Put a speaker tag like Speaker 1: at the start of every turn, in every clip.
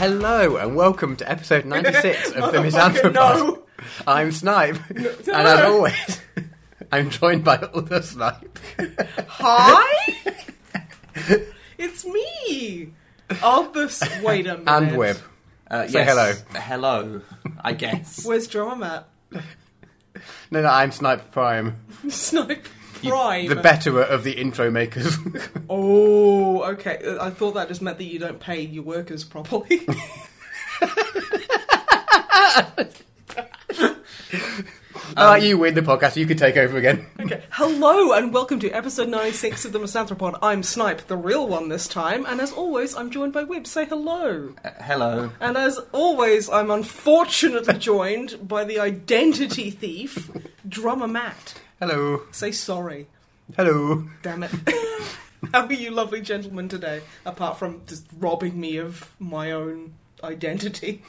Speaker 1: Hello and welcome to episode 96 of the
Speaker 2: Motherfucker,
Speaker 1: Misanthropos.
Speaker 2: no.
Speaker 1: I'm Snipe, and as always, I'm joined by other Snipe.
Speaker 2: Hi, it's me. All this. Wait a minute.
Speaker 1: And Web.
Speaker 3: Uh,
Speaker 1: Say
Speaker 3: hello. Hello, I guess.
Speaker 2: Where's drummer Matt?
Speaker 1: No, no, I'm Snipe Prime,
Speaker 2: Snipe Prime.
Speaker 1: the betterer of the intro makers.
Speaker 2: Oh, okay. Uh, I thought that just meant that you don't pay your workers properly.
Speaker 1: Ah, you win the podcast, you can take over again.
Speaker 2: okay. Hello and welcome to episode 96 of the Misanthropod. I'm Snipe, the real one this time, and as always, I'm joined by Web. Say hello.
Speaker 3: Uh, hello.
Speaker 2: And as always, I'm unfortunately joined by the identity thief, drummer Matt.
Speaker 1: Hello.
Speaker 2: Say sorry.
Speaker 1: Hello.
Speaker 2: Damn it. How are you lovely gentlemen today, apart from just robbing me of my own identity?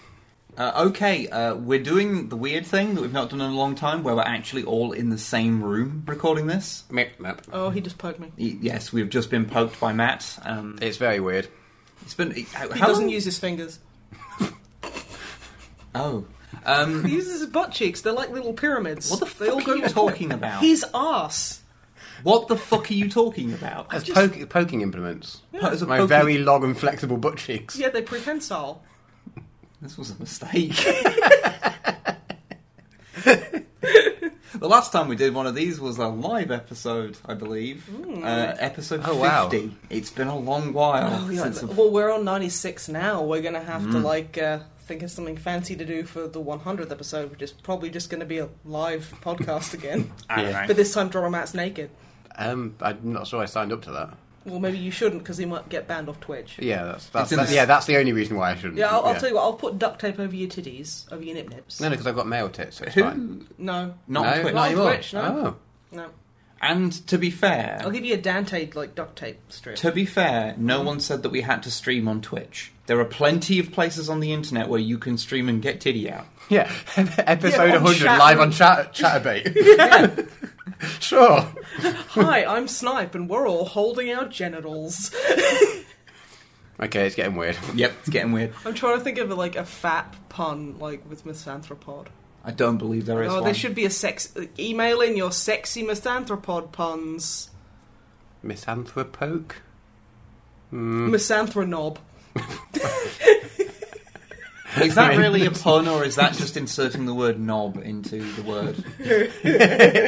Speaker 3: Uh, okay, uh, we're doing the weird thing that we've not done in a long time, where we're actually all in the same room recording this.
Speaker 1: Mip, map.
Speaker 2: Oh, he just poked me.
Speaker 3: Y- yes, we've just been poked by Matt. Um,
Speaker 1: It's very weird.
Speaker 3: it's been. uh, How,
Speaker 2: He
Speaker 3: how
Speaker 2: doesn't
Speaker 3: long-
Speaker 2: use his fingers.
Speaker 3: Oh. Um,
Speaker 2: He uses his butt cheeks. They're like little pyramids.
Speaker 3: What the
Speaker 2: they all
Speaker 3: fuck
Speaker 2: go
Speaker 3: are you talking about?
Speaker 2: His ass.
Speaker 3: what the fuck are you talking about?
Speaker 1: That's
Speaker 2: just-
Speaker 1: poke- poking implements.
Speaker 3: It's a
Speaker 1: My
Speaker 3: poking-
Speaker 1: very long and flexible butt cheeks.
Speaker 2: Yeah, they're prehensile.
Speaker 3: This was a mistake. the last time we did one of these was a live episode, I believe.
Speaker 2: Mm.
Speaker 3: Uh, episode
Speaker 1: Oh, wow.
Speaker 3: 50. It's been a long while
Speaker 2: Oh, yeah.
Speaker 3: since.
Speaker 2: well, we're on 96 now. We're going to have
Speaker 3: Mm.
Speaker 2: to, like, uh, think of something fancy to do for the 100th episode, which is probably just going to be a live podcast again.
Speaker 3: Alright.
Speaker 2: But this time, Drummer Matt's naked.
Speaker 1: Um, I'm not sure I signed up to that.
Speaker 2: Well, maybe you shouldn't, because he might get banned off Twitch.
Speaker 1: Yeah, that's, that's,
Speaker 3: in
Speaker 1: that's-
Speaker 3: the-
Speaker 1: yeah, that's the only reason why I shouldn't.
Speaker 2: Yeah, I'll, I'll tell you what. I'll put duct tape over your titties, over your nip nips.
Speaker 1: No, because I've got male tits, so it's
Speaker 3: Who-
Speaker 1: fine.
Speaker 2: No,
Speaker 1: no,
Speaker 3: Not on Twitch.
Speaker 1: Not anymore. Oh.
Speaker 2: Twitch, no. no.
Speaker 3: And to be fair,
Speaker 2: I'll give you a Dante like duct tape strip.
Speaker 3: to be fair,
Speaker 2: Mm.
Speaker 3: no one said that we had to stream on Twitch. There are plenty of places on the internet where you can stream and get titty out.
Speaker 1: Oh. Yeah. Episode
Speaker 2: Yeah, on
Speaker 1: 100
Speaker 2: chat-
Speaker 1: live on chat- Chatterbait. sure.
Speaker 2: Hi, I'm Snipe, and we're all holding our genitals.
Speaker 1: Okay, it's getting weird.
Speaker 3: Yep, it's getting weird.
Speaker 2: I'm trying to think of like a fat pun, like with misanthropod.
Speaker 3: I don't believe there is
Speaker 2: Oh,
Speaker 3: one.
Speaker 2: there should be a sex. uh, Email in your sexy misanthropod puns.
Speaker 1: Misanthropoke?
Speaker 2: Misanthronob.
Speaker 3: Is that
Speaker 1: I mean-
Speaker 3: really a pun, or is that just inserting the word knob into the word?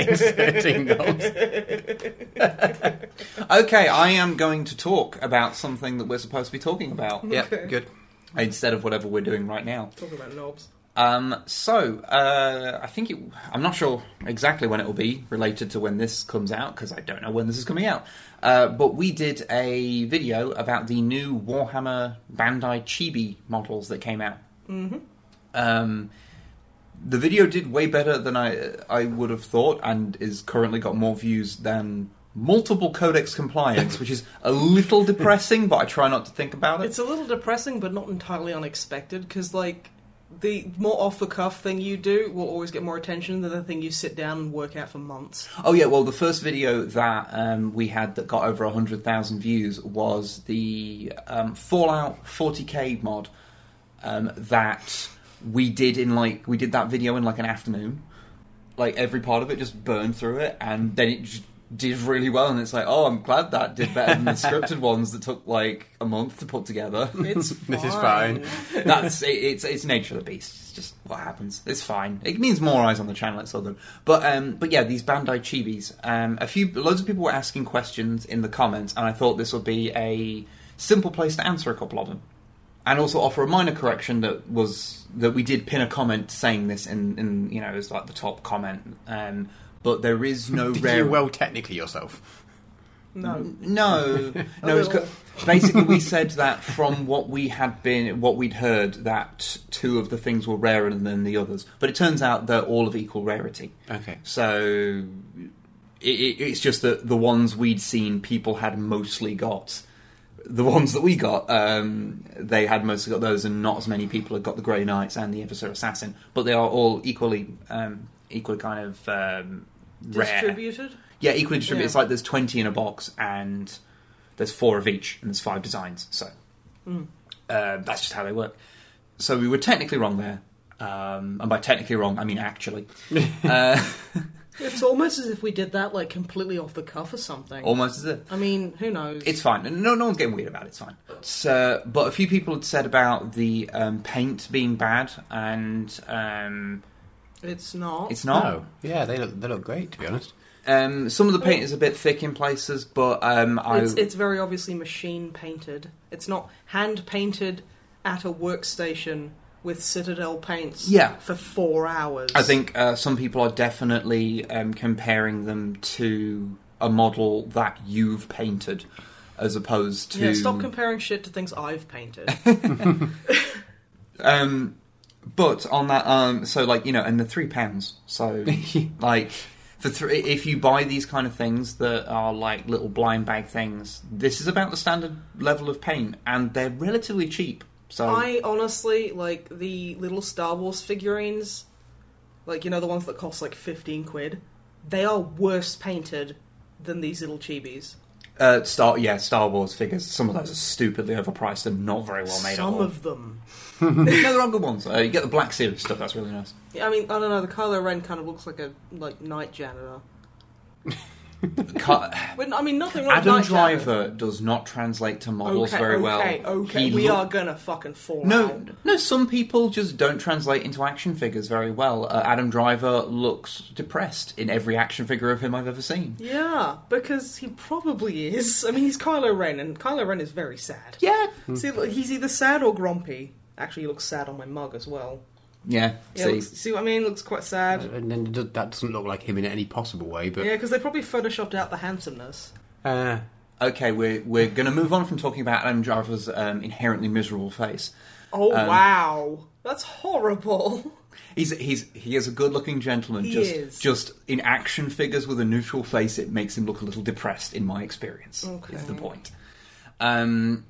Speaker 1: Inserting knobs.
Speaker 3: Okay, I am going to talk about something that we're supposed to be talking about
Speaker 1: Yep,
Speaker 2: Okay.
Speaker 1: good.
Speaker 3: instead of whatever we're doing right now.
Speaker 2: Talking about knobs.
Speaker 3: Um, so uh, I think it, I'm not sure exactly when it will be related to when this comes out because I don't know when this is coming out. Uh, but we did a video about the new Warhammer Bandai Chibi models that came out. Um, the video did way better than I I would have thought, and is currently got more views than multiple codex compliance, which is a little depressing. But I try not to think about it.
Speaker 2: It's a little depressing, but not entirely unexpected, because like the more off the cuff thing you do will always get more attention than the thing you sit down and work out for months.
Speaker 3: Oh yeah, well the first video that um, we had that got over hundred thousand views was the um, Fallout 40k mod um, that we did in like we did that video in like an afternoon. Like every part of it just burned through it, and then it just did really well. And it's like, oh, I'm glad that did better than the scripted ones that took like a month to put together.
Speaker 2: It's fine.
Speaker 1: This is fine.
Speaker 3: That's it, it's it's nature of the beast. It's just what happens. It's fine. It means more eyes on the channel at Southern. But um, but yeah, these Bandai Chibis. Um, a few loads of people were asking questions in the comments, and I thought this would be a simple place to answer a couple of them, and also offer a minor correction that was that we did pin a comment saying this in in you know it was like the top comment. Um, but there is no
Speaker 1: Did
Speaker 3: rare.
Speaker 1: you well technically yourself?
Speaker 2: No.
Speaker 3: No, no. It's co- basically, we said that from what we had been, what we'd heard, that two of the things were rarer than the others. But it turns out they're all of equal rarity.
Speaker 1: Okay.
Speaker 3: So it, it, it's just that the ones we'd seen, people had mostly got. The ones that we got, um, they had mostly got those, and not as many people had got the Grey Knights and the Emissary Assassin. But they are all equally, um, equally kind of um, rare.
Speaker 2: Distributed?
Speaker 3: Yeah, equally distributed.
Speaker 2: Yeah.
Speaker 3: It's like there's 20 in a box, and there's four of each, and there's five designs. So
Speaker 2: Mm.
Speaker 3: uh, that's just how they work. So we were technically wrong there. Um, and by technically wrong, I mean actually. uh,
Speaker 2: It's almost as if we did that like completely off the cuff or something.
Speaker 3: almost as if.
Speaker 2: I mean, who knows?
Speaker 3: It's fine. No, no one's getting weird about it. It's fine. So, but a few people had said about the um, paint being bad, and um,
Speaker 2: It's not.
Speaker 3: it's not.
Speaker 1: No. Oh, Yeah, they look, they look great, to be honest.
Speaker 3: Um, some of the paint is a bit thick in places, but um, I
Speaker 2: Oh. It's, it's very obviously machine painted. It's not hand painted at a workstation with Citadel paints
Speaker 3: Yeah.
Speaker 2: for four hours.
Speaker 3: I think uh, some people are definitely um, comparing them to a model that you've painted, as opposed to
Speaker 2: Yeah, stop comparing shit to things I've painted.
Speaker 3: Um, but on that, um, so like you know, and the three pounds. So like for three, if you buy these kind of things that are like little blind bag things, this is about the standard level of paint, and they're relatively cheap. So
Speaker 2: I honestly like the little Star Wars figurines, like you know the ones that cost like fifteen quid. They are worse painted than these little chibis.
Speaker 3: uh, Star, yeah, Star Wars figures. Some of those are stupidly overpriced and not very well made.
Speaker 2: Some
Speaker 3: at all.
Speaker 2: of them.
Speaker 3: no, there are good ones. Uh, you get the Black Series stuff. That's really nice.
Speaker 2: Yeah, I mean, I don't know. The Kylo Ren kind of looks like a like night janitor.
Speaker 3: Cut.
Speaker 2: But, I mean, nothing wrong. with
Speaker 3: Adam
Speaker 2: night janitor.
Speaker 3: Driver does not translate to models
Speaker 2: okay,
Speaker 3: very well.
Speaker 2: Okay, okay.
Speaker 3: He
Speaker 2: we
Speaker 3: lo-
Speaker 2: are gonna fucking fall
Speaker 3: No,
Speaker 2: out.
Speaker 3: no. Some people just don't translate into action figures very well. Uh, Adam Driver looks depressed in every action figure of him I've ever seen.
Speaker 2: Yeah, because he probably is. I mean, he's Kylo Ren, and Kylo Ren is very sad.
Speaker 3: Yeah,
Speaker 2: See, look, he's either sad or grumpy. Actually, he looks sad on my mug as well.
Speaker 3: yeah.
Speaker 2: Yeah,
Speaker 3: see,
Speaker 2: looks, see what I mean? Looks quite sad.
Speaker 1: And then it does- that doesn't look like him in any possible way, but.
Speaker 2: Yeah, because they probably photoshopped out the handsomeness.
Speaker 1: Uh,
Speaker 3: okay, we're we're gonna move on from talking about Adam Driver's um, inherently miserable face.
Speaker 2: Oh wow, that's horrible.
Speaker 3: He's he's he is a good-looking gentleman.
Speaker 2: He
Speaker 3: just
Speaker 2: is.
Speaker 3: just in action figures with a neutral face, it makes him look a little depressed, in my experience.
Speaker 2: Okay.
Speaker 3: Is the point. Um,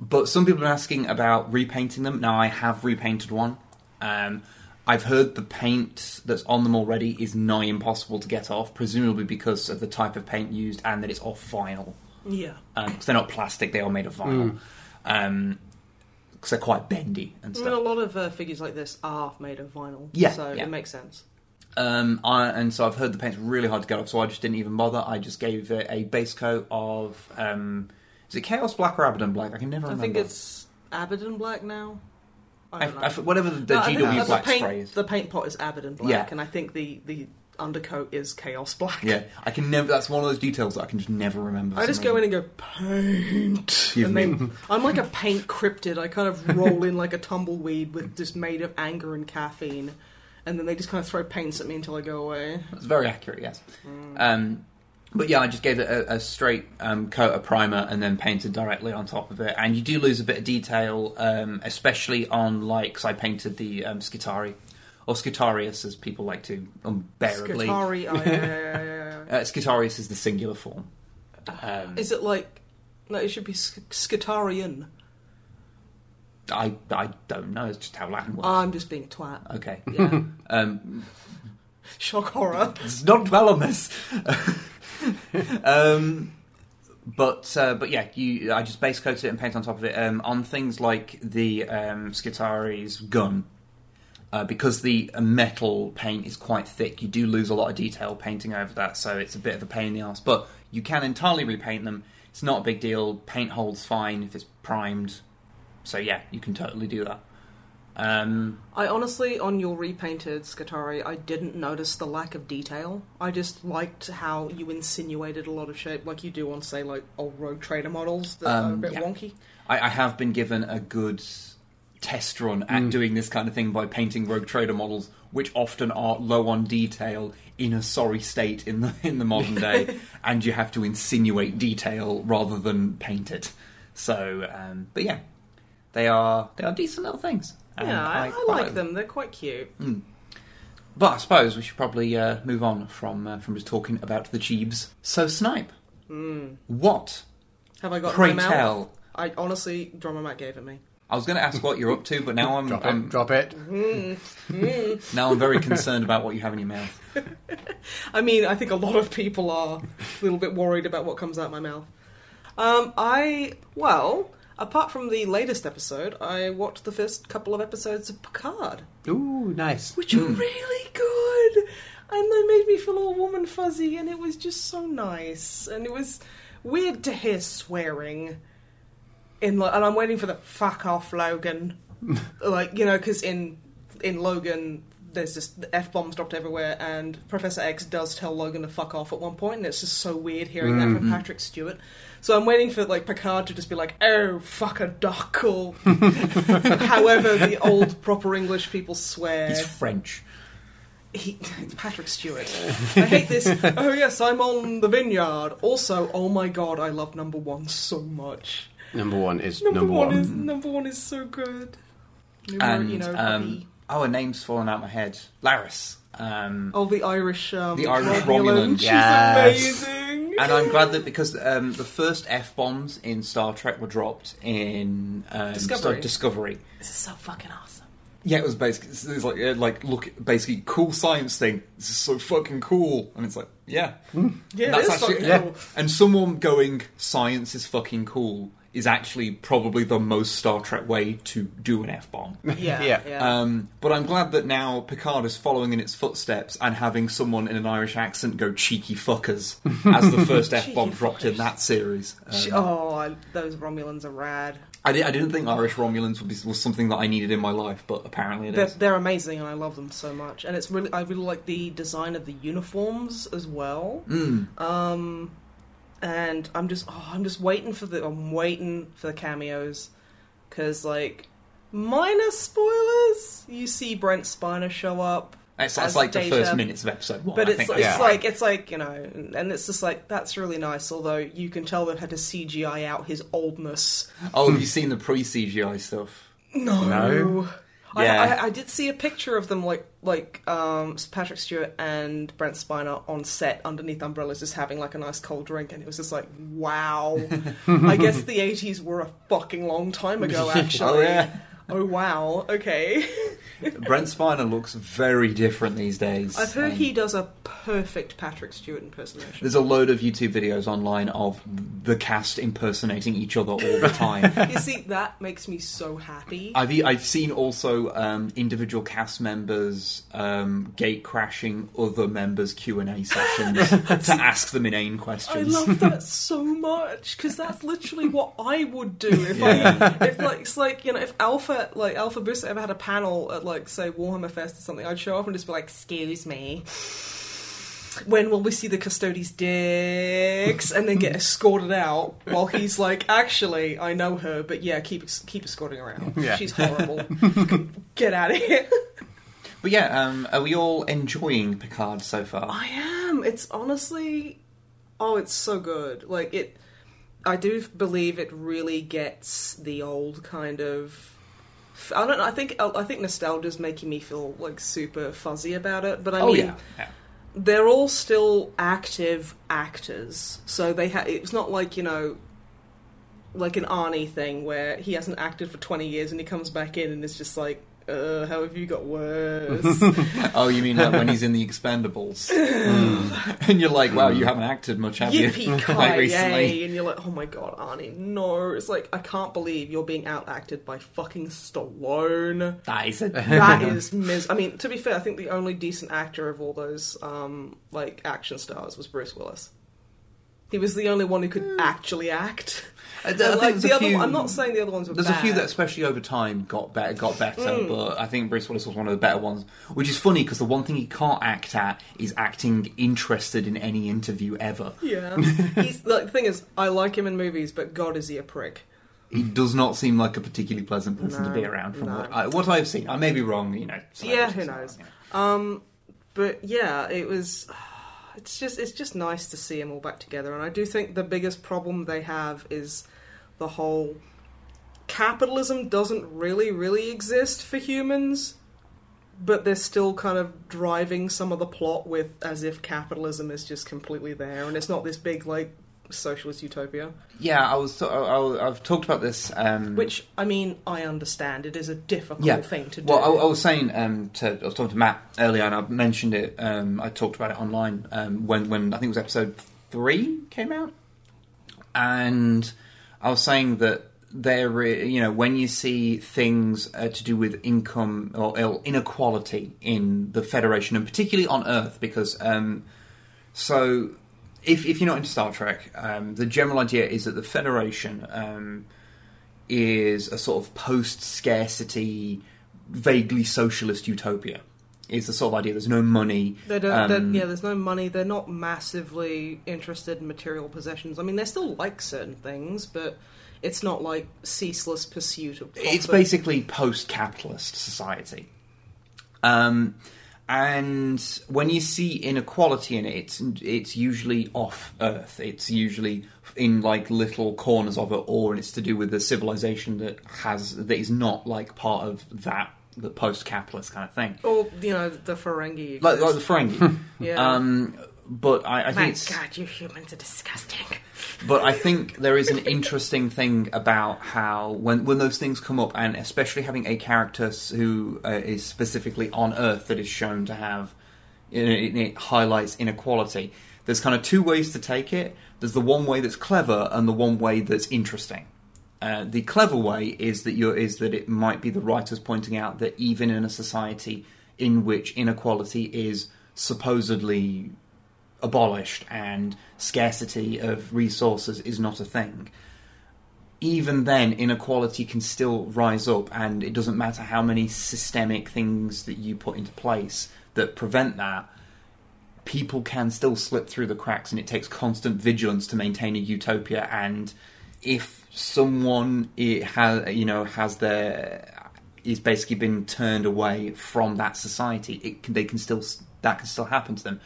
Speaker 3: but some people are asking about repainting them. Now I have repainted one. Um, I've heard the paint that's on them already is nigh impossible to get off, presumably because of the type of paint used and that it's off vinyl
Speaker 2: Yeah,
Speaker 3: because they're not plastic; they are made of
Speaker 2: Hmm.
Speaker 3: vinyl. Um, because they're quite bendy and
Speaker 2: I
Speaker 3: stuff.
Speaker 2: mean, a lot of uh, figures like this are made of vinyl.
Speaker 3: Yeah,
Speaker 2: so
Speaker 3: yeah.
Speaker 2: it makes sense.
Speaker 3: Um, I, and so I've heard the paint's really hard to get off, so I just didn't even bother. I just gave it a base coat of um, is it chaos black or Abaddon black? I can never
Speaker 2: I
Speaker 3: remember.
Speaker 2: think it's Abaddon black now. I
Speaker 3: I,
Speaker 2: don't know.
Speaker 3: I- whatever the, the
Speaker 2: No, I think
Speaker 3: GW
Speaker 2: that
Speaker 3: black
Speaker 2: the paint,
Speaker 3: spray is.
Speaker 2: The paint pot is Abaddon black,
Speaker 3: Yeah.
Speaker 2: and I think the the undercoat is chaos black.
Speaker 3: Yeah, I can never. That's one of those details that I can just never remember. for
Speaker 2: I
Speaker 3: some
Speaker 2: just go in
Speaker 3: reason.
Speaker 2: and go paint,
Speaker 3: You've
Speaker 2: and then I'm like a paint cryptid. I kind of roll in like a tumbleweed with just made of anger and caffeine, and then they just kind of throw paints at me until I go away.
Speaker 3: It's very accurate, yes.
Speaker 2: Mm.
Speaker 3: Um, but yeah, I just gave it a, a straight um, coat of primer and then painted directly on top of it. And you do lose a bit of detail, um, especially on like 'cause I painted the um, Skitari or Skitarius, as people like to unbearably.
Speaker 2: Skatari, I, yeah, yeah, yeah,
Speaker 3: Uh, Skitarius is the singular form.
Speaker 2: yeah.
Speaker 3: Um,
Speaker 2: Is it like? No, it should be sk- Skatarian.
Speaker 3: I I don't know. It's just how Latin works.
Speaker 2: I'm just being a twat.
Speaker 3: okay.
Speaker 2: Yeah.
Speaker 3: Um,
Speaker 2: Shock horror.
Speaker 3: let's not dwell on this. um, but uh, but yeah, you I just base coat it and paint on top of it um, on things like the um, Skitari's gun. Uh, because the uh, metal paint is quite thick, you do lose a lot of detail painting over that, so it's a bit of a pain in the ass. But you can entirely repaint them. It's not a big deal. Paint holds fine if it's primed. So yeah, you can totally do that. Um,
Speaker 2: I honestly, on your repainted Skatari, I didn't notice the lack of detail. I just liked how you insinuated a lot of shape, like you do on, say, like old Rogue Trader models that are a
Speaker 3: Um,
Speaker 2: bit
Speaker 3: yeah.
Speaker 2: wonky.
Speaker 3: I, I have been given a good test run at
Speaker 2: Mm.
Speaker 3: doing this kind of thing by painting rogue trader models, which often are low on detail in a sorry state in the in the modern day, and you have to insinuate detail rather than paint it. So, um, but yeah, they are they are decent little things. and
Speaker 2: yeah, I, I,
Speaker 3: Um, quite Mm.
Speaker 2: like them. They're quite cute.
Speaker 3: But I suppose we should probably uh, move on from uh, from just talking about the Jeebs. So, Snipe, what?
Speaker 2: Have I Mm. got
Speaker 3: Pray
Speaker 2: them out?
Speaker 3: tell.
Speaker 2: I honestly, Drummer Matt gave it me.
Speaker 3: I was going to ask what you're up to, but now I'm,
Speaker 1: Drop
Speaker 3: I'm
Speaker 1: it. Drop it.
Speaker 3: now I'm very concerned about what you have in your mouth.
Speaker 2: I mean, I think a lot of people are a little bit worried about what comes out my mouth. Um, I well, apart from the latest episode, I watched the first couple of episodes of Picard,
Speaker 1: Ooh, nice.
Speaker 2: which are really good, and they made me feel all woman fuzzy, and it was just so nice, and it was weird to hear swearing. In Lo- and I'm waiting for the fuck off Logan, like you know, because in in Logan there's just f bombs dropped everywhere, and Professor X does tell Logan to fuck off at one point, and it's just so weird hearing that from Patrick Stewart. So I'm waiting for like Picard to just be like, "Oh fuck a duck," or however the old proper English people swear
Speaker 3: He's French.
Speaker 2: he, it's Patrick Stewart. I hate this. Oh yes, I'm on the vineyard. Also, oh my god, I love number one so much.
Speaker 1: Number one is
Speaker 2: Number,
Speaker 1: number,
Speaker 2: one. is number one is so good. You were,
Speaker 3: and
Speaker 2: you know,
Speaker 3: um, oh, a name's fallen out my head. Laris. Um,
Speaker 2: the, oh, the Irish, um,
Speaker 3: the Irish Romulan.
Speaker 2: She's
Speaker 1: Yes.
Speaker 2: amazing.
Speaker 3: and I'm glad that because um, the first f bombs in Star Trek were dropped in um,
Speaker 2: Discovery.
Speaker 3: Star- Discovery.
Speaker 2: this is so fucking awesome.
Speaker 3: Yeah, it was basically it's it's like uh, like look basically cool science thing. This is so fucking cool, and it's like yeah,
Speaker 2: Yeah,
Speaker 3: That's
Speaker 2: it is
Speaker 3: actually-
Speaker 2: fucking
Speaker 1: yeah.
Speaker 2: cool.
Speaker 3: And someone going science is fucking cool is actually probably the most Star Trek way to do an f bomb.
Speaker 2: Yeah, yeah.
Speaker 1: Yeah.
Speaker 3: Um, but I'm glad that now Picard is following in its footsteps and having someone in an Irish accent go "cheeky fuckers" as the first
Speaker 2: Cheeky
Speaker 3: f bomb dropped in
Speaker 2: fuckers.
Speaker 3: that series. Um,
Speaker 2: She- oh, I, those Romulans are rad.
Speaker 3: I, di- I didn't think Irish Romulans would be, was something that I needed in my life, but apparently it
Speaker 2: They're,
Speaker 3: is.
Speaker 2: they're amazing, and I love them so much. And it's really, I really like the design of the uniforms as well.
Speaker 3: Hmm.
Speaker 2: Um, and I'm just, oh, I'm just waiting for the, I'm waiting for the cameos, because like, minor spoilers, you see Brent Spiner show up,
Speaker 3: It's,
Speaker 2: as
Speaker 3: it's like the
Speaker 2: data.
Speaker 3: first minutes of episode one.
Speaker 2: but
Speaker 3: Oh, I
Speaker 2: it's,
Speaker 3: think
Speaker 2: it's
Speaker 3: that's
Speaker 1: yeah.
Speaker 2: like, it's like you know, and and it's just like that's really nice. Although you can tell they've had to CGI out his oldness.
Speaker 3: right. oh, have you seen the pre CGI stuff?
Speaker 2: No.
Speaker 1: No?
Speaker 2: I,
Speaker 3: Yeah.
Speaker 2: I, I did see a picture of them, like like um, Patrick Stewart and Brent Spiner on set underneath umbrellas, just having like a nice cold drink, and it was just like, wow. I guess the eighties were a fucking long time ago, actually.
Speaker 3: Oh, yeah.
Speaker 2: Oh, wow. Okay.
Speaker 3: Brent Spiner looks very different these days.
Speaker 2: I've heard
Speaker 3: Um,
Speaker 2: he does a perfect Patrick Stewart impersonation.
Speaker 3: There's a load of YouTube videos online of the cast impersonating each other all the time.
Speaker 2: you see, that makes me so happy.
Speaker 3: I've e- I've seen also um, individual cast members um, gate crashing other members Q and A sessions to ask them inane
Speaker 2: I
Speaker 3: questions.
Speaker 2: love that so much because that's literally what I would do if
Speaker 3: Yeah.
Speaker 2: I if like it's like you know if Alpha like Alpha Boost ever had a panel at like say Warhammer Fest or something, I'd show up and just be like, "Excuse me." When will we see the custodies' dicks? And then get escorted out while he's like, "Actually, I know her, but yeah, keep keep escorting her out.
Speaker 1: Yeah.
Speaker 2: She's horrible. get out of here."
Speaker 3: but yeah, um, are we all enjoying Picard so far?
Speaker 2: I am. It's honestly, oh, it's so good. Like it, I do believe it really gets the old kind of. I don't know. I think I think nostalgia's making me feel like super fuzzy about it. But I
Speaker 3: oh
Speaker 2: mean,
Speaker 3: yeah. yeah.
Speaker 2: they're all still active actors, so they ha- it's not like you know, like an Arnie thing where he hasn't acted for twenty years and he comes back in and it's just like, uh, how have you got worse?
Speaker 3: Oh, you mean like when he's in the Expendables, and you're like, wow, you haven't acted much, have you?
Speaker 2: Yippee
Speaker 3: like
Speaker 2: ki
Speaker 3: recently.
Speaker 2: yay! And you're like, oh my god, Arnie, no! It's like I can't believe you're being outacted by fucking Stallone.
Speaker 3: That is it.
Speaker 2: That is mis. I mean, to be fair, I think the only decent actor of all those um, like action stars was Bruce Willis. He was the only one who could actually act.
Speaker 3: Hmm. I- I
Speaker 2: And,
Speaker 3: think
Speaker 2: like,
Speaker 3: there's
Speaker 2: the
Speaker 3: a
Speaker 2: other,
Speaker 3: few-
Speaker 2: I'm not saying the other ones were.
Speaker 3: There's a
Speaker 2: bad.
Speaker 3: few
Speaker 2: Mm.
Speaker 3: that, especially over time, got better. Got better, but I think Bruce Willis was one of the better ones, which is funny because the one thing he can't act at is acting interested in any interview ever.
Speaker 2: Yeah. He's, like, the thing is, I like him in movies, but God, is he a prick?
Speaker 3: He does not seem like a particularly pleasant person to be
Speaker 2: No,
Speaker 3: around from
Speaker 2: no.
Speaker 3: what, I, what I've seen. I may be wrong, you know.
Speaker 2: Yeah, who
Speaker 3: celebrities are,
Speaker 2: knows?
Speaker 3: you know.
Speaker 2: Um, but yeah, it was. It's just it's just nice to see them all back together, and I do think the biggest problem they have is the whole capitalism doesn't really really exist for humans, but they're still kind of driving some of the plot with as if capitalism is just completely there, and it's not this big like socialist utopia.
Speaker 3: Yeah, I was. I, I, I've talked about this. Um,
Speaker 2: Which I mean, I understand it is a difficult thing to do.
Speaker 3: Well, I, I was saying um, to I was talking to Matt earlier, and I mentioned it. Um, I talked about it online um, when when I think it was episode three came out, and I was saying that there, i- you know, when you see things uh, to do with income or, or inequality in the Federation, and particularly on Earth, because um, so if if you're not into Star Trek, um, the general idea is that the Federation. Um, is a sort of post scarcity, vaguely socialist utopia. Is the sort of idea there's no money.
Speaker 2: They don't.
Speaker 3: um,
Speaker 2: they yeah, there's no money. They're not massively interested in material possessions. I mean, they still like certain things, but it's not like ceaseless pursuit of. Profit.
Speaker 3: It's basically post-capitalist society. Um, and when you see inequality in it, it's, it's usually off Earth. It's usually in like little corners of it, or it's to do with the civilization that has that is not like part of that the post-capitalist kind of thing,
Speaker 2: Or you know the Ferengi.
Speaker 3: like, like the Ferengi.
Speaker 2: yeah.
Speaker 3: um, but I, I think
Speaker 2: My
Speaker 3: it's,
Speaker 2: God, you humans are disgusting.
Speaker 3: But I think there is an interesting thing about how when when those things come up, and especially having a character s- who uh, is specifically on Earth that is shown to have, you know, it, it highlights inequality. There's kind of two ways to take it. There's the one way that's clever, and the one way that's interesting. Uh, the clever way is that you're, is that it might be the writers pointing out that even in a society in which inequality is supposedly abolished and scarcity of resources is not a thing, even then inequality can still rise up, and it doesn't matter how many systemic things that you put into place that prevent that. People can still slip through the cracks, and it takes constant vigilance to maintain a utopia. And if someone it has, you know, has their is basically been turned away from that society, it can, they can still s- that can still happen to them.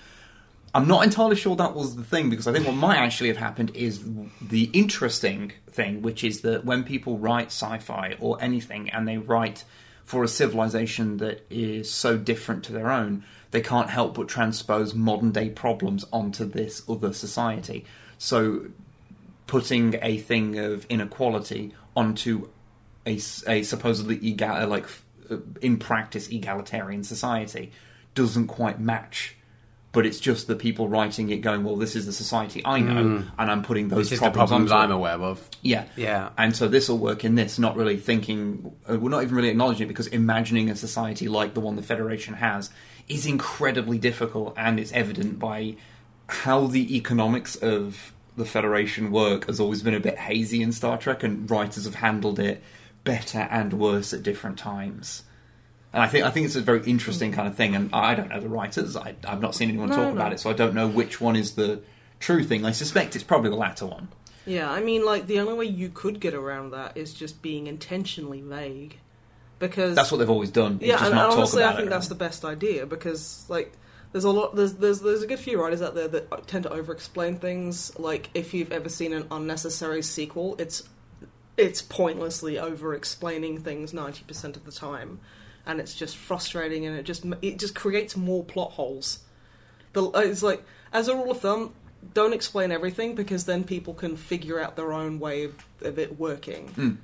Speaker 3: I'm not entirely sure that was the thing because I think what might actually have happened is the interesting thing, which is that when people write sci-fi or anything and they write for a civilization that is so different to their own, they can't help but transpose modern day problems onto this other society. So putting a thing of inequality onto a, s- a supposedly egal like f- uh, in practice egalitarian society doesn't quite match but it's just the people writing it going well this is the society i know and i'm putting those
Speaker 1: Hmm. This is the
Speaker 3: problems,
Speaker 1: problems
Speaker 3: onto it."
Speaker 1: I'm aware of.
Speaker 3: yeah
Speaker 1: Yeah.
Speaker 3: and so this will work in this not really thinking uh, we're not even really acknowledging it because imagining a society like the one the federation has is incredibly difficult and it's evident by how the economics of the federation work has always been a bit hazy in star trek and writers have handled it better and worse at different times and I think I think it's a very interesting kind of thing, and I don't know the writers. I, I've not seen anyone
Speaker 2: No,
Speaker 3: talk
Speaker 2: no.
Speaker 3: about it, so I don't know which one is the true thing. I suspect it's probably the latter one.
Speaker 2: Yeah, I mean, like the only way you could get around that is just being intentionally vague, because
Speaker 3: That's what they've always done. is
Speaker 2: yeah,
Speaker 3: just
Speaker 2: and,
Speaker 3: not
Speaker 2: and
Speaker 3: talk
Speaker 2: honestly,
Speaker 3: about
Speaker 2: I think
Speaker 3: it.
Speaker 2: that's the best idea because like there's a lot there's there's there's a good few writers out there that tend to over-explain things. Like if you've ever seen an unnecessary sequel, it's it's pointlessly over-explaining things ninety percent of the time, and it's just frustrating and it just it just creates more plot holes. The, it's like as a rule of thumb. Don't explain everything because then people can figure out their own way of, of it working.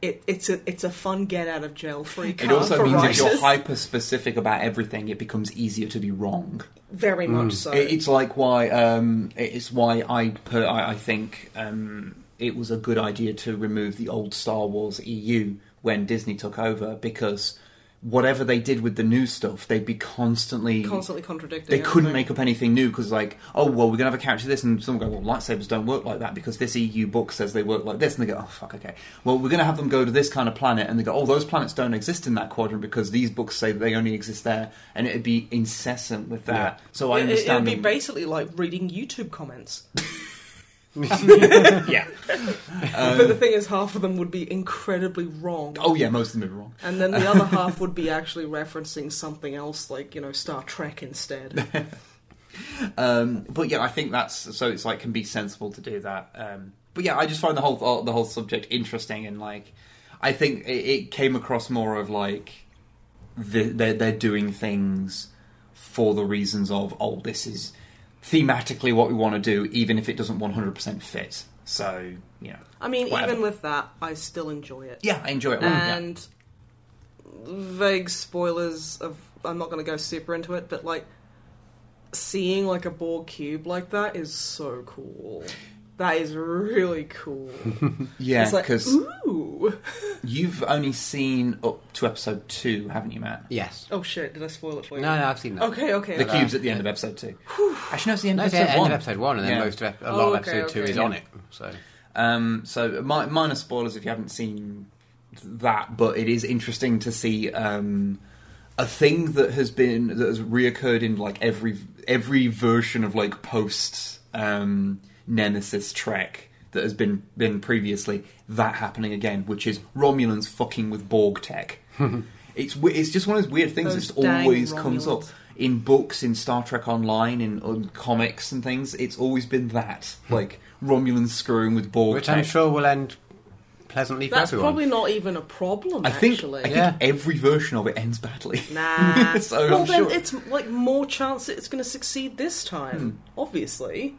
Speaker 2: It, it's a it's a fun get out of jail free card
Speaker 3: Hmm. It also
Speaker 2: for
Speaker 3: means
Speaker 2: writers.
Speaker 3: if you're hyper specific about everything, it becomes easier to be wrong.
Speaker 2: Very much so.
Speaker 3: Mm. It- It's like why um, it's why I per, I, I think um, it was a good idea to remove the old Star Wars EU when Disney took over because whatever they did with the new stuff, they'd be constantly
Speaker 2: Constantly contradicting.
Speaker 3: they couldn't
Speaker 2: everything.
Speaker 3: make up anything new because like oh well we're gonna have a character this and someone go well lightsabers don't work like that because this EU book says they work like this and they go oh fuck okay well we're gonna have them go to this kind of planet and they go oh those planets don't exist in that quadrant because these books say they only exist there and it'd be incessant with that so I
Speaker 2: It, it would
Speaker 3: understand
Speaker 2: be
Speaker 3: them-
Speaker 2: basically like reading YouTube comments.
Speaker 3: yeah. Um,
Speaker 2: but the thing is, half of them would be incredibly wrong.
Speaker 3: Oh yeah, most of them are wrong.
Speaker 2: And then the other half would be actually referencing something else, like, you know, Star Trek instead.
Speaker 3: Um, but yeah, I think that's so. It's like can be sensible to do that. Um, but yeah, I just find the whole uh, the whole subject interesting and like I think it, it came across more of like the, they're they're doing things for the reasons of oh this is thematically what we want to do even if it doesn't one hundred percent fit. So you know,
Speaker 2: I mean,
Speaker 3: Whatever.
Speaker 2: even with that, I still enjoy it.
Speaker 3: yeah, I enjoy it. a lot, yeah.
Speaker 2: And vague spoilers of. I'm not going to go super into it, but like seeing like a Borg cube like that is so cool. That is really cool.
Speaker 3: Yeah,
Speaker 2: it's like, hmm?
Speaker 3: because
Speaker 2: ooh.
Speaker 3: you've only seen up to episode two, haven't you, Matt?
Speaker 1: Yes.
Speaker 2: Oh shit! Did I spoil it for
Speaker 1: No,
Speaker 2: you?
Speaker 1: no, I've seen that.
Speaker 2: Okay, okay.
Speaker 3: The
Speaker 2: okay.
Speaker 3: cube's at the end of episode two. Actually, no, it's the end
Speaker 1: No,
Speaker 3: of
Speaker 1: it's
Speaker 3: episode
Speaker 1: the end
Speaker 3: one.
Speaker 1: of episode one, and then
Speaker 3: Yeah.
Speaker 1: most of ep- a
Speaker 2: Oh,
Speaker 1: lot of
Speaker 2: okay,
Speaker 1: episode two
Speaker 2: okay.
Speaker 1: is on it. So
Speaker 3: Um, so mi- minor spoilers if you haven't seen that, but it is interesting to see um, a thing that has been that has reoccurred in like every every version of like post um, Nemesis Trek that has been been previously that happening again, which is Romulans fucking with Borg tech. it's we- it's just one of those weird things
Speaker 2: Those
Speaker 3: that
Speaker 2: dang
Speaker 3: always comes up
Speaker 2: Romulans.
Speaker 3: in books, in Star Trek Online, in, in comics and things, it's always been that like Romulans screwing with Borg.
Speaker 1: which I'm
Speaker 3: tech.
Speaker 1: sure will end pleasantly for
Speaker 2: That's
Speaker 1: everyone.
Speaker 2: probably not even a problem.
Speaker 3: I think
Speaker 2: actually.
Speaker 3: I think
Speaker 1: Yeah.
Speaker 3: every version of it ends badly.
Speaker 2: Nah.
Speaker 3: So
Speaker 2: well,
Speaker 3: I'm
Speaker 2: then
Speaker 3: sure-
Speaker 2: it's like more chance that it's going to succeed this time. Obviously,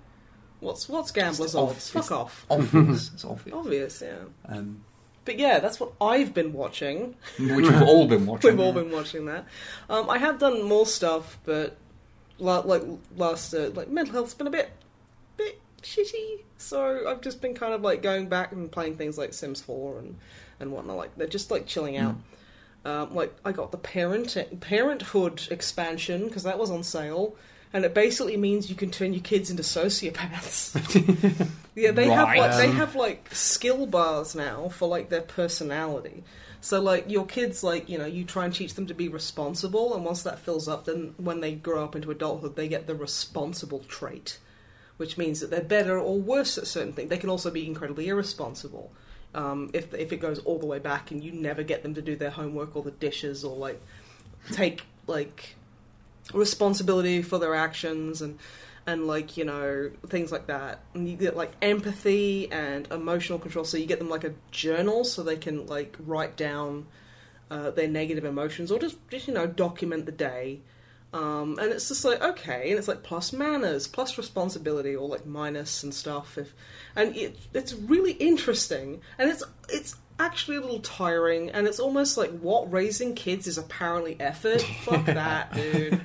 Speaker 2: what's what's gamblers'
Speaker 3: ob-
Speaker 2: odds? Fuck
Speaker 3: Hmm. it's-
Speaker 2: off.
Speaker 3: obvious. It's obvious.
Speaker 2: Obvious, yeah.
Speaker 3: Um,
Speaker 2: But yeah, that's what I've been watching.
Speaker 3: which we've all been watching.
Speaker 2: We've all been watching that. Um, I have done more stuff, but la- like last uh, like mental health's been a bit bit shitty, so I've just been kind of like going back and playing things like Sims Four and and whatnot. Like they're just like chilling out. Um, like I got the parent Parenthood expansion because that was on sale. And it basically means you can turn your kids into sociopaths. yeah, they have like,
Speaker 3: Right.
Speaker 2: they have like skill bars now for like their personality. So like your kids, like you know, you try and teach them to be responsible, and once that fills up, then when they grow up into adulthood, they get the responsible trait, which means that they're better or worse at certain things. They can also be incredibly irresponsible um, if if it goes all the way back and you never get them to do their homework or the dishes or like take like responsibility for their actions and and like you know things like that and you get like empathy and emotional control so you get them like a journal so they can like write down uh, their negative emotions or just just you know document the day um, and it's just like okay and it's like plus manners plus responsibility or like minus and stuff if and it, it's really interesting and it's it's actually a little tiring and it's almost like what raising kids is apparently effort fuck that dude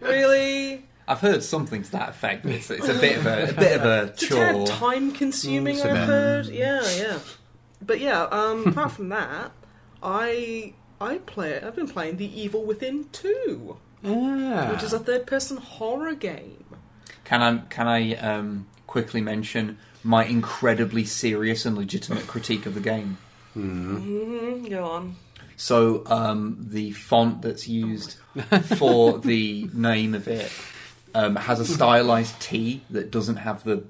Speaker 2: really
Speaker 3: I've heard something to that effect. It's, it's a bit of a, a bit of a
Speaker 2: it's a tad
Speaker 3: chore.
Speaker 2: time consuming,
Speaker 1: Mm, it's a
Speaker 2: I've
Speaker 1: bit-
Speaker 2: heard. Yeah, yeah. But yeah, um, apart from that, I I play I've been playing The Evil Within Two,
Speaker 1: Ah.
Speaker 2: which is a third person horror game.
Speaker 3: Can I can I um, quickly mention my incredibly serious and legitimate critique of the game?
Speaker 2: Mm, go on.
Speaker 3: So um, the font that's used for the name of it um, has a stylized T that doesn't have the.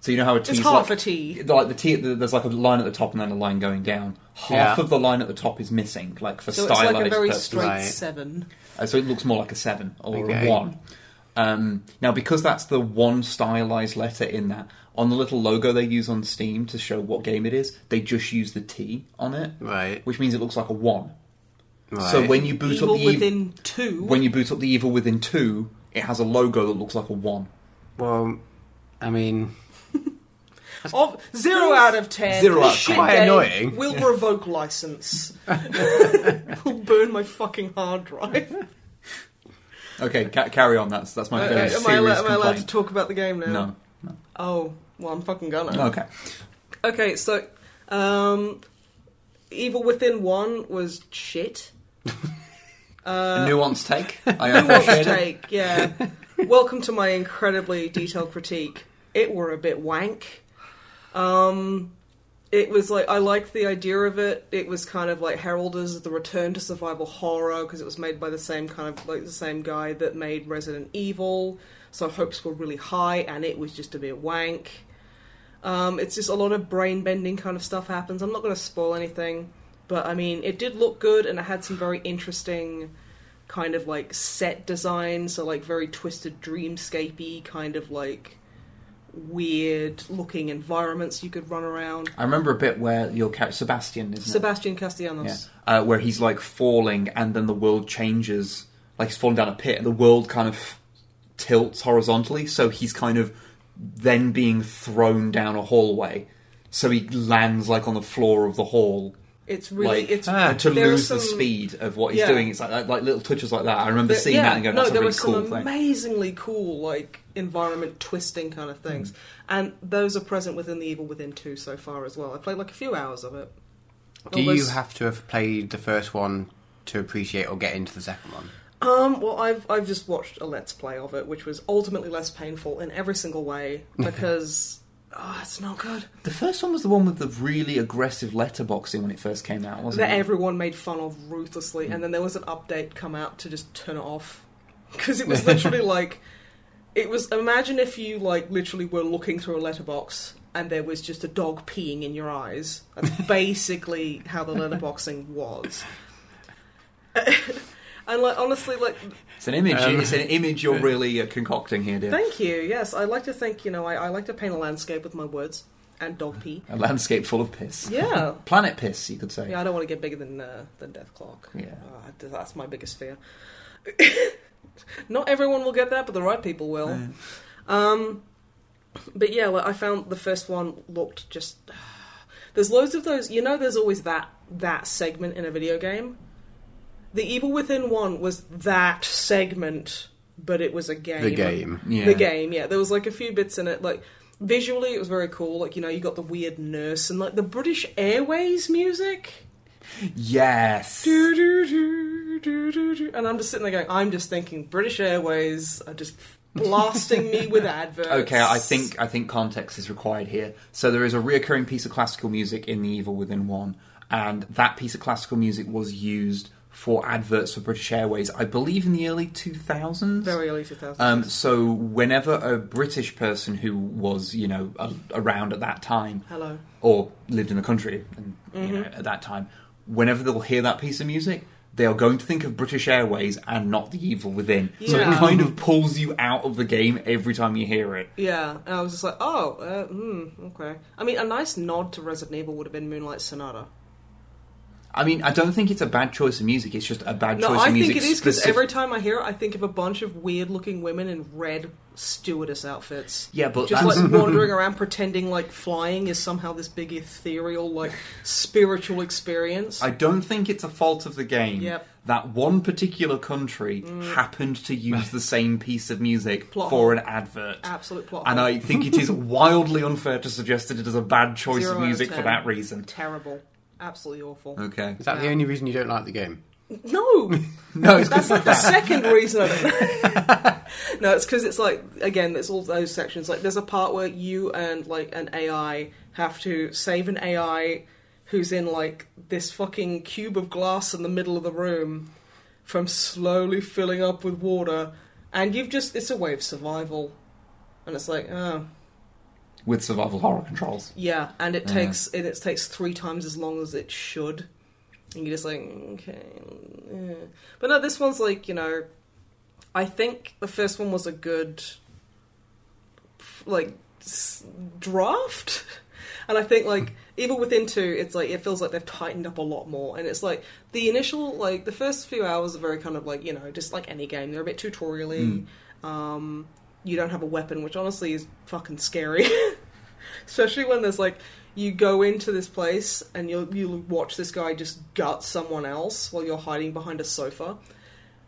Speaker 3: So you know how a T
Speaker 2: It's
Speaker 3: is
Speaker 2: hard
Speaker 3: like,
Speaker 2: for tea.
Speaker 3: like the T, there's like a line at the top and then a line going down. Half
Speaker 1: Yeah.
Speaker 3: of the line at the top is missing, like for
Speaker 2: So it's
Speaker 3: stylized
Speaker 2: like a very
Speaker 3: purposes.
Speaker 2: straight
Speaker 1: Right.
Speaker 2: seven.
Speaker 3: Uh, so it looks more like a seven or
Speaker 1: Okay.
Speaker 3: a one. Um, now, because that's the one stylized letter in that, on the little logo they use on Steam to show what game it is, they just use the T on it,
Speaker 1: Right.
Speaker 3: which means it looks like a one.
Speaker 1: Right.
Speaker 3: So when you boot
Speaker 2: Evil
Speaker 3: up the
Speaker 2: Within Two.
Speaker 3: when you boot up the Evil Within two, it has a logo that looks like a one.
Speaker 1: well, I mean,
Speaker 2: of zero out of ten.
Speaker 3: Zero
Speaker 2: This
Speaker 3: out of
Speaker 2: shit
Speaker 3: ten.
Speaker 1: Quite
Speaker 2: game
Speaker 1: annoying.
Speaker 2: Will revoke license. will burn my fucking hard drive.
Speaker 3: Okay, ca- carry on. That's that's my
Speaker 2: Uh,
Speaker 3: very
Speaker 2: am, I allo-
Speaker 3: serious
Speaker 2: am I allowed to
Speaker 3: complaint.
Speaker 2: talk about the game now?
Speaker 3: No.
Speaker 2: Oh, well, I'm fucking gonna.
Speaker 3: Okay.
Speaker 2: Okay, so um, Evil Within One was shit.
Speaker 3: A nuanced take. I
Speaker 2: Uh, Nuanced
Speaker 3: appreciate it.
Speaker 2: take, yeah. Welcome to my incredibly detailed critique. It were a bit wank. Um, it was like I liked the idea of it. It was kind of like heralded as the return to survival horror because it was made by the same kind of like the same guy that made Resident Evil. So hopes were really high, and it was just a bit wank. Um, it's just a lot of brain bending kind of stuff happens. I'm not going to spoil anything, but I mean, it did look good and it had some very interesting kind of like set design, so like very twisted dreamscapey kind of like weird looking environments you could run around.
Speaker 3: I remember a bit where your character Sebastian is
Speaker 2: Sebastian Castellanos.
Speaker 3: uh, where he's like falling and then the world changes. Like he's falling down a pit and the world kind of tilts horizontally, so he's kind of then being thrown down a hallway. So he lands like on the floor of the hall.
Speaker 2: It's really
Speaker 3: like,
Speaker 2: it's
Speaker 1: ah,
Speaker 3: to
Speaker 2: there are
Speaker 3: lose the
Speaker 2: some-
Speaker 3: speed of what he's
Speaker 2: Yeah.
Speaker 3: doing. It's like, like like little touches like that. I remember
Speaker 2: There-
Speaker 3: seeing that and going,
Speaker 2: no,
Speaker 3: "That's
Speaker 2: there
Speaker 3: a
Speaker 2: were
Speaker 3: really
Speaker 2: some
Speaker 3: cool thing."
Speaker 2: amazingly cool like environment twisting kind of
Speaker 3: Hmm.
Speaker 2: things, and those are present within the Evil Within two so far as well. I played like a few hours of it.
Speaker 1: Do
Speaker 2: Well,
Speaker 1: you
Speaker 2: there's-
Speaker 1: have to have played the first one to appreciate or get into the second one?
Speaker 2: Um, well, I've I've just watched a let's play of it, which was ultimately less painful in every single way because oh, it's not good.
Speaker 3: The first one was the one with the really aggressive letterboxing when it first came out, wasn't
Speaker 2: That
Speaker 3: it?
Speaker 2: everyone made fun of ruthlessly, and then there was an update come out to just turn it off because it was literally like it was. Imagine if you like literally were looking through a letterbox and there was just a dog peeing in your eyes. That's basically how the letterboxing was. and like honestly, like
Speaker 3: it's an image.
Speaker 1: Um,
Speaker 3: it's an image you're really uh, concocting here, dear.
Speaker 2: Thank you. Yes, I like to think you know I, I like to paint a landscape with my words and dog pee.
Speaker 3: A landscape full of piss.
Speaker 2: Yeah,
Speaker 3: Planet piss, you could say.
Speaker 2: yeah. I don't want to get bigger than uh, than Death Clock.
Speaker 3: Yeah.
Speaker 2: Uh, that's my biggest fear. Not everyone will get that, but the right people will. Um, but yeah, like, I found the first one looked just. There's loads of those. You know, there's always that that segment in a video game. The Evil Within one was that segment, but it was a game.
Speaker 1: The game.
Speaker 3: Yeah.
Speaker 2: the game. Yeah, there was like a few bits in it. Like visually, it was very cool. Like you know, you got the weird nurse and like the British Airways music.
Speaker 3: Yes.
Speaker 2: Do, do, do, do, do, do. And I'm just sitting there going, I'm just thinking British Airways are just blasting me with adverts.
Speaker 3: Okay, I think I think context is required here. So there is a reoccurring piece of classical music in The Evil Within One, and that piece of classical music was used for adverts for British Airways, I believe, in the early two thousands.
Speaker 2: very early 2000s.
Speaker 3: Um, so whenever a British person who was, you know, a, around at that time,
Speaker 2: Hello. Mm-hmm.
Speaker 3: or lived in the country, and you know, at that time, whenever they'll hear that piece of music, they are going to think of British Airways and not the evil within. So it
Speaker 2: Yeah.
Speaker 3: kind of pulls you out of the game every time you hear it.
Speaker 2: Yeah, and I was just like, oh, uh, hmm, okay. I mean, a nice nod to Resident Evil would have been Moonlight Sonata.
Speaker 3: I mean, I don't think it's a bad choice of music. It's just a bad
Speaker 2: No,
Speaker 3: choice
Speaker 2: I
Speaker 3: of music.
Speaker 2: think it is because
Speaker 3: specif-
Speaker 2: every time I hear it, I think of a bunch of weird-looking women in red stewardess outfits.
Speaker 3: Yeah, but
Speaker 2: just
Speaker 3: that's-
Speaker 2: like wandering around pretending like flying is somehow this big ethereal, like spiritual experience.
Speaker 3: I don't think it's a fault of the game
Speaker 2: Yep. Mm.
Speaker 3: that one particular country happened to use the same piece of music
Speaker 2: Plot
Speaker 3: for
Speaker 2: hole.
Speaker 3: an advert.
Speaker 2: Absolute plot.
Speaker 3: And
Speaker 2: hole.
Speaker 3: I think it is wildly unfair to suggest that it is a bad choice
Speaker 2: Zero out
Speaker 3: of
Speaker 2: of
Speaker 3: music for
Speaker 2: ten.
Speaker 3: that reason.
Speaker 2: terrible, absolutely awful.
Speaker 3: Okay.
Speaker 1: Is that the
Speaker 2: Yeah.
Speaker 1: only reason you don't like the game?
Speaker 2: No,
Speaker 3: No, it's
Speaker 2: that's
Speaker 3: because
Speaker 2: like the second reason of it. no, it's because it's like again, it's all those sections. Like, there's a part where you and like an AI have to save an AI who's in like this fucking cube of glass in the middle of the room from slowly filling up with water, and you've just—it's a way of survival. And it's like, oh,
Speaker 3: with survival horror controls.
Speaker 2: yeah, and it
Speaker 3: Yeah.
Speaker 2: takes and it takes three times as long as it should, and you're just like, okay, yeah. but no, this one's like you know, I think the first one was a good like s- draft, and I think like even within two, it's like it feels like they've tightened up a lot more, and it's like the initial like the first few hours are very kind of like you know just like any game they're a bit tutorially. Um, you don't have a weapon, which honestly is fucking scary. Especially when there's like you go into this place and you'll you watch this guy just gut someone else while you're hiding behind a sofa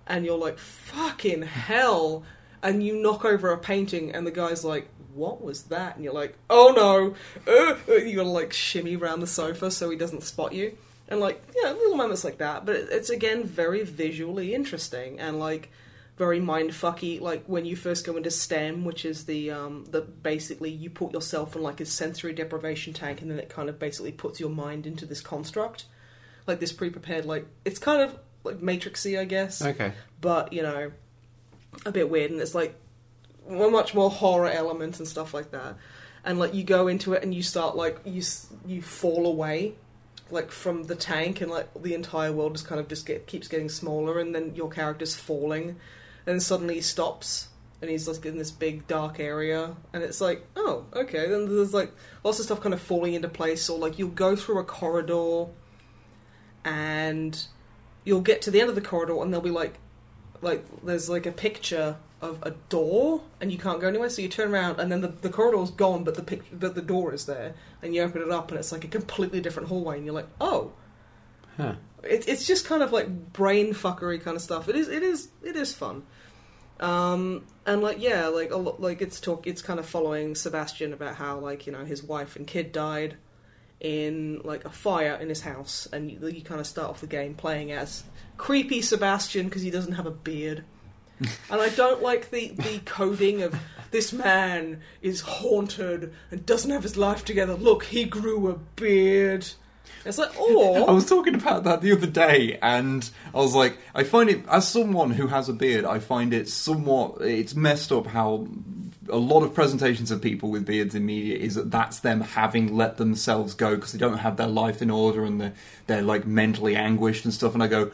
Speaker 2: and you're like, fucking hell and you knock over a painting and the guy's like, What was that? And you're like, Oh no uh, uh," you gotta like shimmy around the sofa so he doesn't spot you. And like, yeah, little moments like that. But it- it's again very visually interesting and like very mindfucky. Like when you first go into STEM, which is the um, the basically you put yourself in like a sensory deprivation tank, and then it kind of basically puts your mind into this construct, like this pre-prepared. Like it's kind of like matrixy, I guess,
Speaker 1: Okay.
Speaker 2: but you know, a bit weird. And it's like well, much more horror element and stuff like that. and like you go into it and you start like you s- you fall away like from the tank and like the entire world just kind of just get keeps getting smaller and then your character's falling and suddenly he stops and he's like in this big dark area and it's like oh okay then there's like lots of stuff kind of falling into place or like you'll go through a corridor and you'll get to the end of the corridor and there'll be like like there's like a picture of a door and you can't go anywhere so you turn around and then the, the corridor's gone but the pic- but the door is there and you open it up and it's like a completely different hallway and you're like oh
Speaker 1: Huh.
Speaker 2: it, it's just kind of like brain fuckery kind of stuff it is it is it is fun um and like yeah like a lot like it's talk it's kind of following sebastian about how like you know his wife and kid died in like a fire in his house, and you, you kind of start off the game playing as creepy Sebastian because he doesn't have a beard. and I don't like the, the coding of this man is haunted and doesn't have his life together. Look, he grew a beard. It's like,
Speaker 3: I
Speaker 2: or
Speaker 3: was talking about that the other day, and I was like, I find it as someone who has a beard, I find it somewhat it's messed up how a lot of presentations of people with beards in media is that that's them having let themselves go because they don't have their life in order and they're, they're like mentally anguished and stuff. And I go.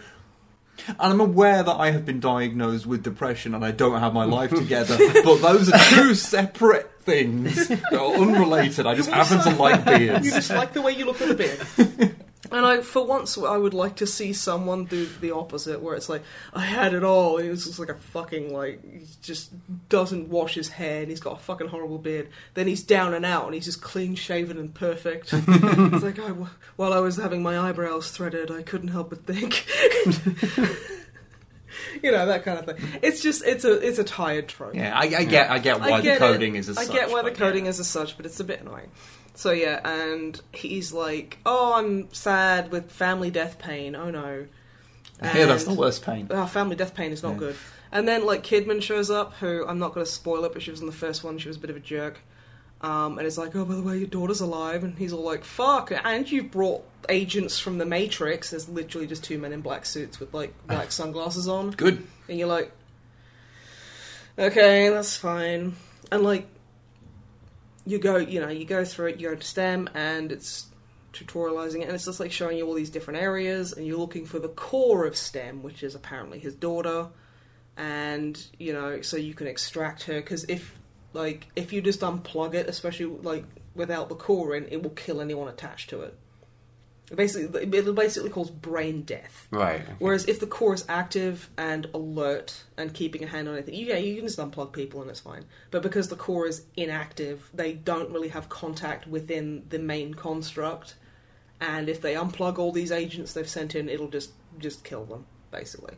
Speaker 3: And I'm aware that I have been diagnosed with depression and I don't have my life together, but those are two separate things that are unrelated. I just happen to like
Speaker 2: you
Speaker 3: beards.
Speaker 2: just like the way you look with a beard. And I, for once, I would like to see someone do the opposite, where it's like, I had it all, and it was just like a fucking, like, he just doesn't wash his hair, and he's got a fucking horrible beard. Then he's down and out, and he's just clean shaven and perfect. it's like, I, while I was having my eyebrows threaded, I couldn't help but think. you know, that kind of thing. It's just, it's a, it's a tired trope.
Speaker 3: Yeah, I, I get, I get why
Speaker 2: I get
Speaker 3: the coding
Speaker 2: it.
Speaker 3: is as
Speaker 2: I
Speaker 3: such.
Speaker 2: get why the
Speaker 3: but
Speaker 2: coding
Speaker 3: yeah.
Speaker 2: is as such, but it's a bit annoying. So yeah, and he's like, "Oh, I'm sad with family death pain. Oh no."
Speaker 3: I hear that's the
Speaker 2: And-
Speaker 3: worst pain.
Speaker 2: Oh, family death pain is not
Speaker 3: Yeah.
Speaker 2: good. And then like Kidman shows up, who I'm not going to spoil it, but she was in the first one. She was a bit of a jerk, um, and it's like, oh, by the way, your daughter's alive, and he's all like, fuck, and you've brought agents from the Matrix. There's literally just two men in black suits with like black sunglasses on,
Speaker 3: Good.
Speaker 2: and you're like, okay, that's fine. And like, you go, you know, you go through it, you go to STEM, and it's tutorializing it, and it's just like showing you all these different areas, and you're looking for the core of STEM, which is apparently his daughter, and you know, so you can extract her because if like if you just unplug it, especially like without the core in, it will kill anyone attached to it. It basically, it basically calls brain death.
Speaker 1: Right. okay.
Speaker 2: Whereas if the core is active and alert and keeping a hand on anything, you, yeah, you can just unplug people and it's fine. But because the core is inactive, they don't really have contact within the main construct. And if they unplug all these agents they've sent in, it'll just just kill them basically.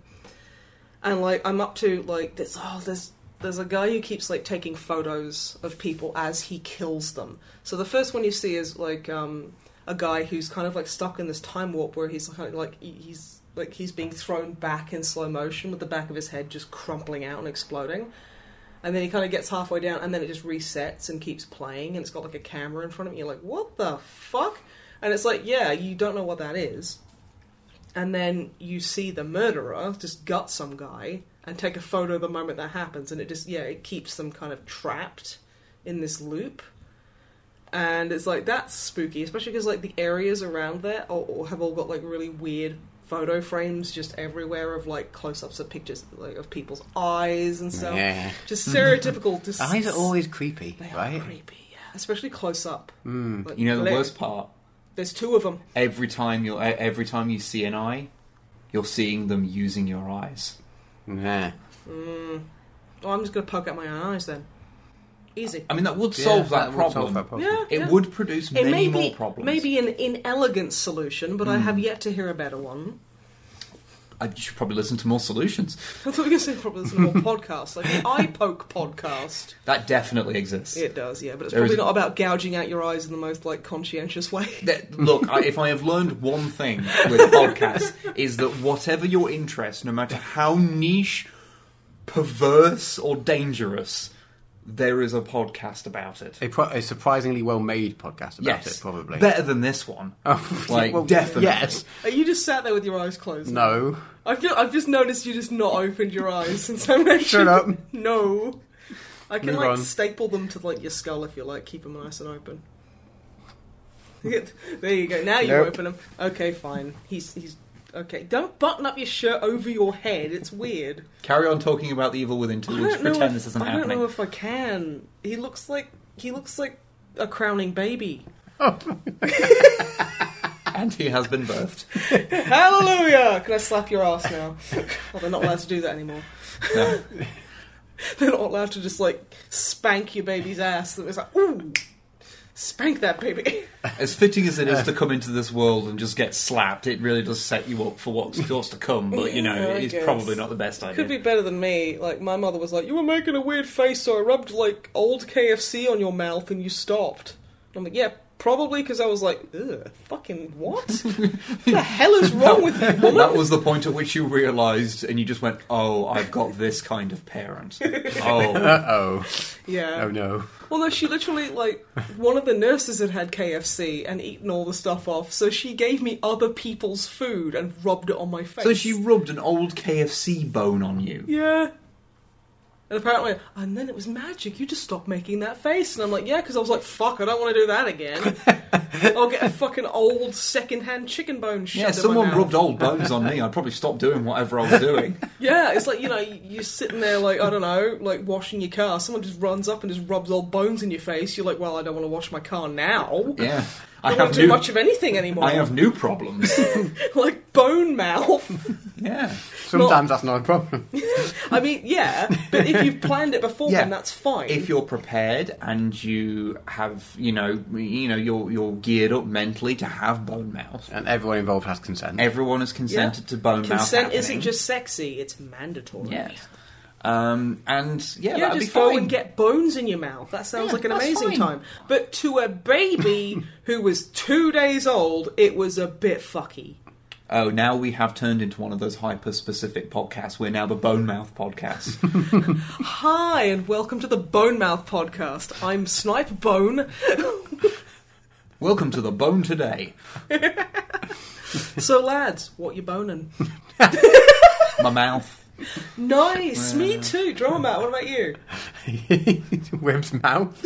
Speaker 2: And like I'm up to like this. Oh, there's there's a guy who keeps like taking photos of people as he kills them. So the first one you see is like um, a guy who's kind of like stuck in this time warp where he's kind of like he- he's like he's being thrown back in slow motion with the back of his head just crumpling out and exploding. And then he kind of gets halfway down, and then it just resets and keeps playing, and it's got like a camera in front of it. and You're like, what the fuck? And it's like, yeah, you don't know what that is. And then you see the murderer just gut some guy and take a photo the moment that happens, and it just, yeah, it keeps them kind of trapped in this loop. And it's like, that's spooky, especially because like the areas around there are, all- have all got like really weird photo frames just everywhere of like close ups of pictures like of people's eyes and stuff.
Speaker 1: Yeah.
Speaker 2: Just stereotypical. Just
Speaker 1: Eyes are always creepy,
Speaker 2: they
Speaker 1: right?
Speaker 2: are creepy, yeah. Especially close up. Like,
Speaker 3: Hmm, You know the
Speaker 2: there-
Speaker 3: worst part.
Speaker 2: There's two of them.
Speaker 3: Every time you every time you see an eye, you're seeing them using your eyes.
Speaker 1: Yeah.
Speaker 2: Oh, I'm just gonna poke out my own eyes then. Easy.
Speaker 3: I mean, that would
Speaker 1: Yeah,
Speaker 3: solve that,
Speaker 1: would
Speaker 3: problem.
Speaker 1: solve that problem.
Speaker 2: yeah,
Speaker 3: Oh, It
Speaker 2: yeah.
Speaker 3: would produce
Speaker 2: It
Speaker 3: many
Speaker 2: may
Speaker 3: more
Speaker 2: be,
Speaker 3: problems. Hmm.
Speaker 2: Maybe an inelegant solution, but I have yet to hear a better one.
Speaker 3: I should probably listen to more solutions.
Speaker 2: I thought you were going to say probably there's a more podcast, like the eye poke podcast.
Speaker 3: That definitely exists.
Speaker 2: It does, yeah, but it's
Speaker 3: There
Speaker 2: probably
Speaker 3: is-
Speaker 2: not about gouging out your eyes in the most like conscientious way.
Speaker 3: That- look, I, if I have learned one thing with podcasts is that whatever your interest, no matter how niche, perverse, or dangerous, there is a podcast about it.
Speaker 1: A, pro- a surprisingly well-made podcast about
Speaker 3: yes,
Speaker 1: it, probably.
Speaker 3: better than this one.
Speaker 1: Oh,
Speaker 3: Like,
Speaker 1: well,
Speaker 3: definitely.
Speaker 1: Yes.
Speaker 2: Are you just sat there with your eyes closed?
Speaker 1: No.
Speaker 2: I've just, I've just noticed you just not opened your eyes since I mentioned.
Speaker 1: Shut up.
Speaker 2: No. I can
Speaker 1: Move
Speaker 2: like
Speaker 1: on.
Speaker 2: staple them to like your skull if you like. Keep them nice and open. there you go. Now you
Speaker 1: Nope.
Speaker 2: open them. Okay, fine. He's he's okay. Don't button up your shirt over your head. It's weird.
Speaker 3: Carry on talking about the evil within
Speaker 2: I
Speaker 3: till we
Speaker 2: don't know.
Speaker 3: pretend
Speaker 2: if,
Speaker 3: this isn't
Speaker 2: I don't
Speaker 3: happening.
Speaker 2: know if I can. He looks like he looks like a crowning baby.
Speaker 3: And he has been birthed.
Speaker 2: Hallelujah! Can I slap your ass now? Well, they're not allowed to do that anymore.
Speaker 3: No.
Speaker 2: They're not allowed to just like spank your baby's ass. It's like, ooh, spank that baby.
Speaker 3: As fitting as it is to come into this world and just get slapped, it really does set you up for what's, what's to come. But you know,
Speaker 2: Yeah, I
Speaker 3: it's
Speaker 2: guess.
Speaker 3: probably not the best idea.
Speaker 2: Could be better than me. Like my mother was like, "You were making a weird face, so I rubbed like old KFC on your mouth, and you stopped." And I'm like, "Yeah, probably because I was like, Ugh, fucking what? what the hell is wrong with you, woman?"
Speaker 3: That was the point at which you realised, and you just went, "Oh, I've got this kind of parent." Oh,
Speaker 1: Uh oh.
Speaker 2: yeah.
Speaker 1: Oh no.
Speaker 2: Well, no, she literally like one of the nurses had had KFC and eaten all the stuff off, so she gave me other people's food and rubbed it on my face.
Speaker 3: so she rubbed an old KFC bone on you.
Speaker 2: Yeah. And apparently, and then it was magic. You just stopped making that face, and I'm like, yeah, because I was like, fuck, I don't want to do that again. I'll get a fucking old second-hand chicken bone. shoved
Speaker 3: Yeah,
Speaker 2: in my
Speaker 3: someone
Speaker 2: mouth.
Speaker 3: rubbed old bones on me. I'd probably stop doing whatever I was doing.
Speaker 2: Yeah, it's like you know, you're sitting there like I don't know, like washing your car. Someone just runs up and just rubs old bones in your face. You're like, well, I don't want to wash my car now.
Speaker 3: Yeah,
Speaker 2: I
Speaker 3: I
Speaker 2: don't want
Speaker 3: have
Speaker 2: to do
Speaker 3: new,
Speaker 2: much of anything anymore.
Speaker 3: I have new problems.
Speaker 2: like bone mouth.
Speaker 3: Yeah,
Speaker 1: Sometimes that's not a problem.
Speaker 2: I mean, yeah, but if you've planned it before,
Speaker 3: Yeah.
Speaker 2: then that's fine.
Speaker 3: if you're prepared and you have, you know, you know, you're you're geared up mentally to have bone mouth.
Speaker 1: And everyone involved has consent.
Speaker 3: Everyone has consented to bone mouth.
Speaker 2: Consent isn't
Speaker 3: happening.
Speaker 2: just sexy; it's mandatory.
Speaker 3: yeah. Um, and yeah,
Speaker 2: Yeah,
Speaker 3: that'd
Speaker 2: just
Speaker 3: be
Speaker 2: go
Speaker 3: fine.
Speaker 2: and get bones in your mouth. That sounds
Speaker 3: Yeah,
Speaker 2: like an
Speaker 3: that's
Speaker 2: amazing
Speaker 3: fine.
Speaker 2: time. But to a baby who was two days old, it was a bit fucky.
Speaker 3: Oh, now we have turned into one of those hyper specific podcasts. We're now the Bone Mouth podcast.
Speaker 2: Hi, and welcome to the Bone Mouth podcast. I'm Snipe Bone.
Speaker 3: Welcome to the Bone Today.
Speaker 2: so, lads, what you boning?
Speaker 3: My mouth.
Speaker 2: Nice, me too. Drama Matt, what about you?
Speaker 1: Wim's mouth.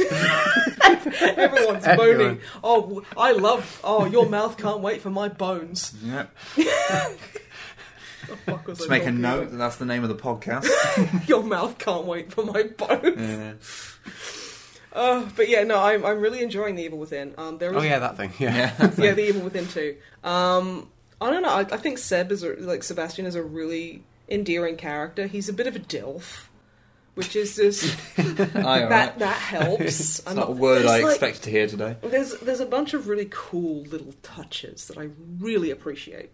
Speaker 2: Everyone's
Speaker 1: Everyone.
Speaker 2: boning. Oh, I love. Oh, your mouth can't wait for my bones.
Speaker 3: Yep.
Speaker 2: The fuck was
Speaker 3: Let's
Speaker 2: I
Speaker 3: make a
Speaker 2: talking
Speaker 3: note that that's the name of the podcast.
Speaker 2: about? Your mouth can't wait for my bones.
Speaker 3: Yeah.
Speaker 2: Uh, but yeah, no, I'm, I'm really enjoying The Evil Within. Um, there is,
Speaker 1: Oh yeah, that thing. Yeah.
Speaker 3: Yeah.
Speaker 2: yeah, The Evil Within too. Um, I don't know. I, I think Seb is a, like Sebastian is a really endearing character. He's a bit of a dilf, which is just
Speaker 3: Aye, all right.
Speaker 2: that that helps.
Speaker 3: It's not a word I
Speaker 2: there's, like,
Speaker 3: expected to hear today.
Speaker 2: There's there's a bunch of really cool little touches that I really appreciate.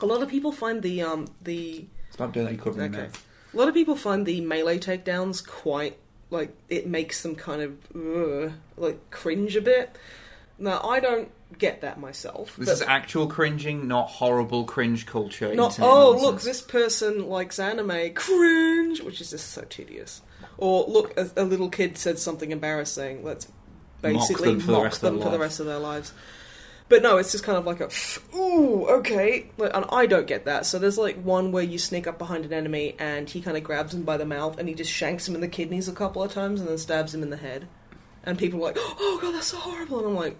Speaker 2: A lot of people find the um the
Speaker 3: Stop doing that, you're covering
Speaker 2: Okay.
Speaker 3: okay.
Speaker 2: A lot of people find the melee takedowns quite like it makes them kind of uh, like cringe a bit. Now I don't get that myself.
Speaker 3: This
Speaker 2: but
Speaker 3: is actual cringing, not horrible cringe culture.
Speaker 2: not
Speaker 3: internet
Speaker 2: oh look
Speaker 3: nonsense.
Speaker 2: this person likes anime cringe, which is just so tedious. Or look a, a little kid said something embarrassing. Let's basically mock
Speaker 3: them for the rest of their
Speaker 2: them for the
Speaker 3: life.
Speaker 2: rest of their lives. But no, it's just kind of like a ooh, okay. Like, and I don't get that. So there's like one where you sneak up behind an enemy and he kind of grabs him by the mouth and he just shanks him in the kidneys a couple of times and then stabs him in the head. And people are like, oh god, that's so horrible. And I'm like,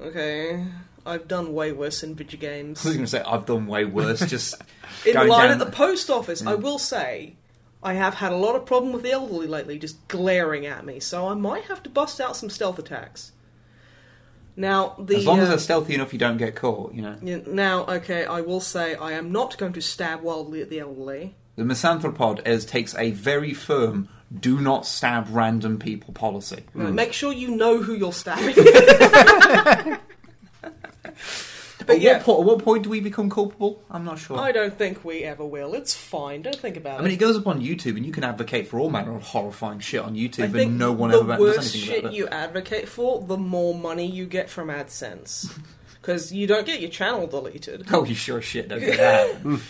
Speaker 2: okay, I've done way worse in video games.
Speaker 3: I was going to say, I've done way worse. Just
Speaker 2: in
Speaker 3: going
Speaker 2: line
Speaker 3: down- Mm.
Speaker 2: at the post office. I will say, I have had a lot of problem with the elderly lately, just glaring at me. So I might have to bust out some stealth attacks. Now the
Speaker 3: As long as
Speaker 2: uh,
Speaker 3: they're stealthy enough, you don't get caught, you know.
Speaker 2: yeah, now okay, I will say I am not going to stab wildly at the elderly.
Speaker 3: The misanthropod is takes a very firm do not stab random people policy.
Speaker 2: No, Make sure you know who you're stabbing.
Speaker 3: at,
Speaker 2: but yeah,
Speaker 3: what po- at what point do we become culpable? I'm not sure.
Speaker 2: I
Speaker 3: I,
Speaker 2: don't think we ever will. It's fine. Don't think about
Speaker 3: mean,
Speaker 2: it.
Speaker 3: it goes up on YouTube, and you can advocate for all manner of horrifying shit on
Speaker 2: I
Speaker 3: YouTube,
Speaker 2: think
Speaker 3: and no one
Speaker 2: the
Speaker 3: ever does
Speaker 2: worse
Speaker 3: anything
Speaker 2: shit
Speaker 3: about it.
Speaker 2: you advocate for, the more money you get from AdSense. Because you don't get your channel deleted.
Speaker 3: Oh, you sure as shit don't get that.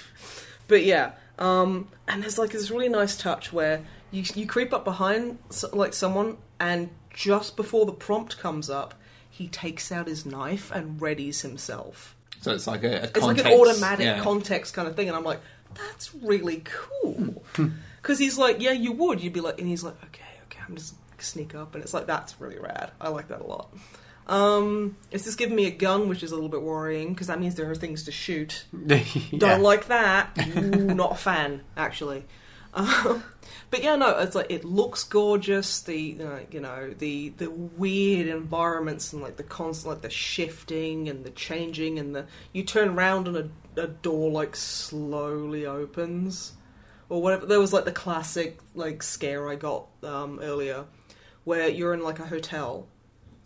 Speaker 2: But yeah, um, and there's like this really nice touch where you you creep up behind s- like someone, and just before the prompt comes up, he takes out his knife and readies himself.
Speaker 3: so it's like a, a
Speaker 2: It's
Speaker 3: context,
Speaker 2: like an automatic
Speaker 3: yeah.
Speaker 2: context kind of thing, and I'm like, that's really cool. because he's like, yeah, you would. You'd be like, and he's like, okay, okay, I'm just sneak up, and it's like that's really rad. I like that a lot. Um, it's just giving me a gun, which is a little bit worrying because that means there are things to shoot. Don't like that. Ooh, not a fan, actually. Um, but yeah, no, it's like it looks gorgeous. The uh, you know the the weird environments and like the constant like the shifting and the changing and the you turn around and a, a door like slowly opens or whatever. There was like the classic like scare I got um, earlier where you're in like a hotel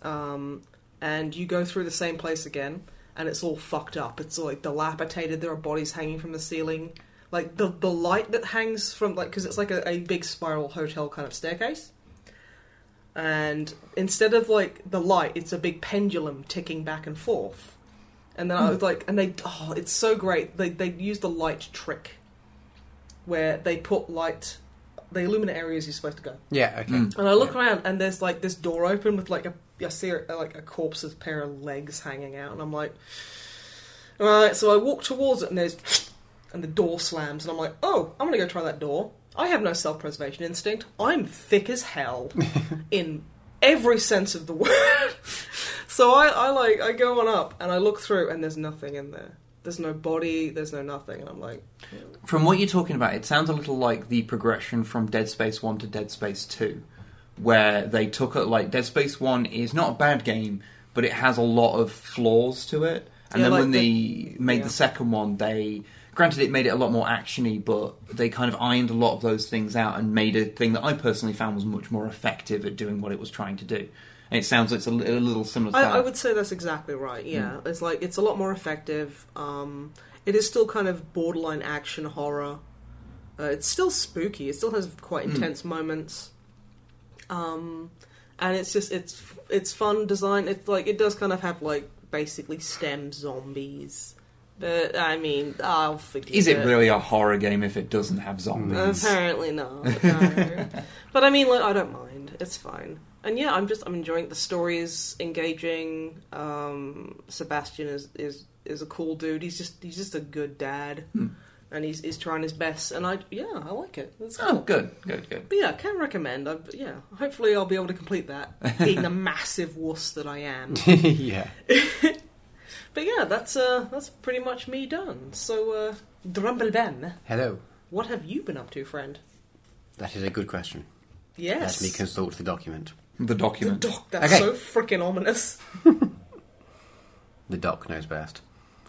Speaker 2: um, and you go through the same place again, and it's all fucked up. It's all, like dilapidated. There are bodies hanging from the ceiling. Like the the light that hangs from like because it's like a, a big spiral hotel kind of staircase, and instead of like the light, it's a big pendulum ticking back and forth. And then I was like, and they, oh, it's so great. They they use the light trick, where they put light, they illuminate areas you're supposed to go.
Speaker 1: Yeah, okay.
Speaker 2: And I look around, and there's like this door open with like a I see uh, like a corpse's pair of legs hanging out, and I'm like, right. So I walk towards it, and there's and the door slams, and I'm like, oh, I'm gonna go try that door. I have no self preservation instinct. I'm thick as hell in every sense of the word. so I, I like I go on up, and I look through, and there's nothing in there. There's no body. There's no nothing, and I'm like,
Speaker 3: From what you're talking about, it sounds a little like the progression from Dead Space 1 to Dead Space 2, where they took it like Dead Space 1 is not a bad game, but it has a lot of flaws to it. And
Speaker 2: Yeah,
Speaker 3: then
Speaker 2: like
Speaker 3: when
Speaker 2: the-
Speaker 3: they made
Speaker 2: yeah.
Speaker 3: the second one, they granted it made it a lot more actiony, but they kind of ironed a lot of those things out and made a thing that I personally found was much more effective at doing what it was trying to do. And it sounds like it's a, li- a little similar to
Speaker 2: I,
Speaker 3: that. Hmm.
Speaker 2: I would say that's exactly right. Yeah, it's like it's a lot more effective. Um, it is still kind of borderline action horror. Uh, it's still spooky. It still has quite
Speaker 3: Hmm.
Speaker 2: intense moments. Um, and it's just it's it's fun design. It's like it does kind of have like basically stem zombies. But I mean, I'll forgive
Speaker 3: Is it really a horror game if it doesn't have
Speaker 2: Uh,
Speaker 3: zombies?
Speaker 2: Apparently not. no. but I mean, like, I don't mind. It's fine. And yeah, I'm just I'm enjoying it. the story is engaging. Um, Sebastian is, is is a cool dude. He's just he's just a good dad, and he's he's trying his best. And I yeah, I like it. It's
Speaker 3: Oh,
Speaker 2: cool.
Speaker 3: good, good, good.
Speaker 2: But yeah, can recommend. I, yeah, hopefully I'll be able to complete that, being the massive wuss that I am.
Speaker 1: yeah.
Speaker 2: But yeah, that's uh that's pretty much me done. So uh, Drumble Ben,
Speaker 1: Hello.
Speaker 2: what have you been up to, friend?
Speaker 1: That is a good question.
Speaker 2: Yes,
Speaker 1: Let me consult the document.
Speaker 3: The document.
Speaker 2: Doc, that's
Speaker 1: Mm. Okay.
Speaker 2: so freaking ominous.
Speaker 1: The doc knows best.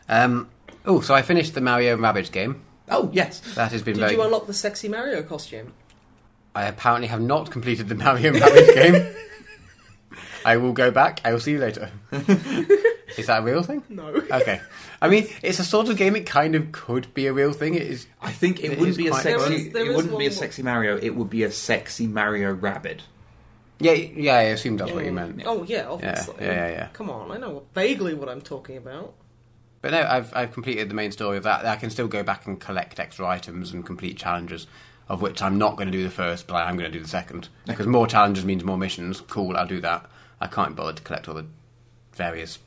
Speaker 1: Um, oh, so I finished the Mario and Rabbids game.
Speaker 3: oh, yes.
Speaker 1: That has been
Speaker 2: Did
Speaker 1: very.
Speaker 2: you unlock the sexy Mario costume?
Speaker 1: I apparently have not completed the Mario and Rabbids game. I will go back. I will see you later. is that a real thing?
Speaker 2: No.
Speaker 1: Okay. I mean, it's a sort of game. It kind of could be a real thing. It is.
Speaker 3: I think it,
Speaker 1: It
Speaker 3: wouldn't
Speaker 1: is
Speaker 3: be a
Speaker 1: quite-
Speaker 3: sexy.
Speaker 1: There
Speaker 2: is- there
Speaker 3: it
Speaker 2: is
Speaker 3: wouldn't be a
Speaker 2: one-
Speaker 3: sexy Mario. It would be a sexy Mario rabbit.
Speaker 1: Yeah, yeah. I assume that's what you meant.
Speaker 2: Oh yeah, obviously.
Speaker 1: yeah, yeah, yeah.
Speaker 2: Come on, I know vaguely what I'm talking about.
Speaker 1: But no, I've, I've completed the main story of that. I can still go back and collect extra items and complete challenges, of which I'm not going to do the first, but I am going to do the second. Because more challenges means more missions. Cool, I'll do that. I can't bother to collect all the various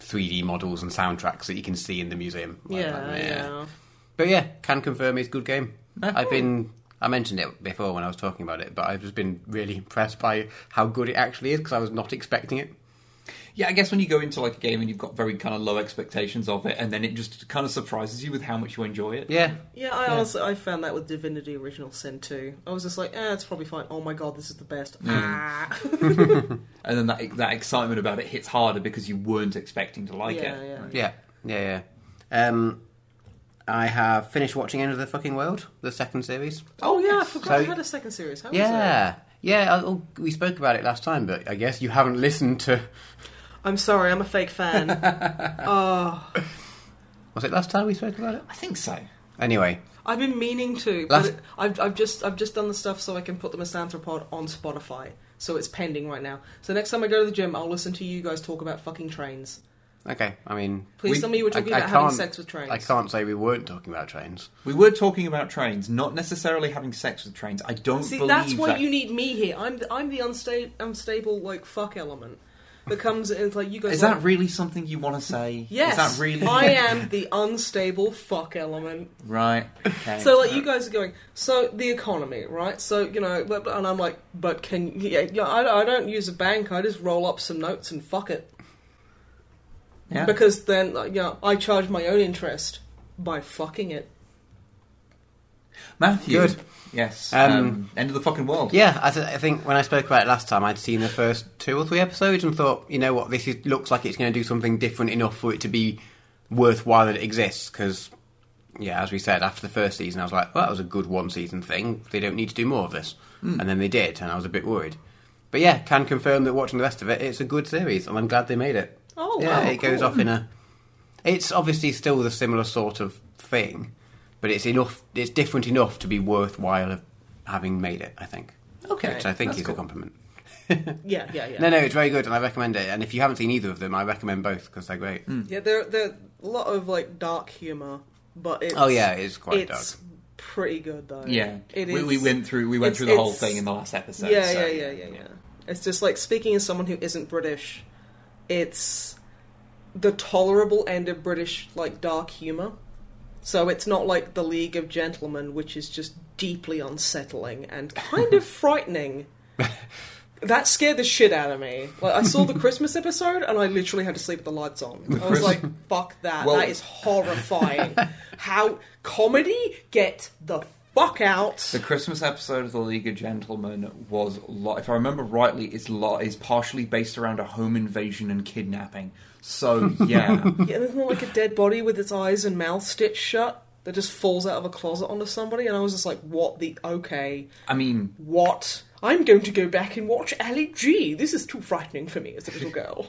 Speaker 1: 3D models and soundtracks that you can see in the museum. Like,
Speaker 2: yeah,
Speaker 1: like,
Speaker 2: yeah,
Speaker 1: But yeah, can confirm it's a good game. I've been. I mentioned it before when I was talking about it, but I've just been really impressed by how good it actually is because I was not expecting it.
Speaker 3: Yeah, I guess when you go into like a game and you've got very kind of low expectations of it, and then it just kind of surprises you with how much you enjoy it.
Speaker 1: Yeah,
Speaker 2: Yeah, I also I found that with Divinity Original Sin 2. I was just like, eh, it's probably fine. Oh my god, this is the
Speaker 1: Mm.
Speaker 2: best. Ah.
Speaker 3: And then that that excitement about it hits harder because you weren't expecting to like
Speaker 2: Yeah,
Speaker 3: it.
Speaker 2: yeah.
Speaker 1: Yeah, yeah, yeah. Um, I have finished watching End of the Fucking World, the second series.
Speaker 2: oh yeah, I
Speaker 3: yes.
Speaker 2: forgot
Speaker 1: So-
Speaker 2: you had a second series. How was
Speaker 1: Yeah, yeah. I, oh, we spoke about it last time, but I guess you haven't listened to.
Speaker 2: it? I'm sorry, I'm a fake fan. oh,
Speaker 1: Was it last time we spoke about it?
Speaker 3: I think so.
Speaker 1: Anyway,
Speaker 2: I've been meaning to, but
Speaker 1: Last-
Speaker 2: it, I've, I've just I've just done the stuff so I can put the Misanthropod on Spotify. So it's pending right now. So next time I go to the gym, I'll listen to you guys talk about fucking trains.
Speaker 1: okay. I mean,
Speaker 2: Please
Speaker 3: We-
Speaker 2: tell me you were talking
Speaker 1: I, I
Speaker 2: about
Speaker 1: can't.
Speaker 2: having sex with trains.
Speaker 1: I can't say we weren't talking about trains.
Speaker 3: We were talking about trains, not necessarily having sex with trains. I don't
Speaker 2: See,
Speaker 3: believe
Speaker 2: that's why
Speaker 3: that.
Speaker 2: you need me here. I'm the, I'm the unsta- unstable like fuck element. that comes in. It's like you guys.
Speaker 3: Is
Speaker 2: like,
Speaker 3: that really something you want to say?
Speaker 2: Yes,
Speaker 3: Is that really?
Speaker 2: I am the unstable fuck element.
Speaker 3: Right. Okay.
Speaker 2: So like you guys are going. So the economy, right? So you know, but, and I'm like, but can yeah, yeah I, I don't use a bank. I just roll up some notes and fuck it
Speaker 3: Yeah.
Speaker 2: because then like, yeah, I charge my own interest by fucking it.
Speaker 3: Matthew.
Speaker 1: Good.
Speaker 3: Yes. Um,
Speaker 1: Um,
Speaker 3: end of the fucking world.
Speaker 1: Yeah, I, th- I think when I spoke about it last time, I'd seen the first two or three episodes and thought, you know what, this is, looks like it's going to do something different enough for it to be worthwhile that it exists. Because, yeah, as we said, after the first season, I was like, well, that was a good one season thing. They don't need to do more of this.
Speaker 2: Hmm.
Speaker 1: And then they did, and I was a bit worried. But yeah, can confirm that watching the rest of it, it's a good series, and I'm glad they made it.
Speaker 2: Oh,
Speaker 1: yeah,
Speaker 2: wow,
Speaker 1: it goes
Speaker 2: cool.
Speaker 1: off in a. It's obviously still the similar sort of thing, but it's enough. It's different enough to be worthwhile of having made it. I think.
Speaker 3: Okay,
Speaker 1: Which I think
Speaker 3: that's
Speaker 1: is
Speaker 3: cool.
Speaker 1: a compliment.
Speaker 2: Yeah, yeah, yeah.
Speaker 1: No, no, it's very good, and I recommend it. And if you haven't seen either of them, I recommend both because they're great.
Speaker 3: Mm.
Speaker 2: Yeah, there there are a lot of like dark humor, but it's,
Speaker 1: Oh yeah, it's quite
Speaker 2: it's
Speaker 1: dark.
Speaker 2: pretty good though.
Speaker 3: Yeah.
Speaker 2: it is.
Speaker 3: we, we went through. We went
Speaker 2: it's-
Speaker 3: through the whole
Speaker 2: it's-
Speaker 3: thing in the last episode.
Speaker 2: yeah,
Speaker 3: so,
Speaker 2: yeah, yeah, yeah, yeah. It's just like speaking as someone who isn't British. It's the tolerable end of British like dark humor. So it's not like the League of Gentlemen, which is just deeply unsettling and kind of frightening. That scared the shit out of me. Like I saw the Christmas episode and I literally had to sleep with the lights on. I was
Speaker 3: Christ-
Speaker 2: like, "Fuck that!
Speaker 3: Well-
Speaker 2: that is horrifying." How comedy? Get the fuck out!
Speaker 3: The Christmas episode of the League of Gentlemen was, lo- if I remember rightly, is lo- is partially based around a home invasion and kidnapping. So yeah,
Speaker 2: Yeah, there's not like a dead body with its eyes and mouth stitched shut that just falls out of a closet onto somebody, and I was just like, "What the okay?
Speaker 3: I mean,
Speaker 2: What? I'm going to go back and watch Ali G. This is too frightening for me as a little girl."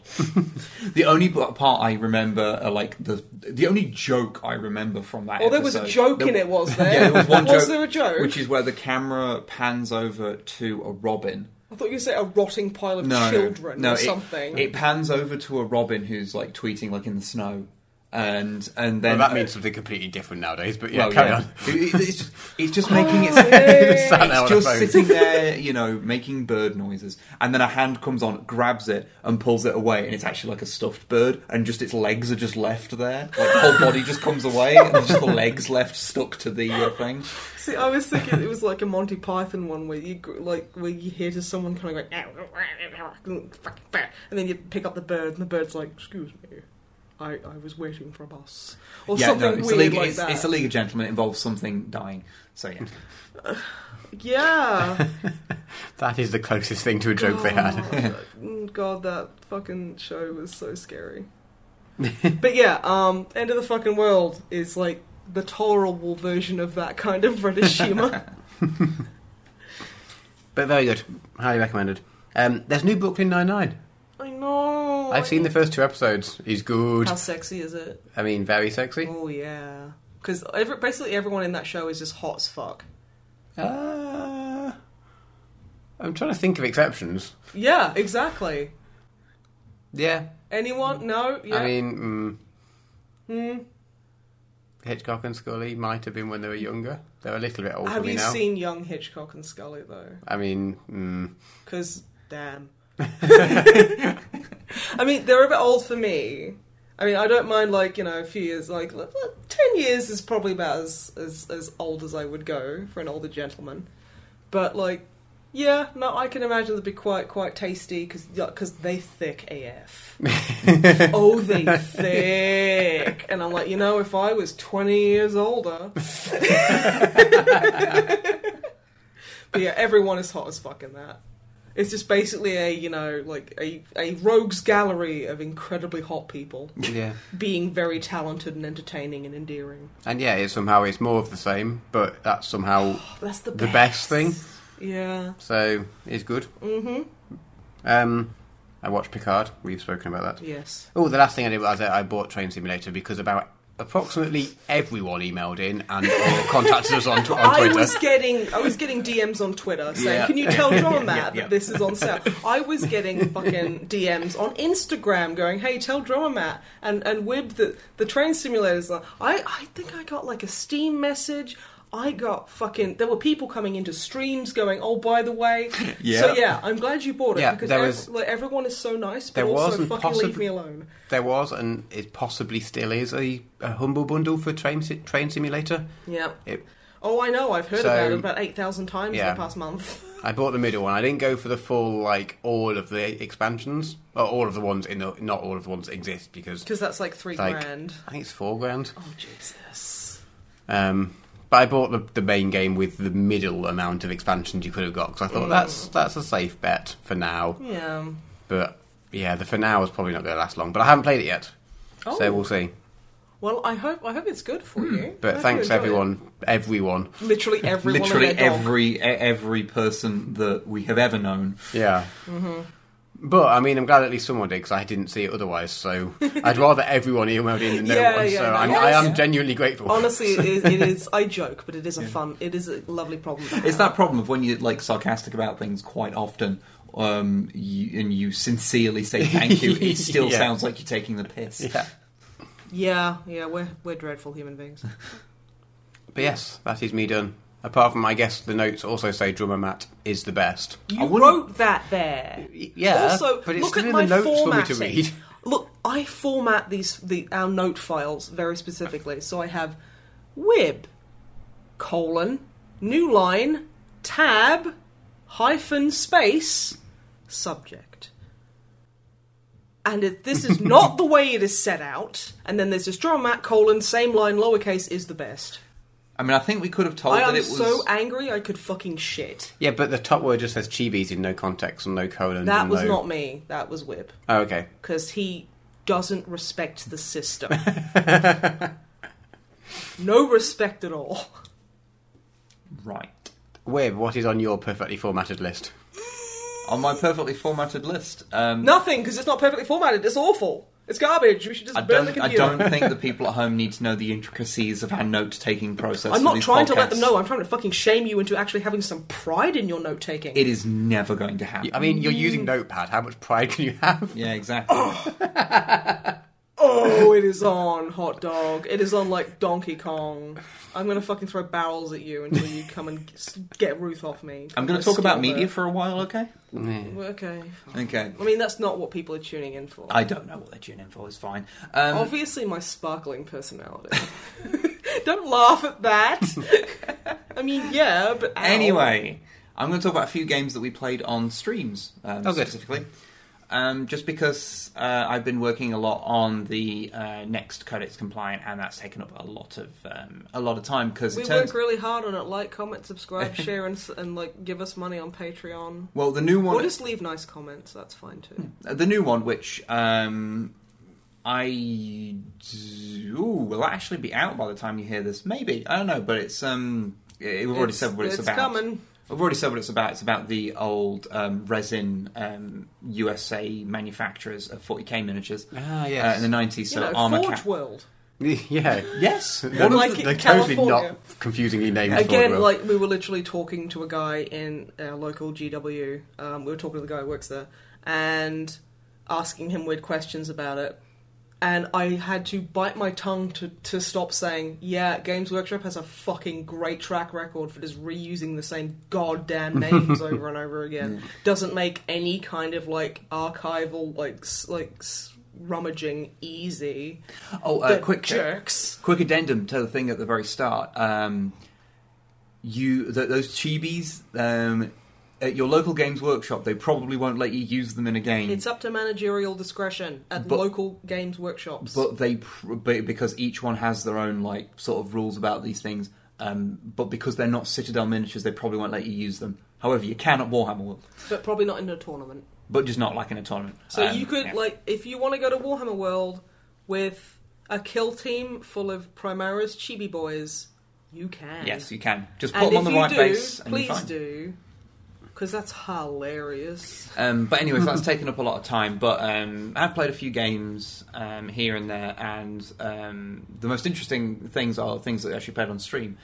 Speaker 3: the only b- part I remember, uh, like the the only joke I remember from that.
Speaker 2: Oh, there was a
Speaker 3: episode-
Speaker 2: joke
Speaker 3: there-
Speaker 2: in it, was there?
Speaker 3: Yeah, there was one joke.
Speaker 2: there a joke?
Speaker 3: Which is where the camera pans over to a robin.
Speaker 2: I thought you said a rotting pile of
Speaker 3: No,
Speaker 2: children
Speaker 3: no,
Speaker 2: or
Speaker 3: it-
Speaker 2: something.
Speaker 3: It pans over to a robin who's like tweeting like in the snow, and and then uh,
Speaker 1: Well, that means something completely different nowadays. But yeah,
Speaker 3: Well,
Speaker 1: carry
Speaker 3: yeah.
Speaker 1: on.
Speaker 3: It- it- it's just, it's just
Speaker 2: Oh,
Speaker 3: making it.
Speaker 2: Hey!
Speaker 1: Sat there on
Speaker 3: It's
Speaker 1: a
Speaker 3: just
Speaker 1: phone.
Speaker 3: sitting there, you know, making bird noises, and then a hand comes on, grabs it, and pulls it away, and it's actually like a stuffed bird, and just its legs are just left there, like the whole body just comes away, and there's just the legs left stuck to the uh, thing.
Speaker 2: See, I was thinking it was like a Monty Python one where you gr- like where you hear to someone kind of going, "Fucking bear," and then you pick up the bird, and the bird's like, "Excuse me, I, I was waiting for a bus," or something
Speaker 3: it's a
Speaker 2: weird
Speaker 3: league,
Speaker 2: like
Speaker 3: it's,
Speaker 2: that.
Speaker 3: it's a league of gentlemen. It involves something dying. So yeah,
Speaker 2: Yeah.
Speaker 1: That is the closest thing to a joke they had.
Speaker 2: God, God, that fucking show was so scary. but yeah, um, End of the Fucking World is like the tolerable version of that kind of British humour.
Speaker 1: But very good, highly recommended. Um, there's new Brooklyn Nine Nine.
Speaker 2: I
Speaker 3: Oh,
Speaker 2: know.
Speaker 1: I've seen the first two episodes. He's good.
Speaker 2: How sexy is it?
Speaker 1: I mean, very sexy.
Speaker 2: Oh yeah, because every, basically everyone in that show is just hot as fuck.
Speaker 1: Uh, I'm trying to think of exceptions.
Speaker 2: Yeah, exactly.
Speaker 1: Yeah,
Speaker 2: Anyone? No. Yeah.
Speaker 1: I mean, mm,
Speaker 2: Hmm.
Speaker 1: Hitchcock and Scully might have been when they were younger. They're a little bit older
Speaker 2: Have you
Speaker 1: now.
Speaker 2: seen Young Hitchcock and Scully though?
Speaker 1: I mean, mm,
Speaker 2: Because damn. I mean, they're a bit old for me. I mean, I don't mind like you know a few years. Like l- l- ten years is probably about as as as old as I would go for an older gentleman. But like, yeah, no, I can imagine they'd be quite quite tasty because they thick AF. oh, they thick, and I'm like, you know, if I was twenty years older. but yeah, everyone is hot as fuck in that. It's just basically a you know like a a rogues gallery of incredibly hot people
Speaker 1: yeah,
Speaker 2: being very talented and entertaining and endearing.
Speaker 1: and yeah, it's somehow it's more of the same, but that's somehow
Speaker 2: That's the
Speaker 1: the best thing.
Speaker 2: Yeah.
Speaker 1: So it's good.
Speaker 2: Mm-hmm.
Speaker 1: Um, I watched Picard. We've spoken about that.
Speaker 2: Yes.
Speaker 1: Oh, the last thing I did was I I bought Train Simulator because about approximately everyone emailed in and or contacted us on, tw- on
Speaker 2: I
Speaker 1: Twitter.
Speaker 2: was getting I was getting DMs on Twitter saying,
Speaker 3: Yeah.
Speaker 2: "Can you tell John that
Speaker 3: yeah.
Speaker 2: that this is on sale?" I was getting fucking DMs on Instagram going, "Hey, tell drummer Matt and and Wib that the train simulators." Are, I I think I got like a Steam message. I got fucking. There were people coming into streams going, "Oh, by the way."
Speaker 3: Yeah.
Speaker 2: So yeah, I'm glad you bought it
Speaker 1: Yeah,
Speaker 2: because
Speaker 1: there
Speaker 2: ev-
Speaker 1: was-
Speaker 2: like, everyone is so nice, but
Speaker 1: there
Speaker 2: also
Speaker 1: wasn't
Speaker 2: fucking leave
Speaker 1: possib-
Speaker 2: me alone.
Speaker 1: There was, and it possibly still is, a, a humble bundle for train si- train simulator.
Speaker 2: Yeah.
Speaker 1: It,
Speaker 2: Oh, I know. I've heard
Speaker 1: So-
Speaker 2: about it about eight thousand times
Speaker 1: Yeah.
Speaker 2: in the past month.
Speaker 1: I bought the middle one. I didn't go for the full, like all of the expansions, or all of the ones in the not all of the ones that exist because
Speaker 2: Because that's like three
Speaker 1: Like-
Speaker 2: grand.
Speaker 1: I think it's four grand.
Speaker 2: Oh Jesus.
Speaker 1: Um, but I bought the, the main game with the middle amount of expansions you could have got because I thought that's that's a safe bet for now.
Speaker 2: Yeah.
Speaker 1: But yeah, the for now is probably not going to last long. But I haven't played it yet,
Speaker 2: Oh.
Speaker 1: so we'll see.
Speaker 2: Well, I hope I hope it's good for you. I
Speaker 1: But
Speaker 2: hope
Speaker 1: thanks
Speaker 2: you enjoy
Speaker 1: everyone, everyone.
Speaker 2: it. Literally everyone.
Speaker 3: Literally
Speaker 2: and their dog.
Speaker 3: every e- every person that we have ever known.
Speaker 1: Yeah.
Speaker 2: Mm-hmm.
Speaker 1: But I mean, I'm glad at least someone did because I didn't see it otherwise. So I'd rather everyone emailed in than no
Speaker 2: Yeah,
Speaker 1: one.
Speaker 2: yeah,
Speaker 1: so
Speaker 2: no,
Speaker 1: I'm,
Speaker 2: yes.
Speaker 1: I am genuinely grateful.
Speaker 2: Honestly, it is, it is. I joke, but it is a fun. It is a lovely problem. To have.
Speaker 3: It's that problem of when you're like sarcastic about things quite often, um, you, and you sincerely say thank you. It still
Speaker 1: Yeah.
Speaker 3: sounds like you're taking the piss.
Speaker 1: Yeah.
Speaker 2: Yeah, yeah. We're we're dreadful human beings.
Speaker 1: But yes, that is me done. Apart from, I guess, the notes also say drummer Matt is the best.
Speaker 2: You
Speaker 3: I wouldn't-
Speaker 2: wrote that there.
Speaker 1: Yeah,
Speaker 2: also,
Speaker 1: but it's
Speaker 2: look
Speaker 1: still
Speaker 2: at
Speaker 1: in
Speaker 2: my
Speaker 1: the notes
Speaker 2: formatting.
Speaker 1: for me to read.
Speaker 2: Look, I format these the our note files very specifically, so I have wib colon new line tab hyphen space subject. And if this is not the way it is set out, and then there's just draw mat colon same line lowercase is the best.
Speaker 3: I mean, I think we could
Speaker 1: Oh,
Speaker 3: have told
Speaker 2: I
Speaker 3: that
Speaker 2: am
Speaker 3: it was.
Speaker 2: so angry I could fucking shit.
Speaker 1: Yeah, but the top word just says chibis in no context and no colon.
Speaker 2: That
Speaker 1: and
Speaker 2: was
Speaker 1: no...
Speaker 2: not me. That was Wib.
Speaker 1: Oh, okay.
Speaker 2: Because he doesn't respect the system. no respect at all.
Speaker 3: right.
Speaker 1: Web, what is on your perfectly formatted list?
Speaker 3: On my perfectly formatted list, um,
Speaker 2: Nothing, because it's not perfectly formatted. It's awful. It's garbage. We should just
Speaker 3: I
Speaker 2: burn the
Speaker 3: don't. I
Speaker 2: computer.
Speaker 3: don't think the people at home need to know the intricacies of our note-taking process.
Speaker 2: I'm
Speaker 3: for
Speaker 2: not
Speaker 3: these
Speaker 2: trying to let
Speaker 3: podcasts.
Speaker 2: them know. I'm trying to fucking shame you into actually having some pride in your note taking.
Speaker 3: It is never going to happen.
Speaker 1: I mean, you're
Speaker 2: Mm.
Speaker 1: using Notepad. How much pride can you have?
Speaker 3: yeah, exactly.
Speaker 2: oh, it is on, hot dog. It is on like Donkey Kong. I'm gonna fucking throw barrels at you until you come and s- get Ruth off me.
Speaker 3: I'm going to
Speaker 2: Like,
Speaker 3: talk about
Speaker 2: steal
Speaker 3: media
Speaker 2: the-
Speaker 3: for a while, okay?
Speaker 2: Okay. fine.
Speaker 3: Okay.
Speaker 2: I mean, that's not what people are tuning in for.
Speaker 3: I don't know what they're tuning in for. It's fine.
Speaker 1: Oh,
Speaker 3: Um,
Speaker 2: Obviously, my sparkling personality. Don't laugh at that. I mean, yeah, but ow.
Speaker 3: Anyway, I'm going to talk about a few games that we played on streams um,
Speaker 1: Oh, good.
Speaker 3: specifically. Um, just because uh, I've been working a lot on the uh, next Codex compliant, and that's taken up a lot of um, a lot of time because
Speaker 2: we
Speaker 3: it turns
Speaker 2: work really hard on it. Like, comment, subscribe, share, and, s- and like give us money on Patreon.
Speaker 3: well the new one
Speaker 2: Or just leave nice comments. That's fine
Speaker 3: Hmm.
Speaker 2: too.
Speaker 3: the new one, which um, I ooh, will actually be out by the time you hear this. Maybe I don't know, but it's um, it, we've already
Speaker 2: It's-
Speaker 3: said what it's,
Speaker 2: it's
Speaker 3: about.
Speaker 2: coming.
Speaker 3: I've already said what it's about. It's about the old um, resin um, USA manufacturers of 40k miniatures
Speaker 1: Ah,
Speaker 3: uh, in the 90s.
Speaker 2: You
Speaker 3: So
Speaker 2: know,
Speaker 3: armor
Speaker 2: Forge
Speaker 3: cap.
Speaker 2: World.
Speaker 1: yeah.
Speaker 3: Yes,
Speaker 1: One
Speaker 2: Like
Speaker 1: of the,
Speaker 2: in
Speaker 1: they're totally
Speaker 2: California.
Speaker 1: not confusingly named
Speaker 2: Again,
Speaker 1: Fordwell.
Speaker 2: like we were literally talking to a guy in our local GW. Um, we were talking to the guy who works there and asking him weird questions about it. And I had to bite my tongue to, to stop saying, yeah, Games Workshop has a fucking great track record for just reusing the same goddamn names over and over again. Doesn't make any kind of like archival, like, s- like s- rummaging easy.
Speaker 3: Oh, uh,
Speaker 2: The
Speaker 3: quick
Speaker 2: jerks.
Speaker 3: Quick addendum to the thing at the very start. Um, you th- those chibis um, at your local games workshop, they probably won't let you use them in a game.
Speaker 2: It's up to managerial discretion at
Speaker 3: Mm. But-
Speaker 2: local games workshops.
Speaker 3: but they pr- be- because each one has their own like sort of rules about these things. Um, but because they're not Citadel miniatures, they probably won't let you use them. However, you can at Warhammer World,
Speaker 2: but probably not in a tournament.
Speaker 3: but just not like in a tournament.
Speaker 2: So
Speaker 3: Um,
Speaker 2: you could
Speaker 3: yeah.
Speaker 2: like if you want to go to Warhammer World with a kill team full of Primaris chibi boys, you can.
Speaker 3: yes, you can just put
Speaker 2: and
Speaker 3: them
Speaker 2: if
Speaker 3: on the
Speaker 2: you
Speaker 3: right
Speaker 2: do,
Speaker 3: base. and you're
Speaker 2: please
Speaker 3: fine.
Speaker 2: do, because that's hilarious.
Speaker 3: Um, but anyway, so that's taken up a lot of time. But um, I've played a few games um, here and there, and um, the most interesting things are things that I actually played on stream.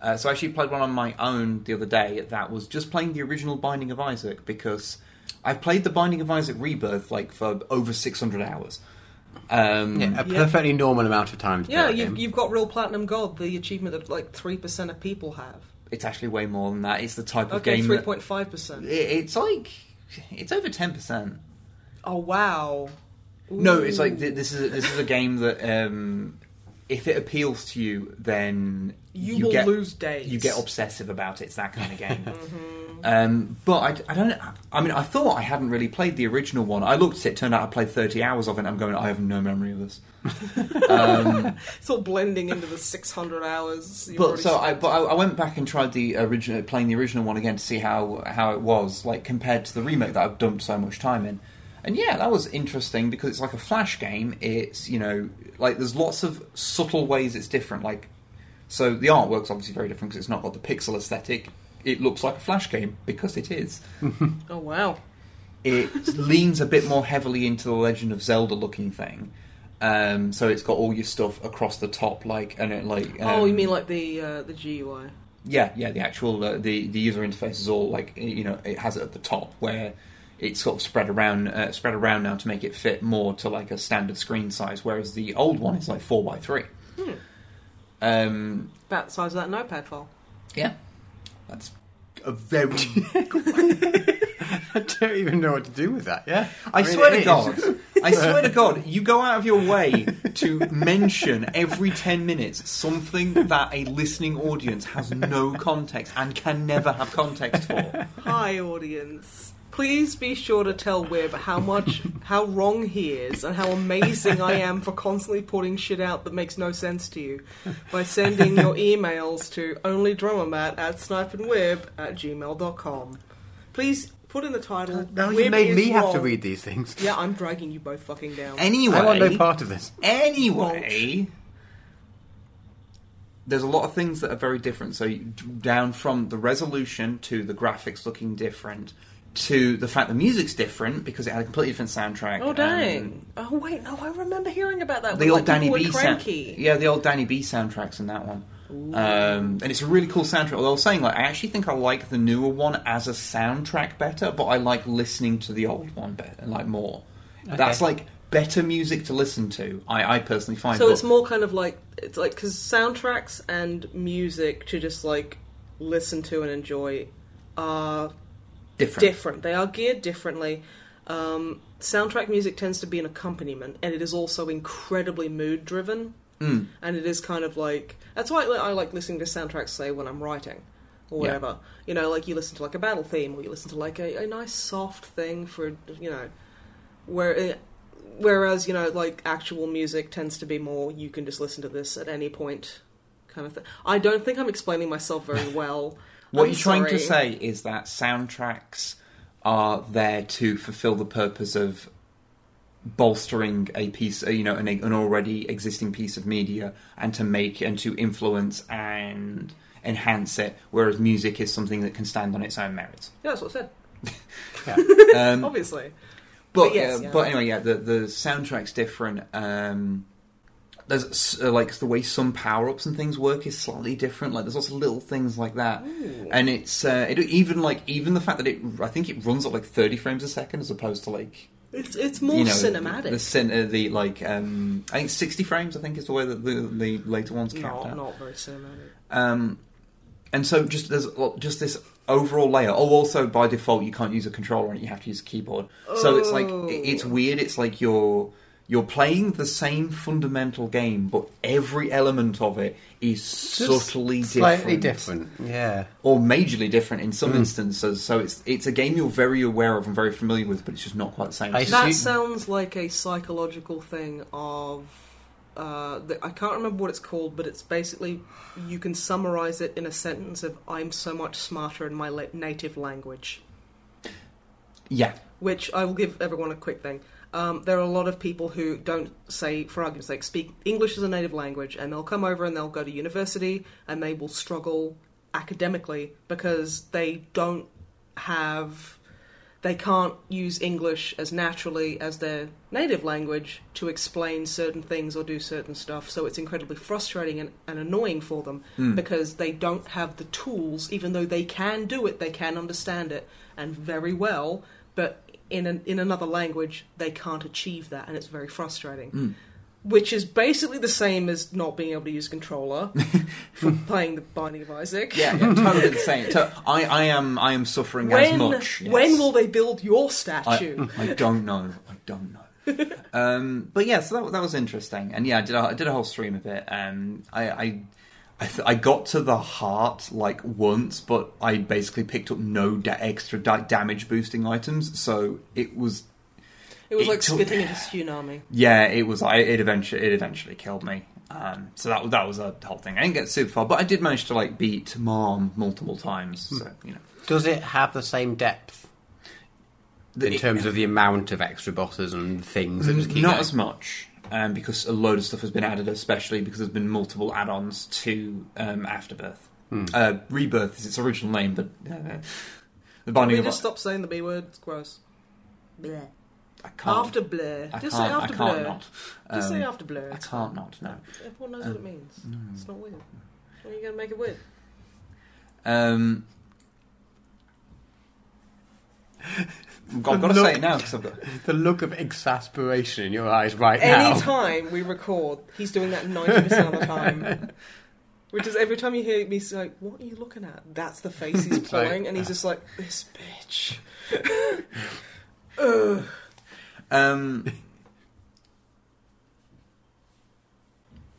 Speaker 3: Uh, so I actually played one on my own the other day that was just playing the original Binding of Isaac because I've played the Binding of Isaac Rebirth like for over 600 hours. Um,
Speaker 1: Yeah, a
Speaker 2: Yeah.
Speaker 1: perfectly normal amount of time to
Speaker 2: Yeah,
Speaker 1: play that
Speaker 2: you've,
Speaker 1: game.
Speaker 2: you've got real platinum gold, the achievement that like three percent of people have.
Speaker 3: It's actually way more than that. It's the type of
Speaker 2: Okay,
Speaker 3: game.
Speaker 2: three
Speaker 3: that-
Speaker 2: point five percent.
Speaker 3: It- it's like it's over ten percent.
Speaker 2: Oh wow.
Speaker 3: No,
Speaker 2: Ooh.
Speaker 3: it's like th- this is this is a game that um, if it appeals to you, then
Speaker 2: You will
Speaker 3: get,
Speaker 2: lose days. Mm-hmm.
Speaker 3: You get obsessive about it. It's that kind of game. um, but I, I don't. I mean, I thought I hadn't really played the original one. I looked at it. Turned out I played thirty hours of it. and I'm going. I have no memory of this.
Speaker 2: It's all blending into the six hundred hours. you've
Speaker 3: But
Speaker 2: already
Speaker 3: so I,
Speaker 2: spent.
Speaker 3: but I, I went back and tried the original, playing the original one again to see how how it was like compared to the remake that I've dumped so much time in. And yeah, that was interesting because it's like a flash game. It's you know like there's lots of subtle ways it's different. Like so the artwork's obviously very different because it's not got the pixel aesthetic. It looks like a flash game because it is.
Speaker 2: oh wow.
Speaker 3: It leans a bit more heavily into the Legend of Zelda looking thing. Um, so it's got all your stuff across the top, like and it like. Um,
Speaker 2: oh, you mean like the uh, the GUI?
Speaker 3: yeah, yeah, the actual uh, the the user interface is all like you know it has it at the top where it's sort of spread around uh, spread around now to make it fit more to like a standard screen size, whereas the old one is like four by three. Um,
Speaker 2: About the size of that notepad file.
Speaker 3: yeah, that's a very.
Speaker 1: I don't even know what to do with that. Yeah,
Speaker 3: I
Speaker 1: mean,
Speaker 3: swear
Speaker 1: it
Speaker 3: to
Speaker 1: is.
Speaker 3: God, I swear to God, you go out of your way to mention every ten minutes something that a listening audience has no context and can never have context for.
Speaker 2: Hi, audience. Please be sure to tell Webb how much, how wrong he is, and how amazing I am for constantly putting shit out that makes no sense to you by sending your emails to onlydrummermat at snipeandweb at gmail.com. Please put in the title.
Speaker 1: Now you
Speaker 2: Webb
Speaker 1: made
Speaker 2: is
Speaker 1: me have to
Speaker 2: wrong.
Speaker 1: read these things.
Speaker 2: Yeah, I'm dragging you both fucking down.
Speaker 3: Anyway,
Speaker 1: I want no part of this.
Speaker 3: Anyway, there's a lot of things that are very different. So you- down from the resolution to the graphics looking different to the fact the music's different because it had a completely different soundtrack.
Speaker 2: oh,
Speaker 3: um,
Speaker 2: dang. oh, wait, no, I remember hearing about that.
Speaker 3: the
Speaker 2: when,
Speaker 3: old
Speaker 2: like,
Speaker 3: Danny
Speaker 2: people were
Speaker 3: B sound,
Speaker 2: cranky.
Speaker 3: yeah, the old Danny B soundtracks in that one, um, and it's a really cool soundtrack. Although I was saying, like, I actually think I like the newer one as a soundtrack better, but I like listening to the old one better, like more. That's like better music to listen to. I, I personally find.
Speaker 2: So
Speaker 3: but-
Speaker 2: it's more kind of like it's like because soundtracks and music to just like listen to and enjoy are
Speaker 3: different.
Speaker 2: different. They are geared differently. Um, soundtrack music tends to be an accompaniment, and it is also incredibly mood driven. Mm. And it is kind of like that's why I like listening to soundtracks, say when I'm writing or
Speaker 3: Yeah.
Speaker 2: whatever. You know, like you listen to like a battle theme, or you listen to like a, a nice soft thing for you know, where. eh, Whereas you know, like actual music tends to be more you can just listen to this at any point, kind of thing. I don't think I'm explaining myself very well.
Speaker 3: What
Speaker 2: I'm
Speaker 3: you're trying to
Speaker 2: sorry.
Speaker 3: say is that soundtracks are there to fulfill the purpose of bolstering a piece, uh, you know, an, an already existing piece of media, and to make and to influence and enhance it. Whereas music is something that can stand on its own merits.
Speaker 2: Yeah, that's what I said.
Speaker 1: Yeah.
Speaker 3: Um,
Speaker 2: Obviously.
Speaker 3: but
Speaker 2: But yes,
Speaker 3: uh,
Speaker 2: yeah.
Speaker 3: but anyway, yeah, the the soundtrack's different. Um, there's s- uh, like the way some power ups and things work is slightly different. Like there's lots of little things like that, and it's uh, it even like even the fact that it I think it runs at like 30 frames a second as opposed to like
Speaker 2: It's it's more
Speaker 3: you know
Speaker 2: cinematic.
Speaker 3: The, the, cin- uh, the like um, I think 60 frames I think is the way that the, the later ones count.
Speaker 2: not
Speaker 3: out.
Speaker 2: not very cinematic.
Speaker 3: Um, and so just there's a lot- just this overall layer. Oh, also by default you can't use a controller on it; you have to use a keyboard. So it's like
Speaker 2: Oh.
Speaker 3: it's weird. It's like you're you're playing the same fundamental game, but every element of it is subtly
Speaker 1: Slightly different. Hmm. Yeah.
Speaker 3: or majorly different in some instances. So it's it's a game you're very aware of and very familiar with, but it's just not quite the same.
Speaker 1: I
Speaker 2: That
Speaker 1: see-
Speaker 2: sounds like a psychological thing of. Uh, the, I can't remember what it's called, but it's basically you can summarize it in a sentence of "I'm so much smarter in my la- native language."
Speaker 3: yeah,
Speaker 2: Which I will give everyone a quick thing. Um, there are a lot of people who don't say, for argument's sake, speak English as a native language, and they'll come over and they'll go to university and they will struggle academically because they don't have, they can't use English as naturally as their native language to explain certain things or do certain stuff. So it's incredibly frustrating and, and annoying for them
Speaker 3: Hmm.
Speaker 2: because they don't have the tools, even though they can do it, they can understand it and very well, but in an, in another language they can't achieve that, and it's very frustrating.
Speaker 3: Hmm.
Speaker 2: Which is basically the same as not being able to use a controller for playing the Binding of Isaac.
Speaker 3: Yeah, yeah, totally the same. To- I, I am, I am suffering as
Speaker 2: When
Speaker 3: much. yes.
Speaker 2: when will they build your
Speaker 3: I,
Speaker 2: statue?
Speaker 3: I don't know. I don't know. um, but yeah, so that, that was interesting, and yeah, I did a, I did a whole stream of it. Um, I I, I, th- I got to the heart like once, but I basically picked up no da- extra da- damage boosting items, so it was
Speaker 2: it was
Speaker 3: it
Speaker 2: like
Speaker 3: took-
Speaker 2: spitting into tsunami.
Speaker 3: yeah, it was. I it eventually it eventually killed me. Um, so that that was a whole thing. I didn't get super far, but I did manage to like beat Mom multiple times. So you know,
Speaker 1: Does it have the same depth in terms of the amount of extra bosses and things that just keep
Speaker 3: not
Speaker 1: going?
Speaker 3: as much um, because a load of stuff has been added, especially because there's been multiple add-ons to um, Afterbirth. Uh, Rebirth is its original name, but uh, the
Speaker 2: Can
Speaker 3: Binding
Speaker 2: we
Speaker 3: of
Speaker 2: just stop saying the B word? It's gross. Bleh.
Speaker 3: I can't.
Speaker 2: After Blair.
Speaker 3: I can't.
Speaker 2: Just say after
Speaker 3: I can't
Speaker 2: Blair.
Speaker 3: not.
Speaker 2: Just say
Speaker 3: Um,
Speaker 2: after Blair.
Speaker 3: I um, can't not. No.
Speaker 2: Everyone knows what it means. It's not weird. Why are you going to make it weird?
Speaker 3: Um, I've got, I've got to say it now because I've got.
Speaker 1: The look of exasperation in your eyes right
Speaker 2: Any
Speaker 1: now.
Speaker 2: time we record, he's doing that 90% of the time. Which is every time you hear me say, What are you looking at? That's the face he's
Speaker 1: It's like-
Speaker 2: pulling, and
Speaker 3: uh,
Speaker 2: he's just like, This bitch. Ugh.
Speaker 3: Um,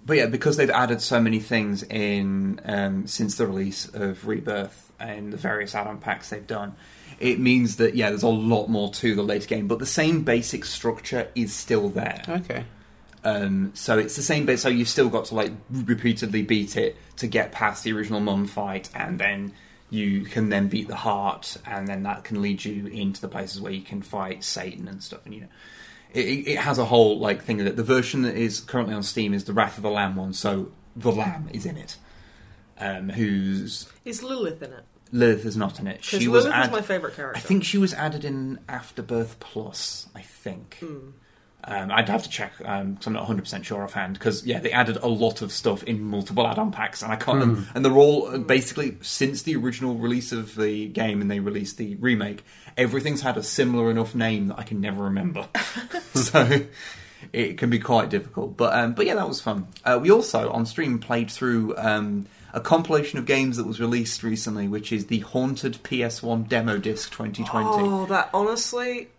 Speaker 3: but yeah, because they've added so many things in um, since the release of Rebirth and the various add-on packs they've done, it means that yeah, there's a lot more to the later game, but the same basic structure is still there.
Speaker 1: Okay.
Speaker 3: Um, so it's the same bit. So you've still got to like repeatedly beat it to get past the original mum fight, and then you can then beat the heart, and then that can lead you into the places where you can fight Satan and stuff. And you know, it, it it has a whole like thing that the version that is currently on Steam is the Wrath of the Lamb one. So the Lamb is in it. Um, who's
Speaker 2: Is Lilith in it?
Speaker 3: Lilith is not in it.
Speaker 2: Because
Speaker 3: She
Speaker 2: Lilith
Speaker 3: was
Speaker 2: is
Speaker 3: add-
Speaker 2: my favourite character.
Speaker 3: I think she was added in Afterbirth Plus. I
Speaker 2: Hmm.
Speaker 3: think. Um, I'd have to check um 'cause I'm not 100 percent sure offhand. Because yeah, they added a lot of stuff in multiple add-on packs, and I can't.
Speaker 2: Hmm.
Speaker 3: And, and they're all uh, basically since the original release of the game, and they released the remake. Everything's had a similar enough name that I can never remember. so. It can be quite difficult, but um, but yeah, that was fun. Uh, we also on stream played through um, a compilation of games that was released recently, which is the Haunted PS1 Demo Disc 2020.
Speaker 2: Oh, that honestly,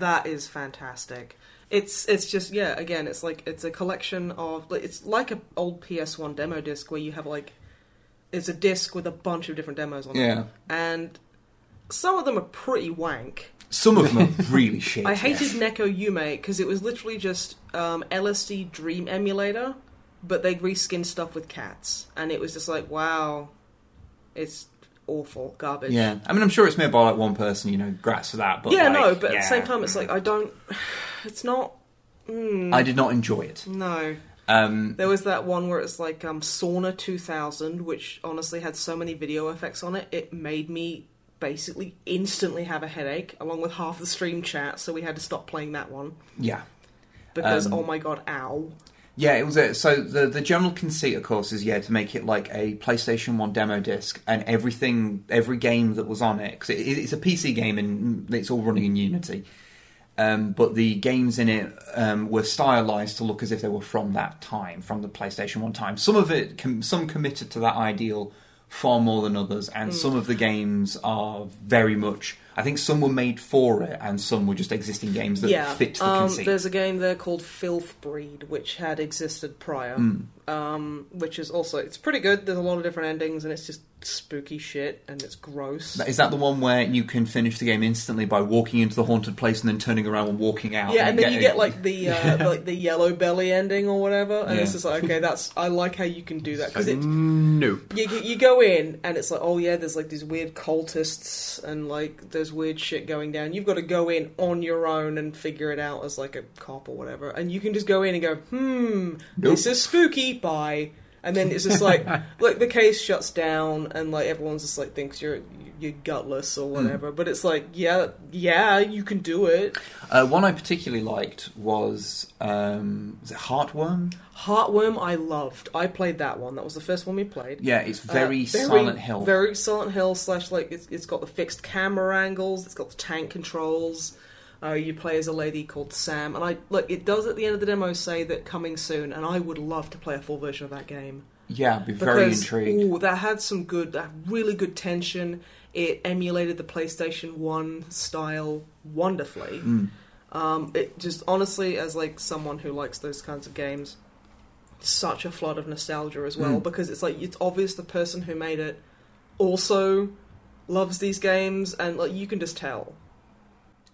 Speaker 2: that is fantastic. It's it's just yeah. Again, it's like it's a collection of like, it's like a old PS1 demo disc where you have like it's a disc with a bunch of different demos on
Speaker 3: Yeah.
Speaker 2: it, and some of them are pretty wank.
Speaker 3: Some of them are really shit.
Speaker 2: I
Speaker 3: yeah.
Speaker 2: hated Neko Yume because it was literally just um, LSD Dream Emulator, but they reskinned stuff with cats, and it was just like wow, it's awful garbage.
Speaker 3: Yeah, I mean, I'm sure it's made by like one person, you know, grats for that. But
Speaker 2: yeah,
Speaker 3: like,
Speaker 2: no, but at
Speaker 3: yeah.
Speaker 2: the same time, it's like I don't. It's not.
Speaker 3: I did not enjoy it.
Speaker 2: No,
Speaker 3: Um,
Speaker 2: there was that one where it's like um, Sauna 2000, which honestly had so many video effects on it, it made me basically instantly have a headache, along with half the stream chat. So we had to stop playing that one
Speaker 3: yeah,
Speaker 2: because
Speaker 3: Um,
Speaker 2: oh my god, ow!
Speaker 3: Yeah, it was a, so the the general conceit, of course, is yeah to make it like a PlayStation One demo disc, and everything, every game that was on it, because it, it's a PC game and it's all running in Unity. Um, but the games in it um, were stylized to look as if they were from that time, from the PlayStation One time. Some of it, com- some committed to that ideal far more than others,
Speaker 2: Mm.
Speaker 3: and some of the games are very much. I think some were made for it, and some were just existing games that
Speaker 2: yeah,
Speaker 3: fit the
Speaker 2: um,
Speaker 3: conceit.
Speaker 2: there's a game there called Filth Breed, which had existed prior,
Speaker 3: Hmm.
Speaker 2: um, which is also it's pretty good. There's a lot of different endings, and it's just spooky shit, and it's gross.
Speaker 3: Is that the one where you can finish the game instantly by walking into the haunted place and then turning around and walking out?
Speaker 2: Yeah, and then you get like the uh, like the yellow belly ending or whatever, and it's
Speaker 3: Yeah.
Speaker 2: just like okay, that's I like how you can do that because it
Speaker 1: Nope.
Speaker 2: you you go in and it's like oh yeah, there's like these weird cultists and like there's weird shit going down. You've got to go in on your own and figure it out as like a cop or whatever, and you can just go in and go hmm, this is spooky. Bye. And then it's just like, like the case shuts down, and like everyone's just like thinks you're you're gutless
Speaker 3: Hmm.
Speaker 2: or whatever. But it's like, yeah, yeah, you can do it.
Speaker 3: uh, one I particularly liked was um, was it Heartworm?
Speaker 2: Heartworm, I loved. I played that one. That was the first one we played.
Speaker 3: Yeah, it's
Speaker 2: Uh,
Speaker 3: very, Silent Hill.
Speaker 2: Very Silent Hill slash like it's, it's got the fixed camera angles. It's got the tank controls. Uh, you play as a lady called Sam, and I look. It does at the end of the demo say that coming soon, and I would love to play a full version of that game.
Speaker 3: Yeah, I'd be very
Speaker 2: Because,
Speaker 3: intrigued.
Speaker 2: Ooh, that had some good, that had really good tension. It emulated the PlayStation One style wonderfully.
Speaker 3: Mm.
Speaker 2: Um, it just honestly, as like someone who likes those kinds of games, such a flood of nostalgia as well.
Speaker 3: Mm.
Speaker 2: Because it's like it's obvious the person who made it also loves these games, and like you can just tell.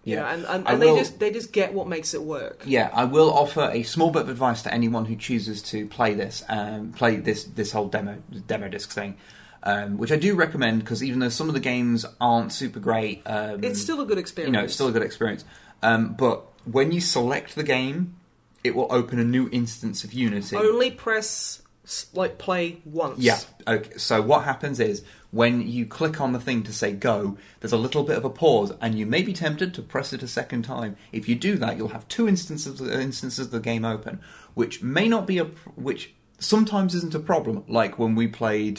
Speaker 2: You
Speaker 3: Yeah.
Speaker 2: know, and and,
Speaker 3: I
Speaker 2: and they
Speaker 3: will- Hmm.
Speaker 2: just they just get what makes it work.
Speaker 3: Yeah, I will offer a small bit of advice to anyone who chooses to play this, um, play this this whole demo demo disc thing, um, which I do recommend because even though some of the games aren't super great, um,
Speaker 2: It's still a good experience.
Speaker 3: you know it's still a good experience. Um, but when you select the game, it will open a new instance of Unity.
Speaker 2: only press s- like play once.
Speaker 3: Yeah. Okay. So what happens is when you click on the thing to say go, there's a little bit of a pause, and you may be tempted to press it a second time. If you do that, you'll have two instances instances of the game open, which may not be a pr- which sometimes isn't a problem. Like when we played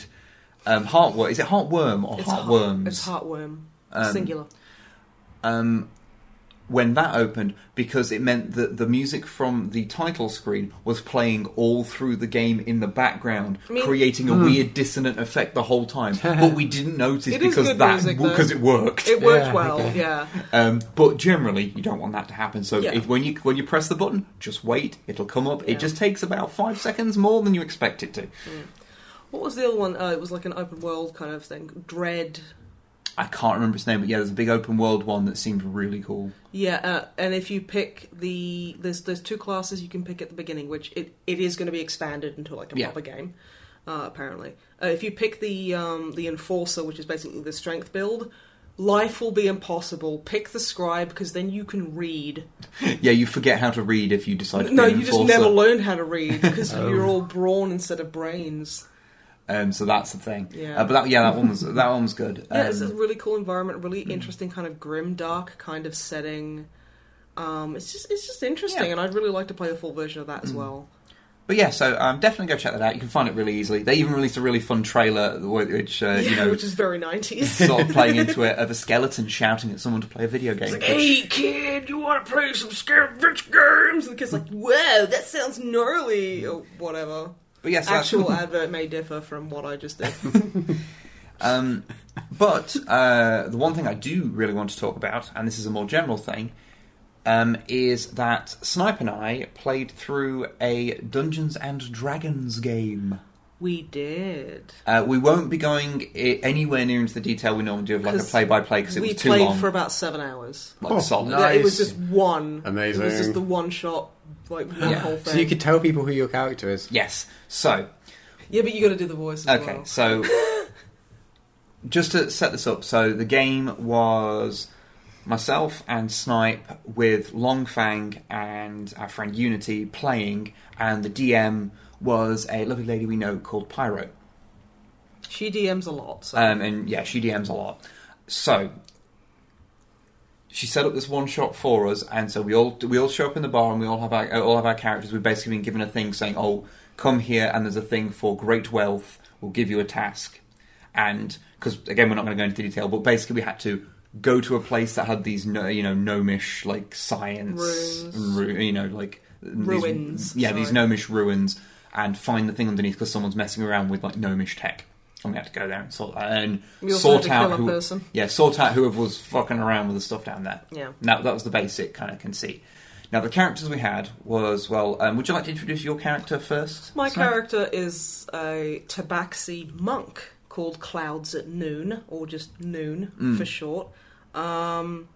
Speaker 3: um, Heartworm. Is it Heartworm or
Speaker 2: It's heart-
Speaker 3: Heartworms?
Speaker 2: It's heartworm. Singular.
Speaker 3: um, when that opened because it meant that the music from the title screen was playing all through the game in the background,
Speaker 2: I mean-
Speaker 3: creating a weird dissonant effect the whole time. but we didn't notice
Speaker 2: It is
Speaker 3: because
Speaker 2: good
Speaker 3: that
Speaker 2: music,
Speaker 3: because
Speaker 2: though.
Speaker 3: it worked.
Speaker 2: It worked
Speaker 1: Yeah,
Speaker 2: well,
Speaker 1: okay.
Speaker 2: yeah.
Speaker 3: Um, but generally, you don't want that to happen. So
Speaker 2: Yeah.
Speaker 3: if, when you when you press the button, just wait; it'll come up.
Speaker 2: Yeah.
Speaker 3: It just takes about five seconds more than you expect it to.
Speaker 2: What was the other one? Uh, it was like an open world kind of thing. Dread.
Speaker 3: I can't remember its name, but yeah, there's a big open world one that seemed really cool.
Speaker 2: Yeah, uh, and if you pick the there's there's two classes you can pick at the beginning, which it, it is going to be expanded into like a
Speaker 3: Yeah.
Speaker 2: proper game, uh, apparently. Uh, if you pick the um, the enforcer, which is basically the strength build, life will be impossible. Pick the scribe because then you can read.
Speaker 3: yeah, you forget how to read if you decide. to
Speaker 2: No,
Speaker 3: be an
Speaker 2: you just
Speaker 3: enforcer. Oh.
Speaker 2: never learn how to read because you're all brawn instead of brains.
Speaker 3: Um, so that's the thing.
Speaker 2: Yeah.
Speaker 3: Uh, but that, yeah, that one was that one was good.
Speaker 2: Yeah, it's a
Speaker 3: Um,
Speaker 2: really cool environment, really interesting kind of grim dark kind of setting. Um, it's just it's just interesting,
Speaker 3: Yeah. Mm.
Speaker 2: and I'd really like to play the full version of that as well.
Speaker 3: but yeah, so um, definitely go check that out. You can find it really easily. They even released a really fun trailer, wh- which uh, you know,
Speaker 2: which is very nineties.
Speaker 3: sort of playing into it of a skeleton shouting at someone to play a video game.
Speaker 2: like,
Speaker 3: which-
Speaker 2: hey kid, you want to play some scared rich games? And the kid's like, whoa, that sounds gnarly, or whatever.
Speaker 3: but yes, yeah, so
Speaker 2: Actual
Speaker 3: that's-
Speaker 2: advert may differ from what I just did.
Speaker 3: um, but uh, the one thing I do really want to talk about, and this is a more general thing, um, is that Snipe and I played through a Dungeons and Dragons game.
Speaker 2: we did.
Speaker 3: Uh, we won't be going i- anywhere near into the detail we normally do of like a
Speaker 2: 'Cause
Speaker 3: play by play because it
Speaker 2: we
Speaker 3: was too
Speaker 2: played
Speaker 3: long.
Speaker 2: for about seven hours.
Speaker 3: like
Speaker 1: Oh,
Speaker 3: solid.
Speaker 1: no.
Speaker 2: Yeah, it was
Speaker 1: Nice.
Speaker 2: just one. It was
Speaker 1: Amazing.
Speaker 2: just the one shot, like one
Speaker 3: Yeah.
Speaker 2: whole thing.
Speaker 1: So you could tell people who your character is.
Speaker 3: Yes. So
Speaker 2: Yeah, but you got to do the voice. As
Speaker 3: okay.
Speaker 2: well.
Speaker 3: So just to set this up, so the game was myself and Snipe with Longfang and our friend Unity playing, and the DM was a lovely lady we know called Pyro.
Speaker 2: she DMs a lot. So.
Speaker 3: Um, and yeah, she DMs a lot. So she set up this one shot for us, and so we all we all show up in the bar, and we all have our all have our characters. We've basically been given a thing saying, "Oh, come here, and there's a thing for great wealth. We'll give you a task." And because again, we're not going to go into detail, but basically we had to go to a place that had these no, you know gnomish like science
Speaker 2: Rooms.
Speaker 3: and ru- you know like these-
Speaker 2: Ruins,
Speaker 3: yeah, these
Speaker 2: sorry.
Speaker 3: gnomish ruins, and find the thing underneath because someone's messing around with like gnomish tech. And we had to go there and sort that and
Speaker 2: We also
Speaker 3: sort
Speaker 2: had to
Speaker 3: out
Speaker 2: kill a
Speaker 3: who,
Speaker 2: person.
Speaker 3: yeah, sort out whoever was fucking around with the stuff down there.
Speaker 2: Yeah.
Speaker 3: Now that was the basic kind of conceit. Now the characters we had was well. Um, would you like to introduce your character first?
Speaker 2: My
Speaker 3: Sam?
Speaker 2: character is a tabaxi monk called Clouds at Noon, or just Noon for short. Um,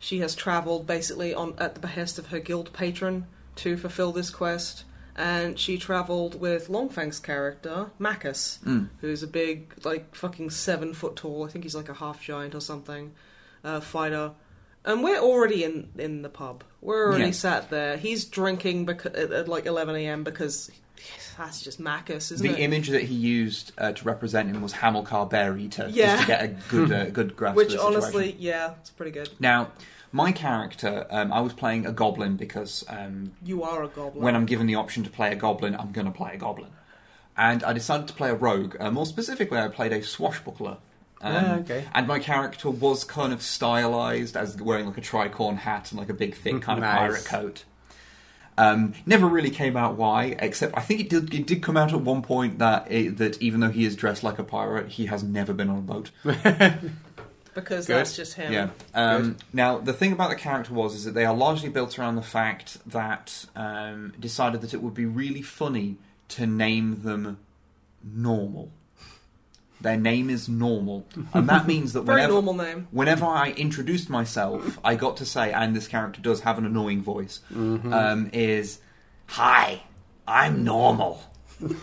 Speaker 2: she has travelled basically on at the behest of her guild patron to fulfil this quest, and she travelled with Longfang's character Macus,
Speaker 3: Mm.
Speaker 2: who's a big, like fucking seven foot tall. I think he's like a half giant or something. Uh, fighter. And we're already in, in the pub. We're already
Speaker 3: Yeah.
Speaker 2: sat there. He's drinking beca- at, at like 11 a.m. because that's just Macus, isn't
Speaker 3: The
Speaker 2: it?
Speaker 3: image that he used uh, to represent him was Hamilcar Bear Eater,
Speaker 2: Yeah.
Speaker 3: just to get a good uh, good grasp. of
Speaker 2: Which
Speaker 3: the situation.
Speaker 2: honestly, yeah, it's pretty good.
Speaker 3: now my character, um, I was playing a goblin because um,
Speaker 2: You are a goblin.
Speaker 3: when I'm given the option to play a goblin, I'm going to play a goblin. And I decided to play a rogue. Uh, more specifically, I played a swashbuckler,
Speaker 1: Ah, okay.
Speaker 3: And my character was kind of stylized as wearing like a tricorn hat and like a big thick kind of
Speaker 1: Nice.
Speaker 3: pirate coat. Um, never really came out why, except I think it did. It did come out at one point that it, that even though he is dressed like a pirate, he has never been on a boat.
Speaker 2: because
Speaker 1: Good.
Speaker 2: that's just him.
Speaker 3: Yeah. Um, now the thing about the character was is that they are largely built around the fact that um, decided that it would be really funny to name them normal. Their name is normal, and that means that
Speaker 2: Very
Speaker 3: whenever
Speaker 2: normal name.
Speaker 3: whenever I introduced myself, I got to say, and this character does have an annoying voice, um, is "Hi, I'm normal." the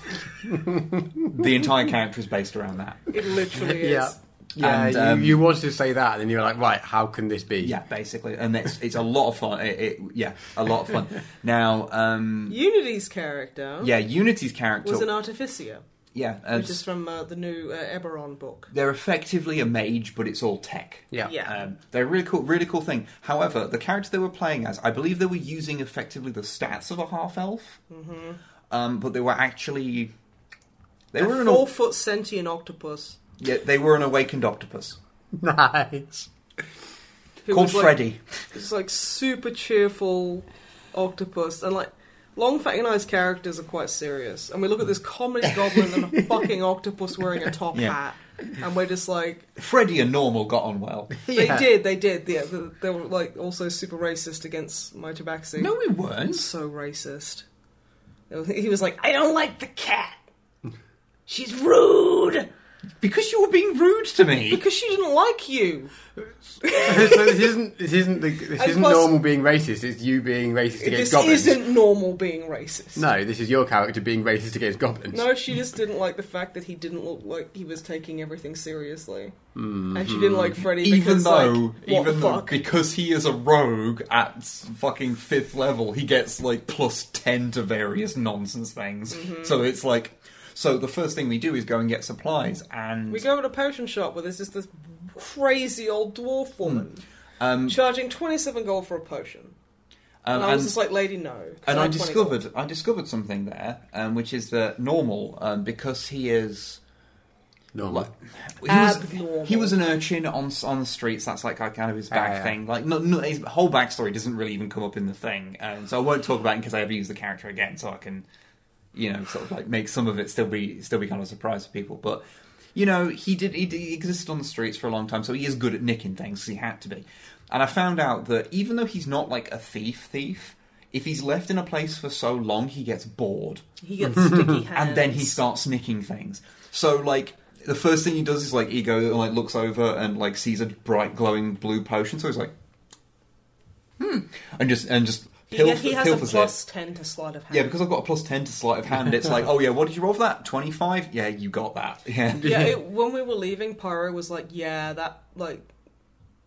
Speaker 3: entire character is based around that.
Speaker 2: It literally is.
Speaker 1: Yeah. Yeah,
Speaker 3: And,
Speaker 1: you,
Speaker 3: um,
Speaker 1: you wanted to say that, and you're like, right, how can this be?
Speaker 3: Yeah, basically, and it's it's a lot of fun. It, it, yeah, a lot of fun. now, um,
Speaker 2: Unity's character
Speaker 3: yeah, Unity's character.
Speaker 2: was an artificer,
Speaker 3: yeah, uh,
Speaker 2: which is from uh, the new uh, Eberron book.
Speaker 3: they're effectively a mage, but it's all tech.
Speaker 1: Yeah.
Speaker 2: Yeah.
Speaker 3: Um, they're a really cool, really cool thing. However, the character they were playing as, I believe they were using effectively the stats of a half elf, mm-hmm. um, but they were actually they
Speaker 2: A
Speaker 3: were an
Speaker 2: four
Speaker 3: aw-
Speaker 2: foot sentient octopus
Speaker 3: yeah, they were an awakened octopus
Speaker 1: Nice.
Speaker 2: who was
Speaker 3: called
Speaker 2: like,
Speaker 3: Freddy.
Speaker 2: It's like super cheerful octopus and like long fatting eyes characters are quite serious and we look at this comedy goblin and a fucking octopus wearing a top
Speaker 3: Yeah.
Speaker 2: hat and we're just like
Speaker 3: Freddy and Normal got on well.
Speaker 2: they
Speaker 1: Yeah.
Speaker 2: did they did yeah they, they were like also super racist against my tabaxi
Speaker 3: No, we weren't.
Speaker 2: so racist It was- he was like i don't like the cat she's rude
Speaker 3: Because you were being rude to me.
Speaker 2: because she didn't like you
Speaker 1: so this isn't this isn't the, this
Speaker 2: And
Speaker 1: isn't
Speaker 2: plus-
Speaker 1: normal being racist. It's you being racist against
Speaker 2: this
Speaker 1: goblins.
Speaker 2: isn't normal being racist
Speaker 1: No, this is your character being racist against goblins.
Speaker 2: No, she just didn't like the fact that he didn't look like he was taking everything seriously, and she didn't like Freddy
Speaker 3: Even
Speaker 2: because,
Speaker 3: though,
Speaker 2: like, what
Speaker 3: even
Speaker 2: the
Speaker 3: though,
Speaker 2: fuck?
Speaker 3: because he is a rogue at s- fucking fifth level, he gets like plus ten to various nonsense things.
Speaker 2: Mm-hmm.
Speaker 3: So it's like, so the first thing we do is go and get supplies, and
Speaker 2: we go to a potion shop where there's just this crazy old dwarf woman
Speaker 3: Hmm. um,
Speaker 2: charging twenty-seven gold for a potion,
Speaker 3: um,
Speaker 2: and I was
Speaker 3: and-
Speaker 2: just like, "Lady, no." 'cause
Speaker 3: and I
Speaker 2: I'm 20 gold.
Speaker 3: discovered I discovered something there, um, which is that normal um, because he is
Speaker 1: normal.
Speaker 3: like he was,
Speaker 2: Abnormal.
Speaker 3: he was an urchin on s- on the streets. That's like kind of his back
Speaker 1: Ah, yeah.
Speaker 3: thing. Like no, no, his whole backstory doesn't really even come up in the thing, um, so I won't talk about it because I ever use the character again, so I can you know sort of like make some of it still be still be kind of a surprise for people, but. You know, he did. He, did, he existed on the streets for a long time, so he is good at nicking things. 'cause He had to be, and I found out that even though he's not like a thief, thief, if he's left in a place for so long, he gets bored
Speaker 2: he gets sticky hands,
Speaker 3: and then he starts nicking things. So like the first thing he does is like ego like looks over and like sees a bright glowing blue potion, so he's like, hmm, and just and just
Speaker 2: He,
Speaker 3: pilf-
Speaker 2: he has a
Speaker 3: pilfers
Speaker 2: plus
Speaker 3: it.
Speaker 2: ten to sleight of hand.
Speaker 3: Yeah, because I've got a plus ten to sleight of hand. It's like, oh yeah, what did you roll for that? Twenty five. Yeah, you got that. Yeah.
Speaker 2: yeah. It, when we were leaving, Pyro was like, "Yeah, that like."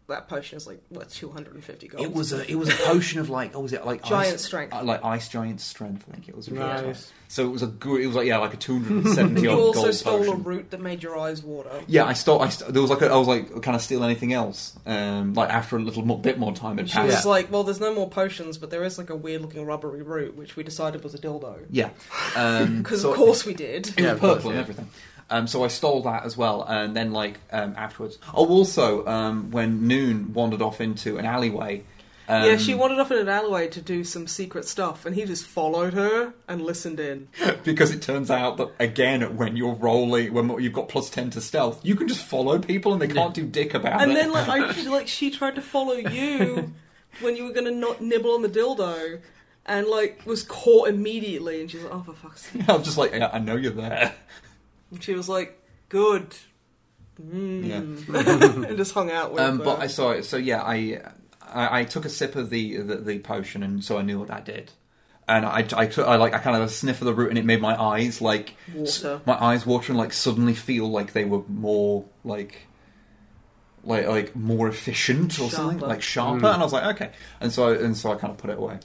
Speaker 2: That potion is like what two hundred and fifty gold.
Speaker 3: It was a it was a potion of like oh was it like
Speaker 2: Giant
Speaker 3: ice,
Speaker 2: strength.
Speaker 3: uh, like ice giant strength I think it was
Speaker 1: Nice.
Speaker 3: so it was a good it was like yeah like a two hundred and seventy
Speaker 2: You
Speaker 3: odd
Speaker 2: also
Speaker 3: gold
Speaker 2: stole a
Speaker 3: potion.
Speaker 2: root that made your eyes water.
Speaker 3: Yeah, I stole. I st- there was like a, I was like, can I steal anything else? Um, like after a little mo bit more time had
Speaker 2: She
Speaker 3: passed.
Speaker 2: was like, well, there's no more potions, but there is like a weird looking rubbery root, which we decided was a dildo.
Speaker 3: Yeah, um,
Speaker 2: Because
Speaker 3: so
Speaker 2: of course we did.
Speaker 3: it was
Speaker 1: Yeah, of
Speaker 3: purple
Speaker 1: course,
Speaker 3: and
Speaker 1: yeah.
Speaker 3: everything. Um, so I stole that as well, and then like um, afterwards. Oh, also um, when Noon wandered off into an alleyway. Um,
Speaker 2: yeah, she wandered off in an alleyway to do some secret stuff, and he just followed her and listened in.
Speaker 3: because it turns out that again, when you're rolling, when you've got plus ten to stealth, you can just follow people and they can't do dick about
Speaker 2: And
Speaker 3: it.
Speaker 2: then like, I, like she tried to follow you when you were gonna not nibble on the dildo, and like was caught immediately. And she's like, oh for fuck's sake.
Speaker 3: I'm just like, yeah, I know you're there.
Speaker 2: And she was like, good, Mm.
Speaker 3: Yeah.
Speaker 2: and just hung out with
Speaker 3: Um,
Speaker 2: her.
Speaker 3: but I saw it. So yeah, I, I I took a sip of the the, the potion, and so I knew what that did. And I, I, took- I like I kind of sniff of the root, and it made my eyes like
Speaker 2: Water.
Speaker 3: my eyes water, and like suddenly feel like they were more like. Like, like more efficient or something
Speaker 2: Sharper.
Speaker 3: like sharper and I was like okay and so and so I kind of put it away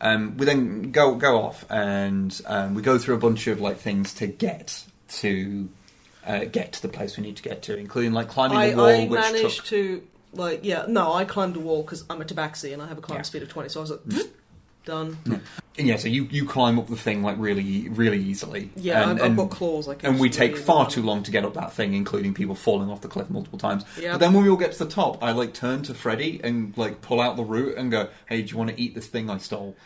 Speaker 3: um, we then go go off and um, we go through a bunch of like things to get to uh, get to the place we need to get to including like climbing
Speaker 2: I,
Speaker 3: a wall
Speaker 2: I
Speaker 3: which took
Speaker 2: managed to like yeah no I climbed a wall because I'm a tabaxi and I have a climb
Speaker 3: Yeah.
Speaker 2: speed of twenty so I was like done
Speaker 3: And Mm. yeah, so you, you climb up the thing like really e, really easily.
Speaker 2: Yeah,
Speaker 3: and,
Speaker 2: I've,
Speaker 3: and-
Speaker 2: I've got claws. I can
Speaker 3: and we
Speaker 2: just
Speaker 3: take
Speaker 2: really-
Speaker 3: far too long to get up that thing, including people falling off the cliff multiple times.
Speaker 2: Yeah.
Speaker 3: But then when we all get to the top, I like turn to Freddy and like pull out the root and go, "Hey, do you want to eat this thing I stole?"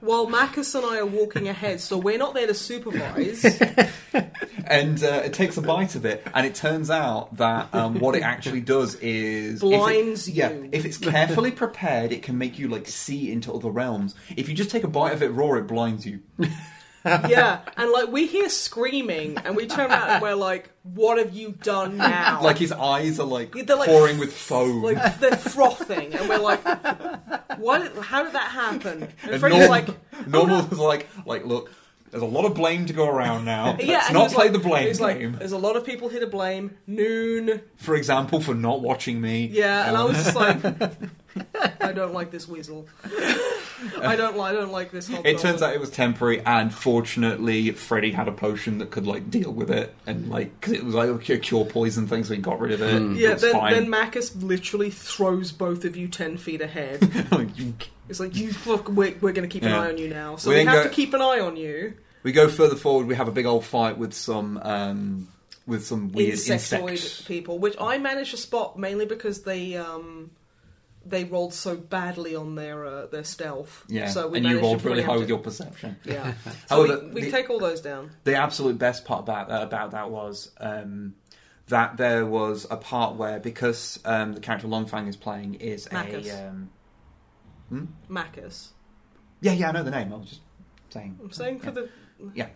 Speaker 2: While Marcus and I are walking ahead, so we're not there to supervise.
Speaker 3: and uh, it takes a bite of it, and it turns out that um, what it actually does is if it-
Speaker 2: Blinds
Speaker 3: Yeah,
Speaker 2: you.
Speaker 3: if it's carefully prepared, it can make you like see into other realms. If you just take a bite of it raw, it blinds you.
Speaker 2: yeah, and like we hear screaming, and we turn around and we're like, "What have you done now?"
Speaker 3: Like his eyes are like,
Speaker 2: They're like-
Speaker 3: pouring with foam.
Speaker 2: Like they're frothing, and we're like, "What? How did that happen?" And
Speaker 3: And
Speaker 2: Freddy's
Speaker 3: Norm-
Speaker 2: like, oh,
Speaker 3: Normal was like, like look, there's a lot of blame to go around now. Let's
Speaker 2: "Yeah." and
Speaker 3: not
Speaker 2: he's
Speaker 3: play
Speaker 2: like-
Speaker 3: the blame
Speaker 2: he's like,
Speaker 3: game.
Speaker 2: There's a lot of people here to blame. Noon.
Speaker 3: For example, for not watching me.
Speaker 2: Yeah, and I
Speaker 3: Um,
Speaker 2: was just like, I don't like this weasel. I don't. li- I don't like this.
Speaker 3: It
Speaker 2: hobgoblin."
Speaker 3: turns out it was temporary, and fortunately, Freddy had a potion that could like deal with it, and like because it was like a cure, cure poison thing, so he got rid of it. it
Speaker 2: Hmm. Yeah,
Speaker 3: was
Speaker 2: then,
Speaker 3: fine.
Speaker 2: then Marcus literally throws both of you ten feet ahead.
Speaker 3: Like, you-
Speaker 2: It's like you look. We're, we're going to keep an
Speaker 3: Yeah.
Speaker 2: eye on you now, so
Speaker 3: We
Speaker 2: we,
Speaker 3: then
Speaker 2: have
Speaker 3: go-
Speaker 2: to keep an eye on you.
Speaker 3: we go further forward. We have a big old fight with some um, with some weird
Speaker 2: Insectoid
Speaker 3: insect.
Speaker 2: people, which I managed to spot mainly because they um they rolled so badly on their uh, their stealth.
Speaker 3: Yeah,
Speaker 2: so we
Speaker 3: and you
Speaker 2: managed to
Speaker 3: rolled really
Speaker 2: preempt
Speaker 3: high with
Speaker 2: it.
Speaker 3: your perception.
Speaker 2: Yeah, so
Speaker 3: However,
Speaker 2: we, we
Speaker 3: the-
Speaker 2: take all those down.
Speaker 3: the absolute best part about that, about that was um, that there was a part where because um, the character Longfang is playing is
Speaker 2: Marcus.
Speaker 3: a um,
Speaker 2: Marcus,
Speaker 3: yeah yeah I know the name I was just saying
Speaker 2: I'm saying for
Speaker 3: Yeah.
Speaker 2: the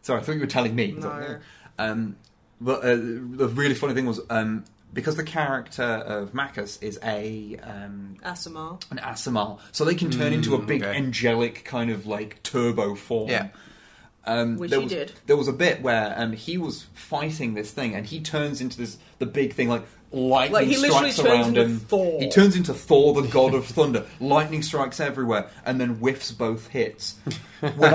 Speaker 3: sorry I thought you were telling me I was like,
Speaker 2: No.
Speaker 3: um, but uh, the really funny thing was um, because the character of Marcus is a um,
Speaker 2: Asimar.
Speaker 3: an Asimar, so they can turn
Speaker 1: Mm,
Speaker 3: into a big
Speaker 1: okay.
Speaker 3: angelic kind of like turbo form.
Speaker 1: Yeah.
Speaker 3: Um,
Speaker 2: Which
Speaker 3: there
Speaker 2: he
Speaker 3: was,
Speaker 2: did.
Speaker 3: There was a bit where um, he was fighting this thing, and he turns into this the big thing, like lightning
Speaker 2: Like, he literally
Speaker 3: strikes
Speaker 2: turns
Speaker 3: around
Speaker 2: into
Speaker 3: him.
Speaker 2: Thor.
Speaker 3: He turns into Thor, the god of thunder. Lightning strikes everywhere, and then whiffs both hits. When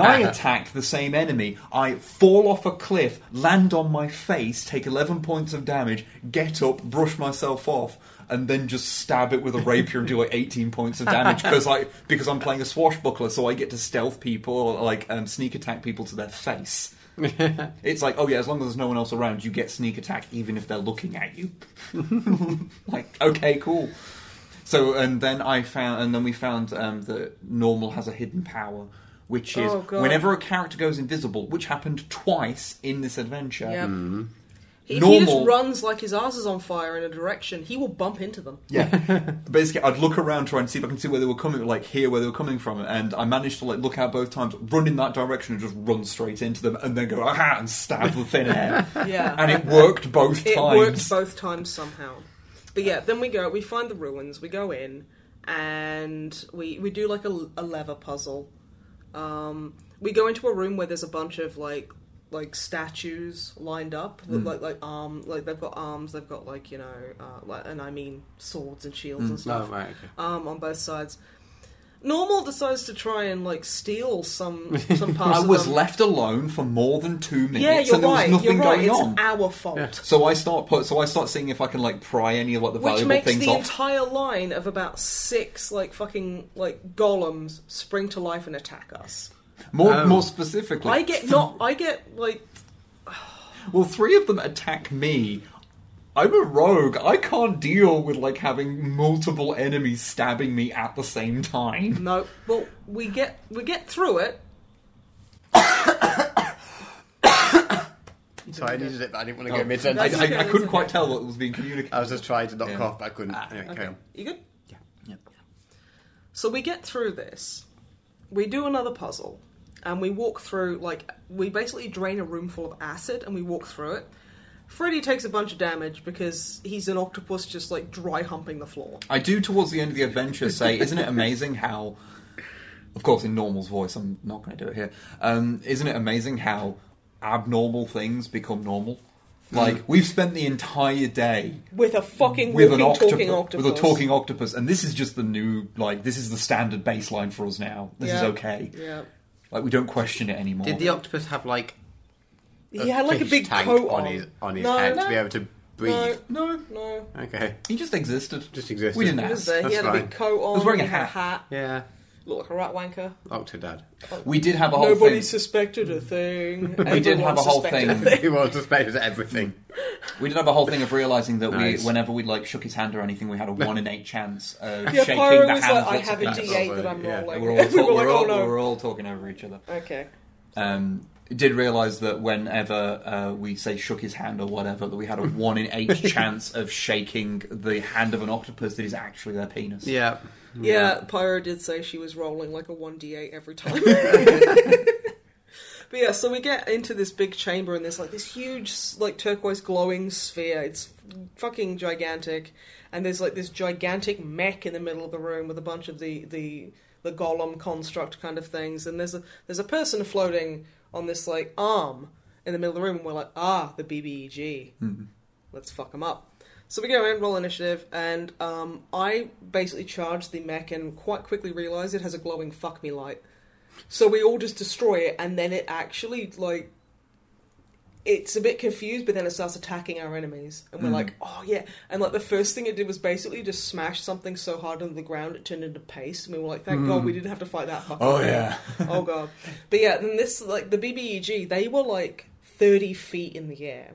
Speaker 3: I attack the same enemy, I fall off a cliff, land on my face, take eleven points of damage, get up, brush myself off. And then just stab it with a rapier and do like eighteen points of damage because I because I'm playing a swashbuckler, so I get to stealth people or like um, sneak attack people to their face. It's like, oh yeah, as long as there's no one else around, you get sneak attack even if they're looking at you. like, okay, cool. So, and then I found, and then we found um, that normal has a hidden power, which is
Speaker 2: Oh, God.
Speaker 3: whenever a character goes invisible, which happened twice in this adventure.
Speaker 2: Yeah. If he
Speaker 3: Normal-
Speaker 2: just runs like his arse is on fire in a direction, he will bump into them.
Speaker 3: Yeah. Basically, I'd look around trying to see if I can see where they were coming, like hear where they were coming from, and I managed to like look out both times, run in that direction, and just run straight into them, and then go aha and stab the thin air.
Speaker 2: Yeah.
Speaker 3: And it worked both
Speaker 2: It
Speaker 3: times.
Speaker 2: worked both times somehow. But yeah, then we go, we find the ruins, we go in, and we we do like a, a lever puzzle. Um, we go into a room where there's a bunch of like like statues lined up, with,
Speaker 3: Hmm.
Speaker 2: like like arm, like they've got arms, they've got like you know, uh, like, and I mean swords and shields
Speaker 3: Hmm.
Speaker 2: and
Speaker 1: No,
Speaker 3: Oh.
Speaker 2: stuff
Speaker 1: Oh, right. Okay.
Speaker 2: um, on both sides. Normal decides to try and like steal some some parts.
Speaker 3: I
Speaker 2: of
Speaker 3: was
Speaker 2: them.
Speaker 3: left alone for more than two minutes,
Speaker 2: Yeah, you're
Speaker 3: and there was
Speaker 2: right.
Speaker 3: nothing
Speaker 2: you're right.
Speaker 3: going
Speaker 2: it's
Speaker 3: on.
Speaker 2: our fault.
Speaker 3: So I start put, so I start seeing if I can like pry any of like the
Speaker 2: Which
Speaker 3: valuable
Speaker 2: makes
Speaker 3: things
Speaker 2: the
Speaker 3: off.
Speaker 2: entire line of about six, like fucking, like golems spring to life and attack us.
Speaker 3: more
Speaker 1: Oh.
Speaker 3: more specifically,
Speaker 2: I get not. I get like.
Speaker 3: well, three of them attack me. I'm a rogue. I can't deal with like having multiple enemies stabbing me at the same time.
Speaker 2: No, well, we get we get through it.
Speaker 1: Sorry, I needed it, but I didn't want to
Speaker 3: Oh.
Speaker 1: get mid
Speaker 2: That's
Speaker 3: I,
Speaker 1: sentence.
Speaker 3: I,
Speaker 2: okay,
Speaker 3: I
Speaker 2: that's
Speaker 3: couldn't
Speaker 2: okay.
Speaker 3: quite tell what was being communicated.
Speaker 1: I was just trying to not
Speaker 3: Yeah.
Speaker 1: cough, but I couldn't.
Speaker 2: Ah,
Speaker 1: Anyway, carry on.
Speaker 2: You good?
Speaker 3: Yeah.
Speaker 2: So we get through this. We do another puzzle, and we walk through like we basically drain a room full of acid, and we walk through it. Freddy takes a bunch of damage because he's an octopus just like dry humping the floor.
Speaker 3: I do towards the end of the adventure say, isn't it amazing how, of course, in normal's voice, I'm not going to do it here. Um, isn't it amazing how abnormal things become normal? Like we've spent the entire day
Speaker 2: With a fucking
Speaker 3: with an
Speaker 2: walking,
Speaker 3: octopus,
Speaker 2: talking octopus.
Speaker 3: with a talking octopus, and this is just the new like this is the standard baseline for us now. This is
Speaker 2: Yeah.
Speaker 3: okay.
Speaker 2: Yeah.
Speaker 3: Like we don't question it anymore.
Speaker 1: Did the octopus have like
Speaker 2: He had like a
Speaker 1: fish
Speaker 2: big
Speaker 1: tank
Speaker 2: coat
Speaker 1: on
Speaker 2: on,
Speaker 1: his on his
Speaker 2: No,
Speaker 1: head
Speaker 2: no,
Speaker 1: to be able to breathe?
Speaker 2: No,
Speaker 3: no,
Speaker 2: no.
Speaker 1: Okay,
Speaker 3: he just existed.
Speaker 1: just existed.
Speaker 3: We didn't
Speaker 2: He
Speaker 3: ask.
Speaker 2: was there. He
Speaker 1: That's
Speaker 2: had a big
Speaker 1: fine.
Speaker 2: coat on.
Speaker 3: was wearing a
Speaker 2: he had
Speaker 3: hat.
Speaker 1: Yeah,
Speaker 2: look like a rat wanker.
Speaker 1: Octodad.
Speaker 3: We did have a whole
Speaker 2: Nobody
Speaker 3: thing.
Speaker 2: suspected a thing.
Speaker 3: We did have a whole thing.
Speaker 1: He was suspected of everything.
Speaker 3: We did have a whole thing of realizing that
Speaker 1: Nice.
Speaker 3: we, whenever we like shook his hand or anything, we had a one in eight chance of
Speaker 2: Yeah,
Speaker 3: shaking
Speaker 2: Pyro
Speaker 3: the
Speaker 2: was
Speaker 3: hand.
Speaker 2: like, I
Speaker 3: lots of
Speaker 2: have a
Speaker 3: times.
Speaker 2: D8 that I'm
Speaker 1: Yeah.
Speaker 2: rolling.
Speaker 3: We're all,
Speaker 2: We
Speaker 3: talk- we're, all,
Speaker 2: oh no.
Speaker 3: we're all talking over each other.
Speaker 2: Okay.
Speaker 3: Um, did realize that whenever uh, we say shook his hand or whatever, that we had a one in eight chance of shaking the hand of an octopus that is actually their penis.
Speaker 1: Yeah.
Speaker 2: Yeah, Pyro did say she was rolling like a 1d8 every time. but yeah, so we get into this big chamber and there's like this huge, like turquoise glowing sphere. It's fucking gigantic. And there's like this gigantic mech in the middle of the room with a bunch of the the the golem construct kind of things. And there's a there's a person floating on this like arm in the middle of the room. And we're like, ah, the BBEG. Let's fuck them up. So we go in, roll initiative, and um, I basically charge the mech and quite quickly realize it has a glowing fuck me light. So we all just destroy it, and then it actually, like, it's a bit confused, but then it starts attacking our enemies. And we're
Speaker 3: Mm.
Speaker 2: like, oh yeah. And, like, the first thing it did was basically just smash something so hard on the ground it turned into paste, and we were like, thank god we didn't have to fight that fucking
Speaker 3: Mm. Oh,
Speaker 2: thing."
Speaker 3: yeah.
Speaker 2: oh god. But yeah, then this like the BBEG, they were like thirty feet in the air.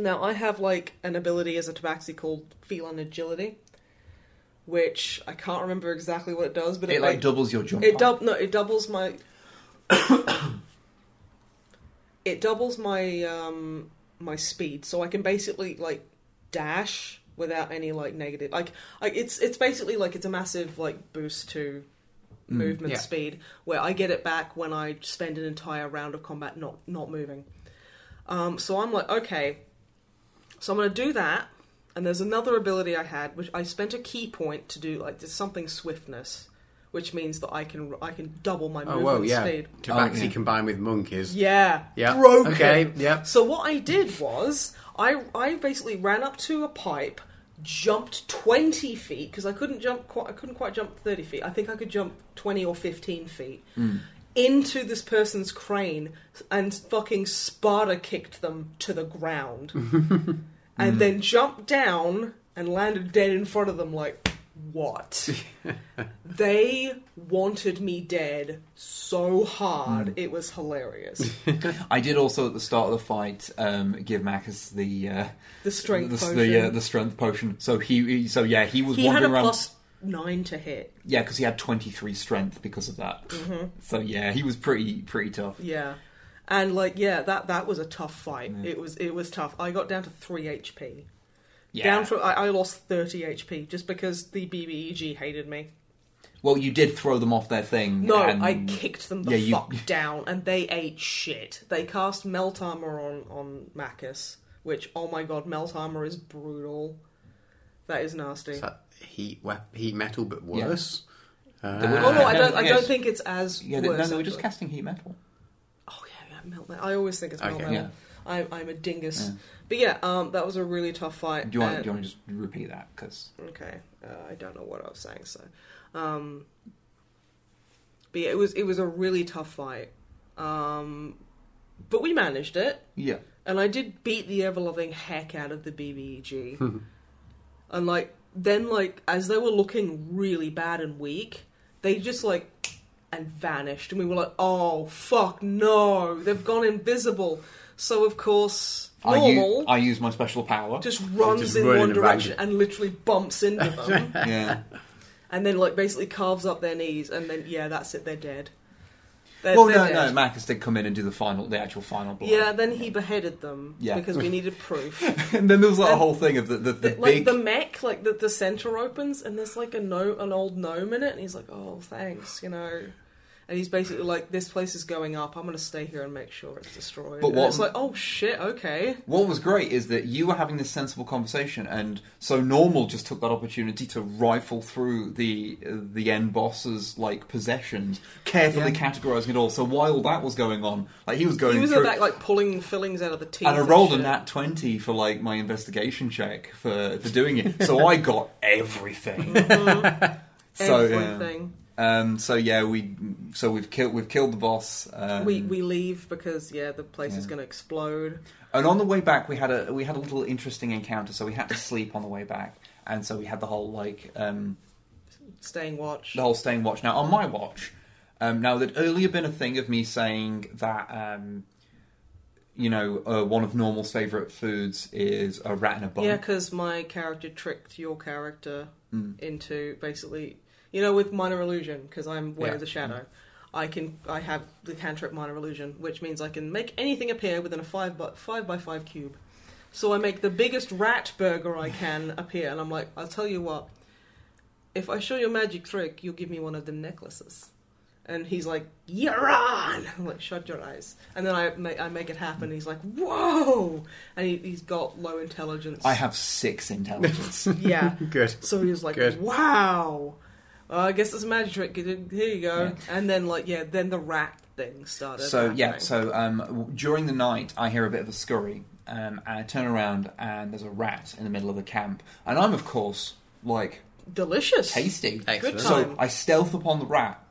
Speaker 2: Now I have like an ability as a tabaxi called feline agility, which I can't remember exactly what it does, but it,
Speaker 3: It like doubles your jump.
Speaker 2: it
Speaker 3: height.
Speaker 2: dub no, it doubles my. it doubles my um my speed, so I can basically like dash without any like negative. Like I, it's it's basically like it's a massive like boost to movement
Speaker 1: yeah.
Speaker 2: speed, where I get it back when I spend an entire round of combat not not moving. Um, so I'm like, okay, so I'm going to do that. And there's another ability I had, which I spent a key point to do like there's something swiftness, which means that I can I can double my
Speaker 1: Oh,
Speaker 2: movement
Speaker 1: whoa, yeah.
Speaker 2: speed.
Speaker 1: Tabaxi
Speaker 3: Oh, yeah.
Speaker 1: combined with monkeys.
Speaker 2: Yeah,
Speaker 1: Yeah.
Speaker 2: broken.
Speaker 1: Okay, yeah.
Speaker 2: So what I did was I I basically ran up to a pipe, jumped twenty feet because I couldn't jump quite I couldn't quite jump thirty feet. I think I could jump twenty or fifteen feet.
Speaker 3: Hmm.
Speaker 2: Into this person's crane and fucking Sparta kicked them to the ground and
Speaker 3: Hmm.
Speaker 2: then jumped down and landed dead in front of them like what they wanted me dead so
Speaker 3: Hmm.
Speaker 2: hard it was hilarious
Speaker 3: I did also at the start of the fight um, give Marcus the uh,
Speaker 2: the strength
Speaker 3: the,
Speaker 2: potion.
Speaker 3: The, uh, the strength potion. So he, he- so yeah, he was
Speaker 2: he had a
Speaker 3: wandering around.
Speaker 2: plus nine to hit
Speaker 3: Yeah, because he had twenty three strength because of that.
Speaker 2: Mm-hmm.
Speaker 3: So yeah, he was pretty pretty tough.
Speaker 2: yeah and like yeah that that was a tough fight it was it was tough i got down to 3 hp
Speaker 3: Yeah.
Speaker 2: down from I, I lost 30 hp just because the bbeg hated me
Speaker 3: well, you did throw them off their thing.
Speaker 2: No,
Speaker 3: and-
Speaker 2: I kicked them the
Speaker 3: Yeah, you-
Speaker 2: fuck down, and they ate shit. They cast melt armor on on Macus, which oh my god, melt armor is brutal. That is nasty.
Speaker 1: Is that heat, wep- heat metal, but worse? Ah,
Speaker 3: wood-
Speaker 2: oh no, I
Speaker 3: No,
Speaker 2: don't. I
Speaker 3: yes.
Speaker 2: don't think it's as.
Speaker 3: Yeah, they, no,
Speaker 2: worse,
Speaker 3: they were just
Speaker 2: actually.
Speaker 3: casting heat metal.
Speaker 2: Oh yeah, yeah, melt. I always think it's melt.
Speaker 1: Okay.
Speaker 2: metal.
Speaker 3: Yeah.
Speaker 2: I'm, I'm a dingus. But yeah, um, that was a really tough fight.
Speaker 3: Do you want?
Speaker 2: and-
Speaker 3: Do you want to just repeat that? Because
Speaker 2: Okay, uh, I don't know what I was saying. So, um, but yeah, it was it was a really tough fight. Um, but we managed it.
Speaker 3: yeah,
Speaker 2: And I did beat the ever loving heck out of the BBEG. and like then like as they were looking really bad and weak, they just like and vanished and we were like, Oh fuck no, they've gone invisible. So of course
Speaker 3: I,
Speaker 2: normal
Speaker 3: u- I use my special power.
Speaker 2: just runs
Speaker 1: Just
Speaker 2: in
Speaker 1: running
Speaker 2: one
Speaker 1: around.
Speaker 2: direction and literally bumps into them
Speaker 3: yeah.
Speaker 2: and then like basically carves up their knees and then yeah, that's it, they're dead. They're,
Speaker 3: well,
Speaker 2: they're
Speaker 3: no, no.
Speaker 2: dead.
Speaker 3: Marcus did come in and do the final, the actual final blow.
Speaker 2: Yeah, then he beheaded them
Speaker 3: Yeah.
Speaker 2: because we needed proof.
Speaker 3: and then there was like, a
Speaker 2: And
Speaker 3: whole thing of the the, the
Speaker 2: like
Speaker 3: big.
Speaker 2: the mech, like the, the center opens and there's like a no an old gnome in it, and he's like, "Oh, thanks," you know. And he's basically like, "This place is going up. I'm gonna stay here and make sure it's destroyed."
Speaker 3: But
Speaker 2: And
Speaker 3: what-
Speaker 2: it's like, "Oh shit, okay."
Speaker 3: What was great is that you were having this sensible conversation, and so normal just took that opportunity to rifle through the the end boss's like possessions, carefully categorizing it all. So while that was going on, like he was going
Speaker 2: He was in
Speaker 3: through,
Speaker 2: the back like pulling fillings out of the teeth.
Speaker 3: and I rolled a
Speaker 2: shit.
Speaker 3: nat twenty for like my investigation check for for doing it. So I got everything. so yeah.
Speaker 2: Everything.
Speaker 3: Um, so yeah, we so we've killed we've killed the boss. Um,
Speaker 2: we we leave because yeah, the place is gonna explode.
Speaker 3: And on the way back, we had a we had a little interesting encounter. So we had to sleep on the way back, and so we had the whole like um,
Speaker 2: staying watch.
Speaker 3: the whole staying watch. Now, on my watch, um, now there'd earlier been a thing of me saying that, um, you know, uh, one of Normal's favourite foods is a rat in a bun.
Speaker 2: Yeah, because my character tricked your character
Speaker 3: Hmm.
Speaker 2: into basically, you know, with minor illusion. Because I'm way
Speaker 3: Yeah. Hmm.
Speaker 2: of the shadow, I can I have the cantrip minor illusion, which means I can make anything appear within a five by five by five cube. So I make the biggest rat burger I can appear, and I'm like, I'll tell you what, if I show you a magic trick, you'll give me one of them necklaces. And he's like, "You're on!" I'm like, "Shut your eyes!" And then I make, I make it happen. He's like, "Whoa!" And he, he's got low intelligence.
Speaker 3: I have six intelligence.
Speaker 2: Yeah.
Speaker 1: Good.
Speaker 2: So he was like,
Speaker 1: Good.
Speaker 2: "Wow, well, I guess it's a magic trick. Here you go."
Speaker 3: Yeah.
Speaker 2: And then like, yeah, then the rat thing started.
Speaker 3: so yeah,
Speaker 2: happening.
Speaker 3: so um, w- during the night, I hear a bit of a scurry. Um, and I turn around, and there's a rat in the middle of the camp, and I'm of course like
Speaker 2: delicious.
Speaker 3: tasty.
Speaker 1: Excellent.
Speaker 3: So
Speaker 2: time.
Speaker 3: I stealth upon the rat,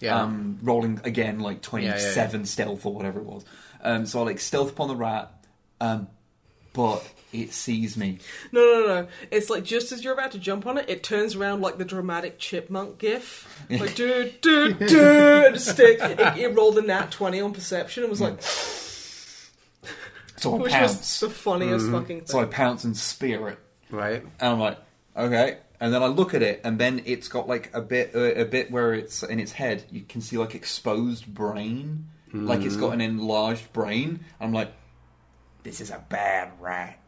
Speaker 1: Yeah.
Speaker 3: um, rolling again like 27 stealth or whatever it was. Um, so I like stealth upon the rat, um, but it sees me.
Speaker 2: No, no, no. It's like just as you're about to jump on it, it turns around like the dramatic chipmunk gif, like do do do, and stick. It, it rolled a nat twenty on perception and was like,
Speaker 3: So I
Speaker 2: which was
Speaker 3: pounce.
Speaker 2: the funniest fucking thing.
Speaker 3: So I pounce and spear it,
Speaker 1: right.
Speaker 3: and I'm like, okay. And then I look at it, and then it's got like a bit, uh, a bit where it's in its head. You can see like exposed brain, like it's got an enlarged brain. I'm like, this is a bad rat.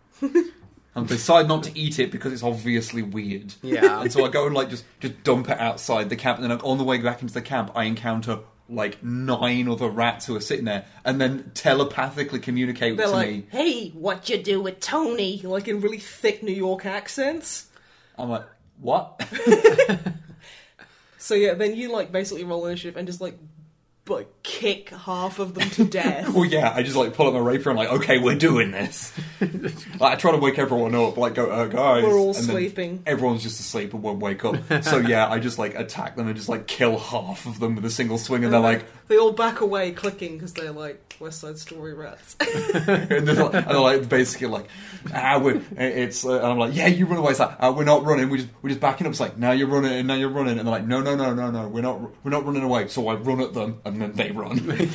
Speaker 3: and decide not to eat it because it's obviously weird.
Speaker 1: Yeah.
Speaker 3: And so I go and like just just dump it outside the camp, and then like, on the way back into the camp, I encounter like nine other rats who are sitting there, and then telepathically communicate
Speaker 2: They're
Speaker 3: to
Speaker 2: like,
Speaker 3: me.
Speaker 2: "Hey, what you do with Tony?" Like in really thick New York accents.
Speaker 3: I'm like, what?
Speaker 2: So yeah, then you like basically roll initiative and just like but kick half of them to death.
Speaker 3: well, yeah. I just like pull up my rapier and like, okay, we're doing this. like, I try to wake everyone up, like, go, oh, guys,
Speaker 2: We're all
Speaker 3: and then
Speaker 2: sleeping.
Speaker 3: Everyone's just asleep and won't wake up. so yeah, I just like attack them and just like kill half of them with a single swing, and they're like,
Speaker 2: they all back away clicking because they're like West Side Story rats.
Speaker 3: and, they're like, and they're like basically like, ah, we're, it's. Uh, and I'm like, yeah, you run away. It's like, ah, we're not running. We just we're just backing up. It's like, now you're running, and now you're running. And they're like, no, no, no, no, no, we're not we're not running away. So I run at them, and then they run.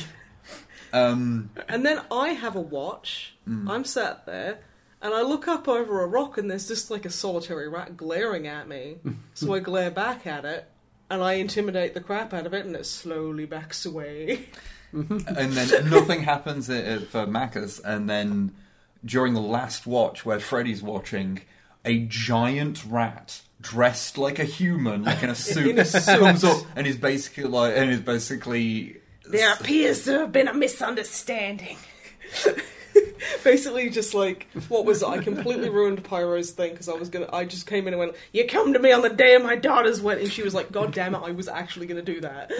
Speaker 3: um,
Speaker 2: and then I have a watch. I'm sat there. And I look up over a rock and there's just like a solitary rat glaring at me. so I glare back at it and I intimidate the crap out of it and it slowly backs away.
Speaker 3: and then nothing happens uh, for Macca's. And then during the last watch, where Freddy's watching, a giant rat dressed like a human, like in a suit,
Speaker 2: In a suit.
Speaker 3: comes up and is basically like and is basically.
Speaker 2: There appears to have been a misunderstanding. Basically, just like what was it? I completely ruined Pyro's thing because I was gonna. I just came in and went, "You come to me on the day of my daughter's wedding," and she was like, "God damn it, I was actually gonna do that."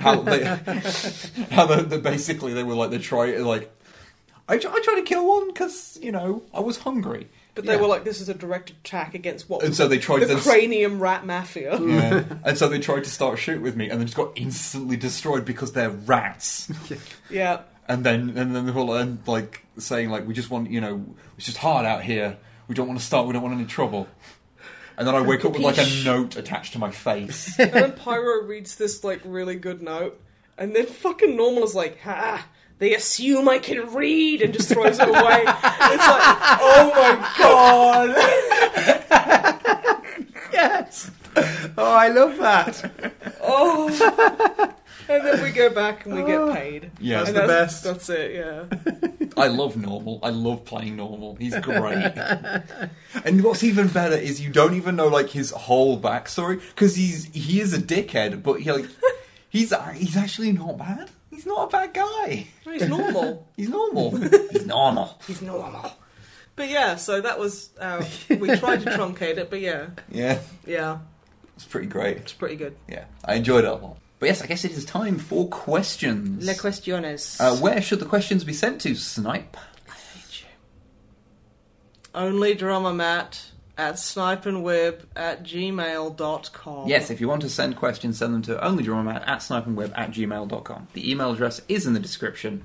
Speaker 3: how they how the, the basically they were like they try like I, tr- I tried to kill one because you know I was hungry,
Speaker 2: But they
Speaker 3: Yeah.
Speaker 2: were like, "This is a direct attack against what?"
Speaker 3: and
Speaker 2: was
Speaker 3: so they tried
Speaker 2: the
Speaker 3: to
Speaker 2: cranium rat mafia.
Speaker 3: yeah. and so they tried to start a shoot with me, and they just got instantly destroyed because they're rats.
Speaker 2: Yeah,
Speaker 3: And then and then they were like, like saying like we just want you know it's just hard out here. We don't want to start. We don't want any trouble. And then I wake up with like a note attached to my face.
Speaker 2: and then Pyro reads this like really good note, and then fucking Normal is like, "Ha." They assume I can read and just throws it away. it's like, oh my god!
Speaker 1: Yes. Oh, I love that.
Speaker 2: Oh. and then we go back and we get paid.
Speaker 3: Yeah. That's
Speaker 2: and
Speaker 1: the
Speaker 2: that's,
Speaker 1: best.
Speaker 2: That's it. Yeah.
Speaker 3: I love normal. I love playing normal. He's great. and what's even better is you don't even know like his whole backstory because he's he is a dickhead, but he like he's he's actually not bad. He's not a bad guy.
Speaker 2: He's normal.
Speaker 3: He's normal. he's normal.
Speaker 2: He's normal. But yeah, so that was uh, we tried to truncate it, but yeah,
Speaker 3: Yeah,
Speaker 2: yeah,
Speaker 3: it's pretty great.
Speaker 2: it's pretty good.
Speaker 3: Yeah, I enjoyed it a lot. But yes, I guess it is time for questions.
Speaker 2: questiones.
Speaker 3: uh, where should the questions be sent to, Snipe?
Speaker 2: Only drama mat at snipeandweb at gmail.com.
Speaker 3: Yes, if you want to send questions, send them to onlydrawmat at snipingweb at gmail.com. The email address is in the description.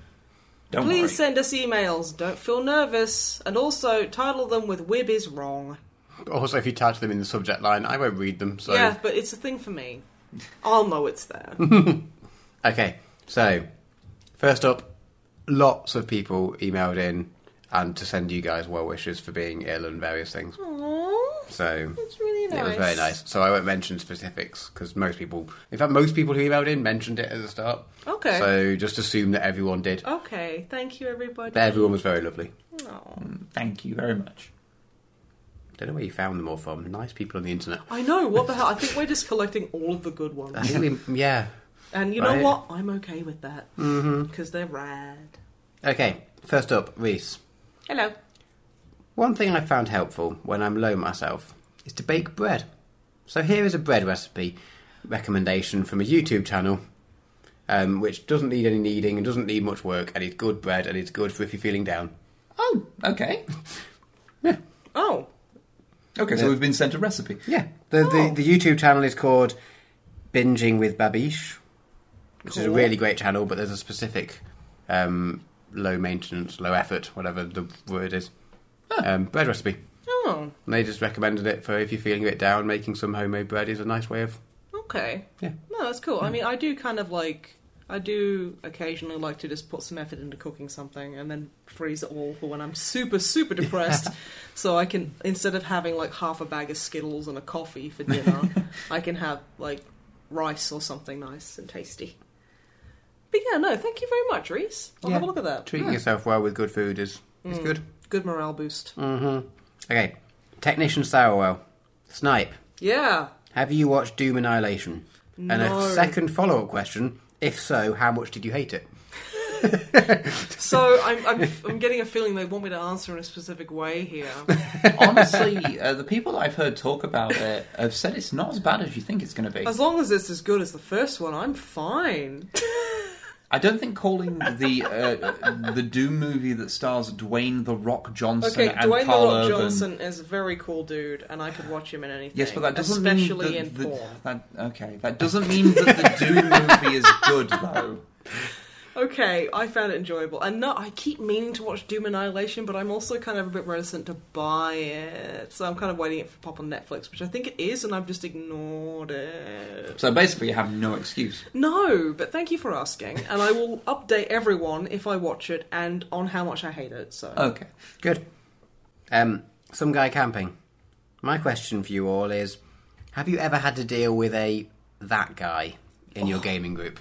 Speaker 3: Don't
Speaker 2: Please
Speaker 3: worry.
Speaker 2: send us emails. Don't feel nervous. And also, title them with Wib is wrong.
Speaker 1: But also, if you tag them in the subject line, I won't read them. So
Speaker 2: Yeah, but it's a thing for me. I'll know it's there.
Speaker 1: okay. So first up, lots of people emailed in and to send you guys well wishes for being ill and various things.
Speaker 2: Aww,
Speaker 1: So
Speaker 2: that's really nice.
Speaker 1: It was very nice. So I won't mention specifics because most people, in fact, most people who emailed in mentioned it at the start.
Speaker 2: Okay.
Speaker 1: So just assume that everyone did.
Speaker 2: Okay, thank you, everybody.
Speaker 1: But everyone was very lovely.
Speaker 2: Aw.
Speaker 3: Thank you very much.
Speaker 1: Don't know where you found them all from. Nice people on the internet.
Speaker 2: I know, what the hell? I think we're just collecting all of the good
Speaker 1: I
Speaker 2: ones.
Speaker 1: think we, yeah.
Speaker 2: And you
Speaker 1: Right. Mm-hmm.
Speaker 2: know what? I'm okay with that. Because they're rad.
Speaker 1: Okay. First up, Reese.
Speaker 2: Hello.
Speaker 1: One thing I found helpful when I'm low myself is to bake bread. So here is a bread recipe recommendation from a YouTube channel, um, which doesn't need any kneading and doesn't need much work, and it's good bread and it's good for if you're feeling down.
Speaker 3: Oh, okay.
Speaker 2: Oh,
Speaker 3: Okay, so
Speaker 1: Yeah.
Speaker 3: we've been sent a recipe.
Speaker 1: Yeah. The,
Speaker 2: Oh.
Speaker 1: the the YouTube channel is called Binging with Babish, which is a
Speaker 2: Cool.
Speaker 1: really great channel, but there's a specific um, low maintenance, low effort, whatever the word is, um, bread recipe.
Speaker 2: oh,
Speaker 1: And they just recommended it for if you're feeling a bit down, making some homemade bread is a nice way of.
Speaker 2: okay.
Speaker 1: Yeah.
Speaker 2: No, that's cool. I mean, I do kind of like. I do occasionally like to just put some effort into cooking something and then freeze it all for when I'm super, super depressed. So I can, instead of having like half a bag of Skittles and a coffee for dinner, I can have like rice or something nice and tasty. But yeah, no, thank you very much, Reese. I'll have a
Speaker 1: Yeah.
Speaker 2: look at that.
Speaker 1: Treating yourself well with good food is,
Speaker 2: Hmm.
Speaker 1: is good.
Speaker 2: Good morale boost.
Speaker 1: Mm-hmm. Okay. Technician Sourwell. Snipe.
Speaker 2: Yeah.
Speaker 1: Have you watched Doom Annihilation? And
Speaker 2: No.
Speaker 1: a second follow up question. If so, how much did you hate it?
Speaker 2: So I'm, I'm, I'm getting a feeling they want me to answer in a specific way here.
Speaker 3: Honestly, uh, the people that I've heard talk about it have said it's not as bad as you think it's going to be.
Speaker 2: As long as it's as good as the first one, I'm fine.
Speaker 3: I don't think calling the uh, the Doom movie that stars Dwayne the Rock Johnson
Speaker 2: Okay,
Speaker 3: and
Speaker 2: Dwayne The
Speaker 3: Carl
Speaker 2: Rock
Speaker 3: Urban-
Speaker 2: Johnson is a very cool dude, and I could watch him in anything.
Speaker 3: Yes, but that doesn't
Speaker 2: especially
Speaker 3: mean
Speaker 2: in
Speaker 3: that,
Speaker 2: porn.
Speaker 3: that, that okay. That doesn't mean that the Doom movie is good though.
Speaker 2: Okay, I found it enjoyable, and no, I keep meaning to watch Doom Annihilation, but I'm also kind of a bit reticent to buy it, so I'm kind of waiting it for pop on Netflix, which I think it is, and I've just ignored it.
Speaker 3: So basically, you have no excuse.
Speaker 2: No, but thank you for asking, and I will update everyone if I watch it and on how much I hate it. So,
Speaker 3: Okay.
Speaker 1: Good. Um, some guy camping. My question for you all is: Have you ever had to deal with a that guy in your gaming group?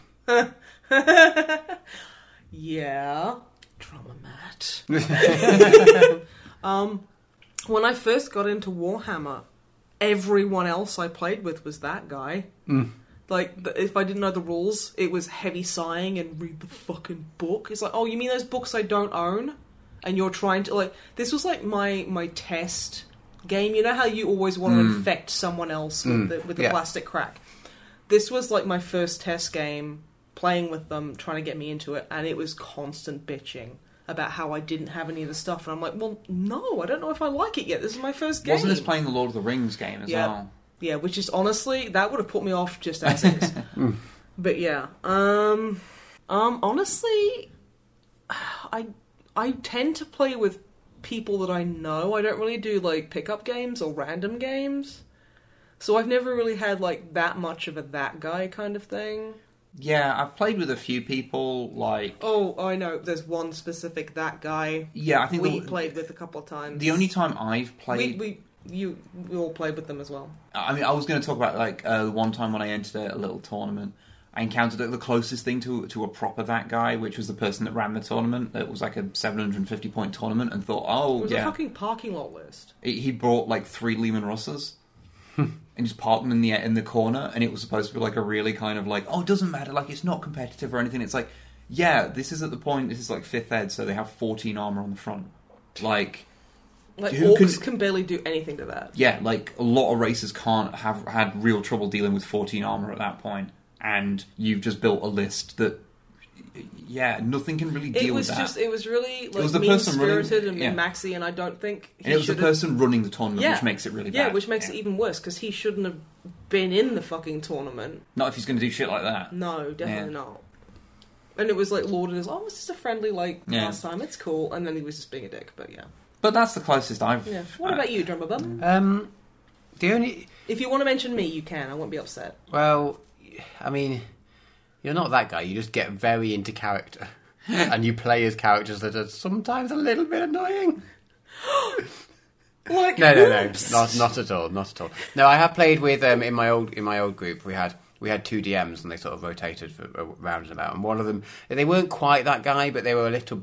Speaker 2: yeah, drama mat. um, when I first got into Warhammer, everyone else I played with was that guy. Like, th- if I didn't know the rules, it was heavy sighing and read the fucking book. It's like, oh, you mean those books I don't own? And you're trying to like this was like my my test game. You know how you always want to infect someone else with the with the
Speaker 1: yeah.
Speaker 2: plastic crack. This was like my first test game playing with them, trying to get me into it, and it was constant bitching about how I didn't have any of the stuff. And I'm like, well, no, I don't know if I like it yet. This is my first game.
Speaker 3: Wasn't this playing the Lord of the Rings game as
Speaker 2: Yeah.
Speaker 3: well?
Speaker 2: Yeah, which is honestly that would have put me off just as is.
Speaker 3: Hmm.
Speaker 2: but yeah, um, um, honestly, I I tend to play with people that I know. I don't really do like pickup games or random games, so I've never really had like that much of a that guy kind of thing.
Speaker 3: Yeah, I've played with a few people. Like,
Speaker 2: Oh, I know. There's one specific that guy
Speaker 3: yeah, I think
Speaker 2: we
Speaker 3: the,
Speaker 2: played with a couple of times.
Speaker 3: the only time I've played,
Speaker 2: we, we you we all played with them as well.
Speaker 3: I mean, I was going to talk about like uh, one time when I entered a, a little tournament. I encountered the closest thing to to a proper that guy, which was the person that ran the tournament. It was like a 750 point tournament, and thought, oh
Speaker 2: It was
Speaker 3: yeah,
Speaker 2: a fucking parking lot list.
Speaker 3: He he brought like three Lehman Russes and just parked them in the in the corner, and it was supposed to be like a really kind of like, oh, it doesn't matter, like it's not competitive or anything. It's like, yeah, this is at the point. This is like fifth ed, so they have fourteen armor on the front. Like,
Speaker 2: Like
Speaker 3: Who
Speaker 2: orcs
Speaker 3: can-
Speaker 2: can... barely do anything to that.
Speaker 3: yeah, like a lot of races can't have had real trouble dealing with fourteen armor at that point, and you've just built a list that, yeah, nothing can really
Speaker 2: It
Speaker 3: deal
Speaker 2: was
Speaker 3: with that.
Speaker 2: just it was really like
Speaker 3: was the
Speaker 2: mean
Speaker 3: person running-
Speaker 2: spirited and
Speaker 3: yeah.
Speaker 2: maxy, and I don't think he
Speaker 3: and it was the
Speaker 2: should
Speaker 3: person running the tournament,
Speaker 2: Yeah.
Speaker 3: which makes it really
Speaker 2: yeah,
Speaker 3: bad.
Speaker 2: which makes it e- even worse because he shouldn't have been in the fucking tournament.
Speaker 3: not if he's going to do shit like that.
Speaker 2: No, definitely
Speaker 3: Yeah.
Speaker 2: not. And it was like lauded as oh, it's just a friendly like
Speaker 3: Yeah.
Speaker 2: last time. It's cool, and then he was just being a dick. But yeah,
Speaker 3: But that's the closest I've.
Speaker 2: Yeah. What
Speaker 3: uh,
Speaker 2: about you, drummer bum?
Speaker 1: Um, the only
Speaker 2: If you want to mention me, you can. I won't be upset.
Speaker 1: well, I mean, you're not that guy. You just get very into character, and you play as characters that are sometimes a little bit annoying.
Speaker 2: Like
Speaker 1: No, no, no,
Speaker 2: whoops.
Speaker 1: not not at all, not at all. No, I have played with um, in my old in my old group. We had we had two DMs and they sort of rotated for, around and about. And one of them, they weren't quite that guy, but they were a little.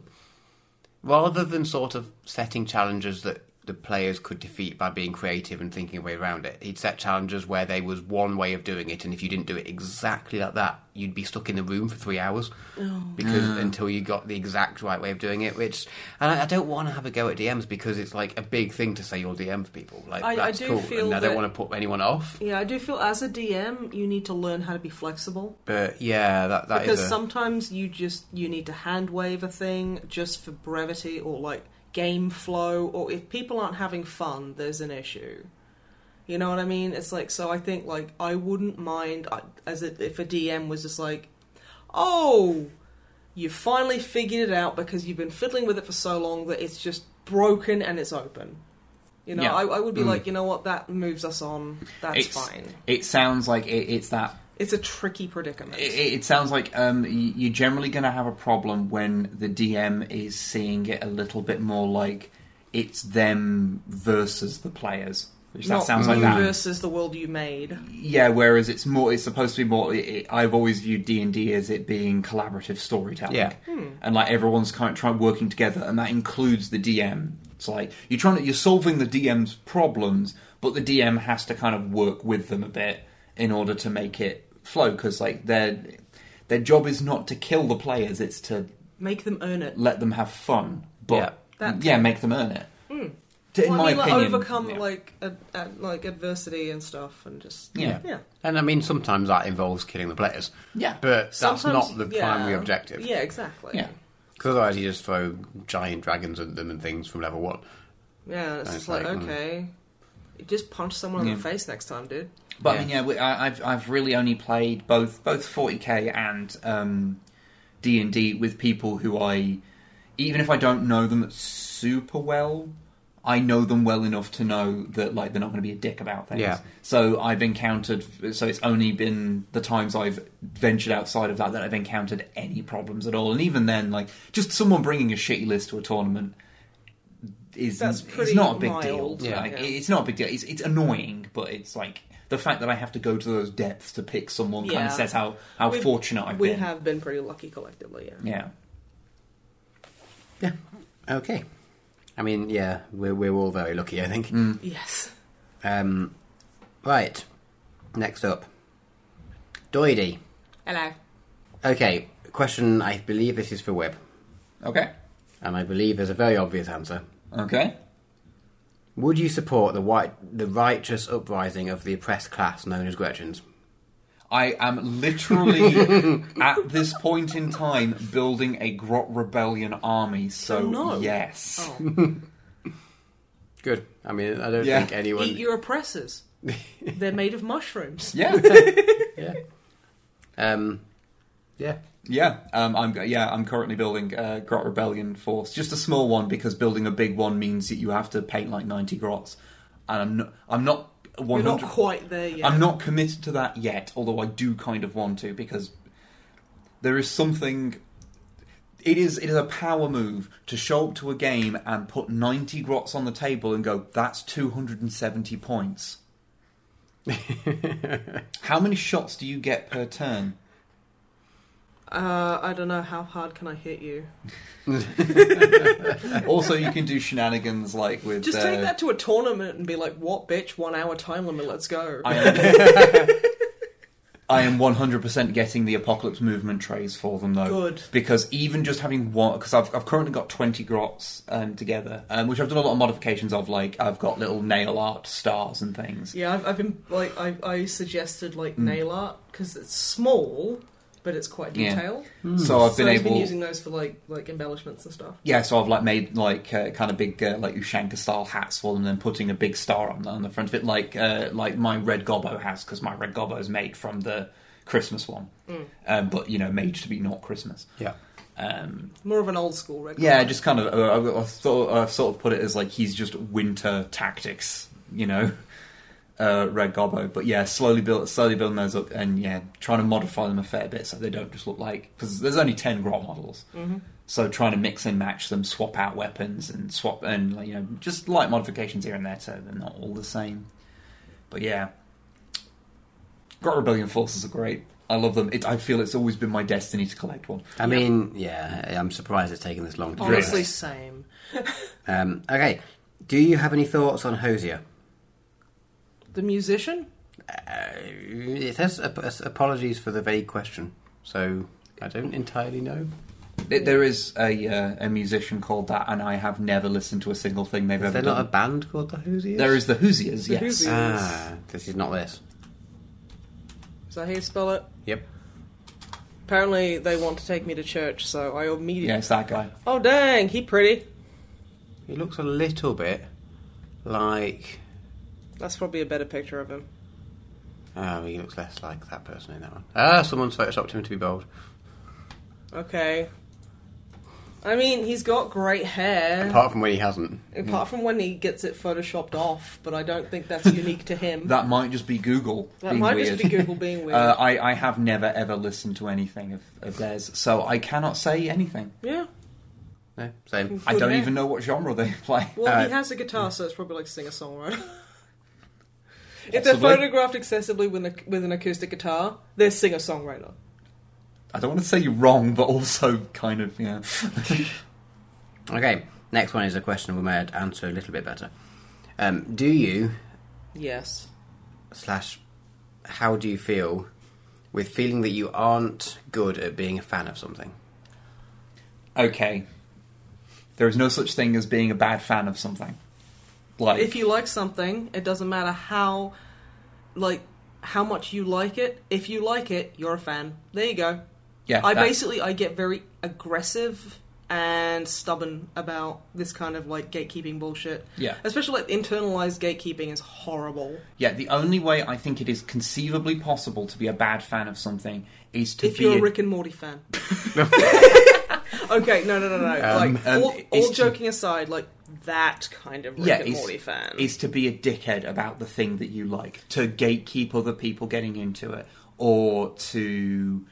Speaker 1: Rather than sort of setting challenges that the players could defeat by being creative and thinking a way around it, he'd set challenges where there was one way of doing it, and if you didn't do it exactly like that, you'd be stuck in the room for three hours
Speaker 2: Oh.
Speaker 1: because until you got the exact right way of doing it. Which, and I, I don't want to have a go at DMs because it's like a big thing to say you're DM for people. Like
Speaker 2: I- I
Speaker 1: that's
Speaker 2: do
Speaker 1: cool,
Speaker 2: feel
Speaker 1: and I
Speaker 2: that-
Speaker 1: don't want to put anyone off.
Speaker 2: Yeah, I do feel as a DM, you need to learn how to be flexible
Speaker 1: But yeah, that that is
Speaker 2: because
Speaker 1: a-
Speaker 2: sometimes you just you need to hand wave a thing just for brevity or like game flow or if people aren't having fun, there's an issue. You know what I mean? It's like so. I think like I wouldn't mind I- as a, if a DM was just like, oh, you finally figured it out because you've been fiddling with it for so long that it's just broken and it's open. You know,
Speaker 3: Yeah. Mm.
Speaker 2: I, I would be like, you know what, that moves us on. That's
Speaker 3: It's,
Speaker 2: fine.
Speaker 3: It sounds like it, it's that
Speaker 2: It's a tricky predicament.
Speaker 3: It, it it sounds like um, y- you're generally going to have a problem when the DM is seeing it a little bit more like it's them versus the players. Which that
Speaker 2: Not
Speaker 3: sounds like
Speaker 2: you
Speaker 3: that.
Speaker 2: versus the world you made.
Speaker 3: yeah. Whereas it's more, it's supposed to be more. It, it- I've always viewed D and D as it being collaborative storytelling.
Speaker 1: Yeah.
Speaker 2: Hmm.
Speaker 3: and like everyone's kind of trying working together, and that includes the DM. It's like you're trying to you're solving the DM's problems, but the DM has to kind of work with them a bit in order to make it flow because like their their job is not to kill the players; it's to
Speaker 2: Make them earn it.
Speaker 3: let them have fun, but
Speaker 2: Yeah.
Speaker 3: yeah,
Speaker 2: That-
Speaker 3: make them earn it. To- In
Speaker 2: Hmm. Well,
Speaker 3: my
Speaker 2: I mean, like,
Speaker 3: opinion,
Speaker 2: overcome
Speaker 3: yeah.
Speaker 2: like ad- ad- like adversity and stuff, and just
Speaker 3: Yeah.
Speaker 2: yeah.
Speaker 1: and I mean sometimes that involves killing the players.
Speaker 3: Yeah.
Speaker 1: but that's
Speaker 2: Sometimes-
Speaker 1: not the
Speaker 2: yeah.
Speaker 1: primary objective.
Speaker 2: Yeah, exactly.
Speaker 3: yeah.
Speaker 1: Because otherwise, you just throw giant dragons at them and things from level one.
Speaker 2: Yeah, and it's
Speaker 1: It's
Speaker 2: just like,
Speaker 1: like, mm.
Speaker 2: okay, You just punch someone in the
Speaker 3: mm. Yeah.
Speaker 2: face next time, dude.
Speaker 3: But
Speaker 1: Yeah.
Speaker 3: I mean, yeah, we, I, I've I've really only played both both 40k and um, D and D with people who I, even if I don't know them super well, I know them well enough to know that like they're not going to be a dick about things.
Speaker 1: Yeah.
Speaker 3: So I've encountered. So it's only been the times I've ventured outside of that that I've encountered any problems at all. And even then, like just someone bringing a shitty list to a tournament is
Speaker 2: That's pretty
Speaker 3: it's not a big
Speaker 2: mild.
Speaker 3: deal.
Speaker 1: Yeah.
Speaker 3: Like,
Speaker 2: Yeah.
Speaker 3: It's not a big deal. It's it's annoying, but it's like the fact that I have to go to those depths to pick someone kind
Speaker 2: Yeah.
Speaker 3: of says how how
Speaker 2: We've-
Speaker 3: fortunate I've
Speaker 2: we
Speaker 3: been.
Speaker 2: have been pretty lucky collectively. Yeah.
Speaker 3: Yeah.
Speaker 1: Yeah. Okay. I mean, yeah, we're we're all very lucky, I think.
Speaker 3: Mm.
Speaker 2: Yes.
Speaker 1: Um, right. Next up, Doidy.
Speaker 2: Hello.
Speaker 1: Okay. Question. I believe this is for Web,
Speaker 3: Okay.
Speaker 1: and I believe there's a very obvious answer.
Speaker 3: Okay.
Speaker 1: Would you support the white, the righteous uprising of the oppressed class known as Gretchens?
Speaker 3: I am literally at this point in time building a Grot Rebellion army. So
Speaker 2: Oh, no.
Speaker 3: yes.
Speaker 2: Oh.
Speaker 1: Good. I mean, I don't
Speaker 3: Yeah.
Speaker 1: think anyone.
Speaker 2: Eat your oppressors. They're made of mushrooms.
Speaker 3: Yeah.
Speaker 1: yeah. Um. Yeah.
Speaker 3: Yeah, um, I'm yeah I'm currently building a grot rebellion force, just a small one because building a big one means that you have to paint like 90 grots, and I'm not I'm not
Speaker 2: We're
Speaker 3: 100.
Speaker 2: not quite there yet.
Speaker 3: I'm not committed to that yet, although I do kind of want to because there is something. It is it is a power move to show up to a game and put 90 grots on the table and go that's 270 points. How many shots do you get per turn?
Speaker 2: Uh, I don't know how hard can I hit you.
Speaker 3: also, you can do shenanigans like with.
Speaker 2: Just
Speaker 3: uh,
Speaker 2: take that to a tournament and be like, "What, bitch? One hour time limit. Let's go."
Speaker 3: I am, I am 100% getting the apocalypse movement trays for them though.
Speaker 2: Good.
Speaker 3: Because even just having one, because I've, I've currently got 20 grots um, together, um, which I've done a lot of modifications of, like I've got little nail art stars and things.
Speaker 2: Yeah, I've, I've been like I, I suggested like
Speaker 3: Mm.
Speaker 2: nail art because it's small, but it's quite
Speaker 3: Yeah.
Speaker 2: detailed.
Speaker 3: So I've
Speaker 2: Hmm. so
Speaker 3: been
Speaker 2: he's
Speaker 3: able.
Speaker 2: been using those for like like embellishments and stuff.
Speaker 3: yeah, so I've like made like uh, kind of big uh, like Ushanka style hats for them, and then putting a big star on the, on the front of it, like uh, like my red gobbo has, because my
Speaker 2: Hmm.
Speaker 3: red gobbo is made from the Christmas one, um, but you know made to be not Christmas.
Speaker 1: Yeah.
Speaker 3: Um,
Speaker 2: More of an old school regular.
Speaker 3: yeah, just kind of uh, I, I thought I sort of put it as like he's just winter tactics, you know, uh, Red Gobbo. But yeah, slowly build, slowly building those up, and yeah, trying to modify them a fair bit so they don't just look like because there's only ten Grot models,
Speaker 2: Mhm.
Speaker 3: so trying to mix and match them, swap out weapons, and swap and like, you know just light modifications here and there so they're not all the same. But yeah, Grot Rebellion forces are great. I love them. It, I feel it's always been my destiny to collect one.
Speaker 1: I mean, yeah, I'm surprised it's taken this long to do
Speaker 2: Honestly,
Speaker 1: this.
Speaker 2: same.
Speaker 1: Um, okay, do you have any thoughts on Hosier?
Speaker 2: The musician?
Speaker 1: Uh, it says ap- uh, apologies for the vague question, so I don't entirely know.
Speaker 3: Th- There is a uh, a musician called that, and I have never listened to a single thing they've
Speaker 1: Is
Speaker 3: ever
Speaker 1: there
Speaker 3: done.
Speaker 1: not a band called the Hosiers?
Speaker 3: There is the Hoosiers,
Speaker 2: The
Speaker 3: yes.
Speaker 2: Hoosiers.
Speaker 1: Ah, this is not this.
Speaker 2: Is that how you spell it?
Speaker 1: Yep.
Speaker 2: Apparently, they want to take me to church, so I immediately.
Speaker 3: Yeah, it's that guy.
Speaker 2: Oh, dang, he pretty.
Speaker 1: He looks a little bit like.
Speaker 2: That's probably a better picture of him.
Speaker 1: Oh, he looks less like that person in that one. Ah, someone's photoshopped him to be bold.
Speaker 2: Okay. I mean, he's got great hair.
Speaker 1: Apart from when he hasn't.
Speaker 3: Mm.
Speaker 2: Apart from when he gets it photoshopped off, but I don't think that's unique to him.
Speaker 3: That might just be Google.
Speaker 2: That
Speaker 3: being
Speaker 2: might
Speaker 3: weird.
Speaker 2: just be Google being weird.
Speaker 3: Uh, I, I have never ever listened to anything of, of theirs, so I cannot say anything.
Speaker 2: yeah.
Speaker 1: No, same.
Speaker 3: I don't
Speaker 2: Okay.
Speaker 3: even know what genre they play.
Speaker 2: Well,
Speaker 1: Uh,
Speaker 2: he has a guitar, so it's probably like singer songwriter. if they're
Speaker 3: Possibly.
Speaker 2: photographed excessively with, an ac- with an acoustic guitar, they're singer songwriter.
Speaker 3: I don't want to say you're wrong, but also kind of, yeah.
Speaker 1: Okay, next one is a question we may answer a little bit better. Um, do you
Speaker 2: Yes.
Speaker 1: slash how do you feel with feeling that you aren't good at being a fan of something?
Speaker 3: okay. There is no such thing as being a bad fan of something. Like,
Speaker 2: If you like something, it doesn't matter how, like, how much you like it. If you like it, you're a fan. There you go.
Speaker 3: yeah,
Speaker 2: I
Speaker 3: that-
Speaker 2: basically I get very aggressive and stubborn about this kind of like gatekeeping bullshit.
Speaker 3: yeah.
Speaker 2: Especially like internalized gatekeeping is horrible.
Speaker 3: Yeah, the only way I think it is conceivably possible to be a bad fan of something is to
Speaker 2: if
Speaker 3: be
Speaker 2: you're
Speaker 3: a-
Speaker 2: a Rick and Morty fan. okay, no, no, no, no.
Speaker 1: Um,
Speaker 2: like,
Speaker 3: um,
Speaker 2: all,
Speaker 3: it's
Speaker 2: all
Speaker 3: to-
Speaker 2: joking aside, like that kind of Rick
Speaker 3: Yeah,
Speaker 2: and
Speaker 3: it's-
Speaker 2: Morty fan.
Speaker 3: is to be a dickhead about the thing that you like, to gatekeep other people getting into it, or to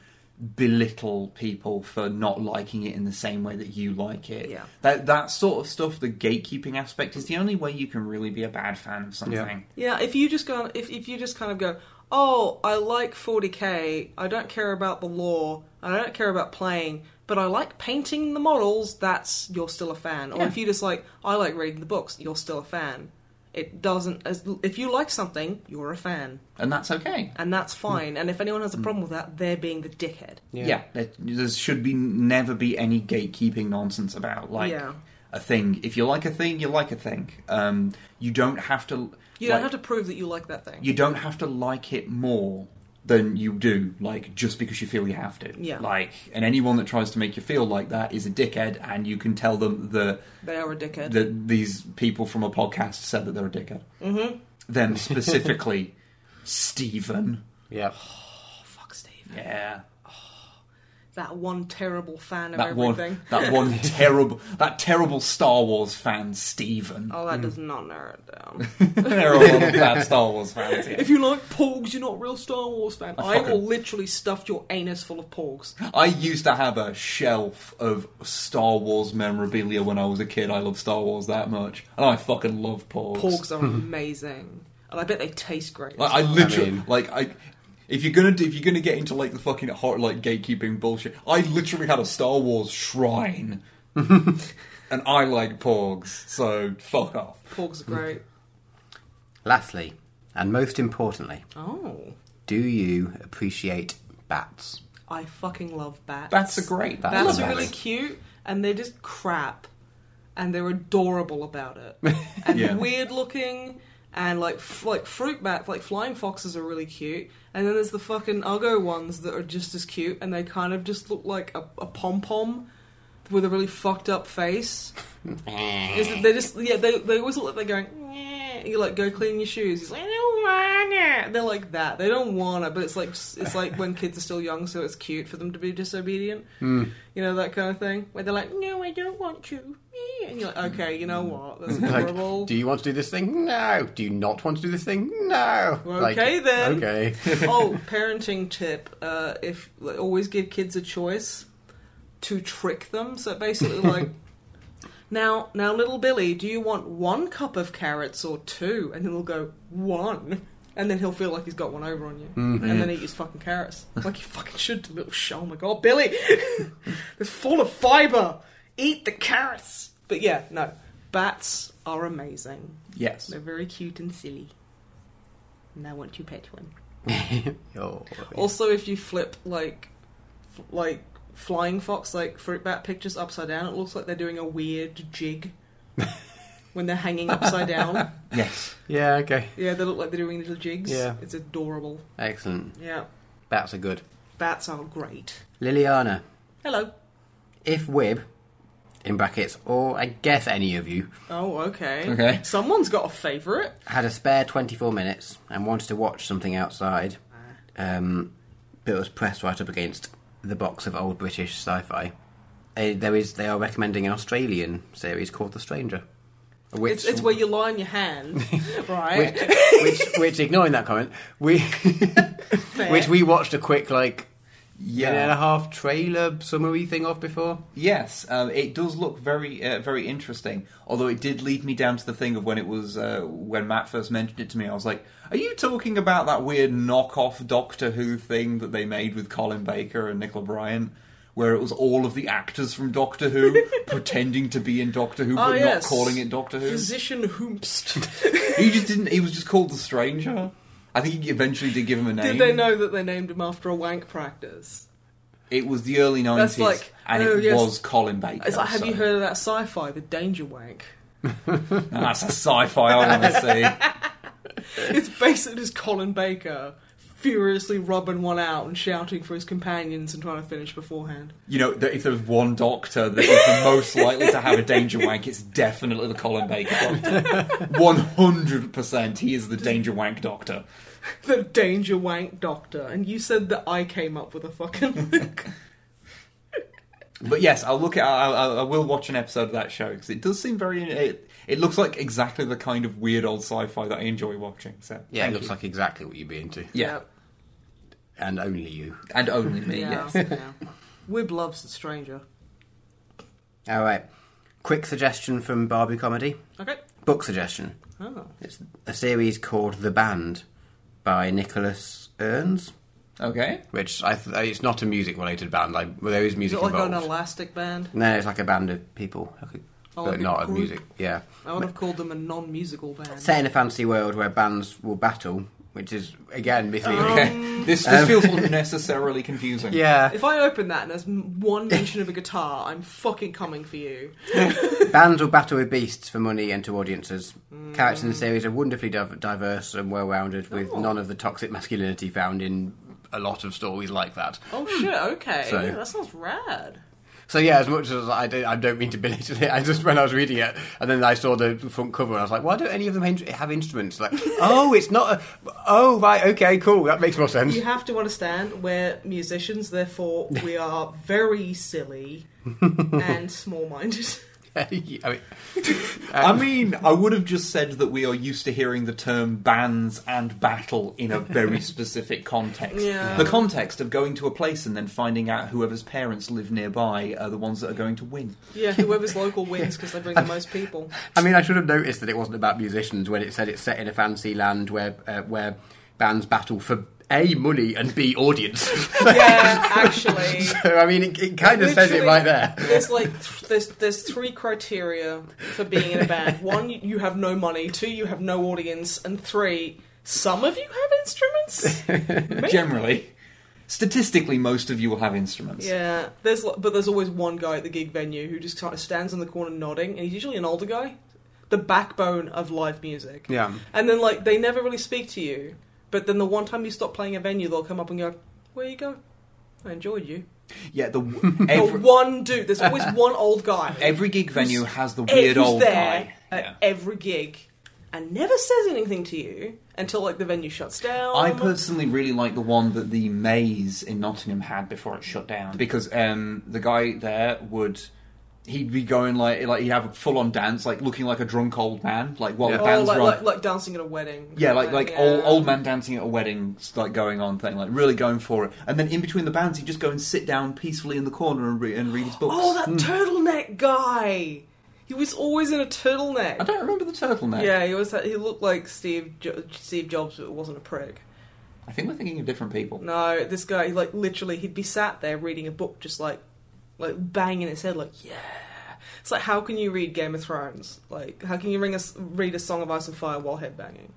Speaker 3: belittle people for not liking it in the same way that you like it.
Speaker 2: Yeah.
Speaker 3: That that sort of stuff, the gatekeeping aspect is the only way you can really be a bad fan of something.
Speaker 1: Yeah.
Speaker 2: Yeah, if you just go, if if you just kind of go, oh, I like 40k. I don't care about the lore. I don't care about playing, but I like painting the models. That's you're still a fan. Or
Speaker 3: Yeah.
Speaker 2: if you just like, I like reading the books. You're still a fan. It doesn't. As, if you like something, you're a fan,
Speaker 3: And that's okay.
Speaker 2: and that's fine. And if anyone has a
Speaker 3: Hmm.
Speaker 2: problem with that, they're being the dickhead.
Speaker 3: Yeah. there, there should be never be any gatekeeping nonsense about like
Speaker 2: Yeah.
Speaker 3: a thing. If you like a thing, you like a thing. Um, you don't have to.
Speaker 2: You
Speaker 3: like,
Speaker 2: don't have to prove that you like that thing.
Speaker 3: you don't have to like it more than you do, like just because you feel you have to.
Speaker 2: Yeah.
Speaker 3: Like, and anyone that tries to make you feel like that is a dickhead, and you can tell them that
Speaker 2: they are a dickhead.
Speaker 3: that these people from a podcast said that they're a dickhead. Mm-hmm. Them specifically, Stephen.
Speaker 1: Yeah.
Speaker 2: oh, fuck Steve.
Speaker 3: Yeah.
Speaker 2: That one terrible fan of
Speaker 3: That
Speaker 2: everything.
Speaker 3: one. That one terrible. That terrible Star Wars fan, Stephen.
Speaker 2: Oh, that does not narrow it down.
Speaker 3: there are a lot of bad Star Wars fans. here.
Speaker 2: If you like porgs, you're not a real Star Wars fan.
Speaker 3: I
Speaker 2: I,
Speaker 3: fucking-
Speaker 2: will literally stuff your anus full of porgs.
Speaker 3: I used to have a shelf of Star Wars memorabilia when I was a kid. I love Star Wars that much, and I fucking love porgs.
Speaker 2: Porgs are amazing, and I bet they taste great.
Speaker 3: Like, I literally,
Speaker 1: I mean-
Speaker 3: like, I. If you're gonna do, if you're gonna get into like the fucking hot like gatekeeping bullshit, I literally had a Star Wars shrine, and I like porgs, so fuck off.
Speaker 2: porgs are great.
Speaker 1: Lastly, and most importantly,
Speaker 2: Oh,
Speaker 1: do you appreciate bats?
Speaker 2: I fucking love bats.
Speaker 3: Bats are great.
Speaker 1: Bats
Speaker 2: Bats
Speaker 1: I
Speaker 2: are
Speaker 1: love
Speaker 2: really
Speaker 1: bats.
Speaker 2: cute, and they're just crap, and they're adorable about it, and
Speaker 3: Yeah.
Speaker 2: weird looking. And like f- like fruit bats, like flying foxes are really cute. And then there's the fucking uggo ones that are just as cute, and they kind of just look like a, a pom pom with a really fucked up face. Is that they just yeah they they always look like they're going "Nyeh," it. You like go clean your shoes. He's like, I don't want it. They're like that. They don't want it, but it's like it's like when kids are still young, so it's cute for them to be disobedient. You know that kind of thing where they're like, No, I don't want to. Eh, And you're like, Okay, you know what? That's adorable.
Speaker 1: Like, do you want to do this thing? No. Do you not want to do this thing? No. Like,
Speaker 2: Okay, then.
Speaker 1: Okay.
Speaker 2: oh, parenting tip: uh, if like, always give kids a choice to trick them. So basically, like. Now, now, little Billy, do you want one cup of carrots or two? And then he'll go one, and then he'll feel like he's got one over on you, and then eat his fucking carrots like you fucking should, do, little show. Oh my god, Billy, it's full of fiber. Eat the carrots. But yeah, no, bats are amazing.
Speaker 3: Yes.
Speaker 2: They're very cute and silly, and I want to pet one.
Speaker 1: Oh,
Speaker 2: Also, if you flip like, f- like flying fox, like fruit bat pictures upside down, it looks like they're doing a weird jig when they're hanging upside down.
Speaker 3: Yes.
Speaker 1: yeah. Okay.
Speaker 2: Yeah, they look like they're doing little jigs.
Speaker 1: Yeah.
Speaker 2: it's adorable.
Speaker 1: Excellent.
Speaker 2: Yeah,
Speaker 1: Bats are good.
Speaker 2: bats are great.
Speaker 1: Liliana,
Speaker 2: Hello.
Speaker 1: if Wib, in brackets, or I guess any of you,
Speaker 2: Oh, okay.
Speaker 3: Okay.
Speaker 2: Someone's got a favorite.
Speaker 1: had a spare 24 minutes and wanted to watch something outside, um, but was pressed right up against the box of old British sci-fi. Uh, there is they are recommending an Australian series called The Stranger, which
Speaker 2: It's, it's where you lie on your hand, right?
Speaker 1: which, which, which ignoring that comment, we which we watched a quick like minute and a
Speaker 3: Yeah.
Speaker 1: half trailer summary thing of before.
Speaker 3: Yes. Um, it does look very, uh, very interesting. Although it did lead me down to the thing of when it was uh, when Matt first mentioned it to me. I was like, "Are you talking about that weird knockoff Doctor Who thing that they made with Colin Baker and Nicola Bryant?" Where it was all of the actors from Doctor Who pretending to be in Doctor Who, but
Speaker 2: oh
Speaker 3: not
Speaker 2: yes.
Speaker 3: calling it Doctor Who.
Speaker 2: Physician Hoomst.
Speaker 3: He just didn't. He was just called the Stranger. I think he eventually did give him a name.
Speaker 2: Did they know that they named him after a wank practice?
Speaker 3: It was the early
Speaker 2: That's
Speaker 3: nineties,
Speaker 2: like,
Speaker 3: and
Speaker 2: oh,
Speaker 3: it
Speaker 2: yes.
Speaker 3: was Colin Baker.
Speaker 2: It's like, have you
Speaker 3: so-
Speaker 2: heard of that sci-fi, the danger wank?
Speaker 3: That's a sci-fi. I want to see.
Speaker 2: It's basically just Colin Baker furiously rubbing one out and shouting for his companions and trying to finish beforehand.
Speaker 3: You know, that if there was one doctor that is the most likely to have a danger wank, it's definitely the Colin Baker doctor. One hundred percent, he is the danger wank doctor.
Speaker 2: The danger wank doctor, and you said that I came up with a fucking look.
Speaker 3: But yes, I'll look at. I, I, I will watch an episode of that show because it does seem very. It, it looks like exactly the kind of weird old sci-fi that I enjoy watching. So
Speaker 1: Yeah,
Speaker 3: thank
Speaker 1: it looks
Speaker 3: you.
Speaker 1: like exactly what you'd be into,
Speaker 3: yeah,
Speaker 1: and only you.
Speaker 3: and only me.
Speaker 2: yeah,
Speaker 3: Yes.
Speaker 2: yeah. Wib loves the stranger.
Speaker 1: All right, quick suggestion from Barbie comedy.
Speaker 2: Okay.
Speaker 1: Book suggestion.
Speaker 2: Oh.
Speaker 1: It's a series called The Band by Nicholas Earns,
Speaker 3: Okay.
Speaker 1: which I th- it's not a music related band. Like well, there is
Speaker 2: Is
Speaker 1: music
Speaker 2: it like
Speaker 1: involved.
Speaker 2: an elastic band?
Speaker 1: no, it's like a band of people, like a-
Speaker 2: Oh, like
Speaker 1: but
Speaker 2: a
Speaker 1: not a
Speaker 2: group?
Speaker 1: music. Yeah,
Speaker 2: I would have called them a non-musical band.
Speaker 1: set in a fantasy world where bands will battle, which is again misleading.
Speaker 2: Oh.
Speaker 3: Okay. This, this feels unnecessarily confusing.
Speaker 1: Um, Yeah,
Speaker 2: If I open that and there's m- one mention of a guitar, I'm fucking coming for you.
Speaker 1: bands will battle with beasts for money and to audiences.
Speaker 2: Mm.
Speaker 1: Characters in the series are wonderfully div- diverse and well-rounded, with
Speaker 2: Oh.
Speaker 1: none of the toxic masculinity found in a lot of stories like that.
Speaker 2: Oh shit, okay.
Speaker 1: So-
Speaker 2: that sounds rad.
Speaker 1: So yeah, as much as I, do, I don't mean to belittle it, I just when I was reading it, and then I saw the front cover, and I was like, why don't any of them in- have instruments? Like, oh, it's not. A, oh, right, okay, cool, that makes more sense.
Speaker 2: You have to understand we're musicians, therefore we are very silly and small-minded.
Speaker 1: I mean,
Speaker 3: I mean, I would have just said that we are used to hearing the term bands and battle in a very specific context.
Speaker 2: Yeah.
Speaker 3: The context of going to a place and then finding out whoever's parents live nearby are the ones that are going to win.
Speaker 2: Yeah, whoever's local wins because they bring the most people.
Speaker 1: I mean, I should have noticed that it wasn't about musicians when it said it's set in a fancy land where uh, where bands battle for a money and b audience.
Speaker 2: Yeah, actually.
Speaker 1: so I mean, it, it kind of says it
Speaker 2: Literally,
Speaker 1: right there.
Speaker 2: There's like th- there's there's three criteria for being in a band. One, you- you have no money. Two, you have no audience. And three, some of you have instruments.
Speaker 3: Generally. Statistically, most of you will have instruments.
Speaker 2: Yeah, there's lo- but there's always one guy at the gig venue who just kind of stands in the corner nodding, and he's usually an older guy, the backbone of live music.
Speaker 1: Yeah.
Speaker 2: And then like they never really speak to you, but then the one time you stop playing a venue, they'll come up and go, "Where you go? I enjoyed you."
Speaker 3: Yeah, the,
Speaker 2: The
Speaker 3: every,
Speaker 2: one dude. There's always one old guy.
Speaker 3: every gig venue has the
Speaker 2: Eh,
Speaker 3: weird
Speaker 2: who's
Speaker 3: old
Speaker 2: there
Speaker 3: guy.
Speaker 2: at
Speaker 3: Yeah.
Speaker 2: every gig. and never says anything to you until like the venue shuts down.
Speaker 3: I personally really like the one that the maze in Nottingham had before it shut down because um, the guy there would he'd be going like like he'd have a full on dance like looking like a drunk old man like while
Speaker 2: oh,
Speaker 3: the band's
Speaker 2: like,
Speaker 3: were on.
Speaker 2: like like dancing at a wedding.
Speaker 3: yeah, like like
Speaker 2: Yeah.
Speaker 3: old old man dancing at a wedding, like going on thing, like really going for it. And then in between the bands, he'd just go and sit down peacefully in the corner and, re- and read his books. Hmm.
Speaker 2: Oh, that turtleneck guy. He was always in a turtleneck.
Speaker 3: I don't remember the turtleneck.
Speaker 2: Yeah, he was. He looked like Steve jo- Steve Jobs, but wasn't a prick.
Speaker 3: I think we're thinking of different people.
Speaker 2: No, this guy, he, like literally, he'd be sat there reading a book, just like, like banging his head, like yeah. It's like, how can you read Game of Thrones? Like, how can you ring a, s- read a Song of Ice and Fire while headbanging?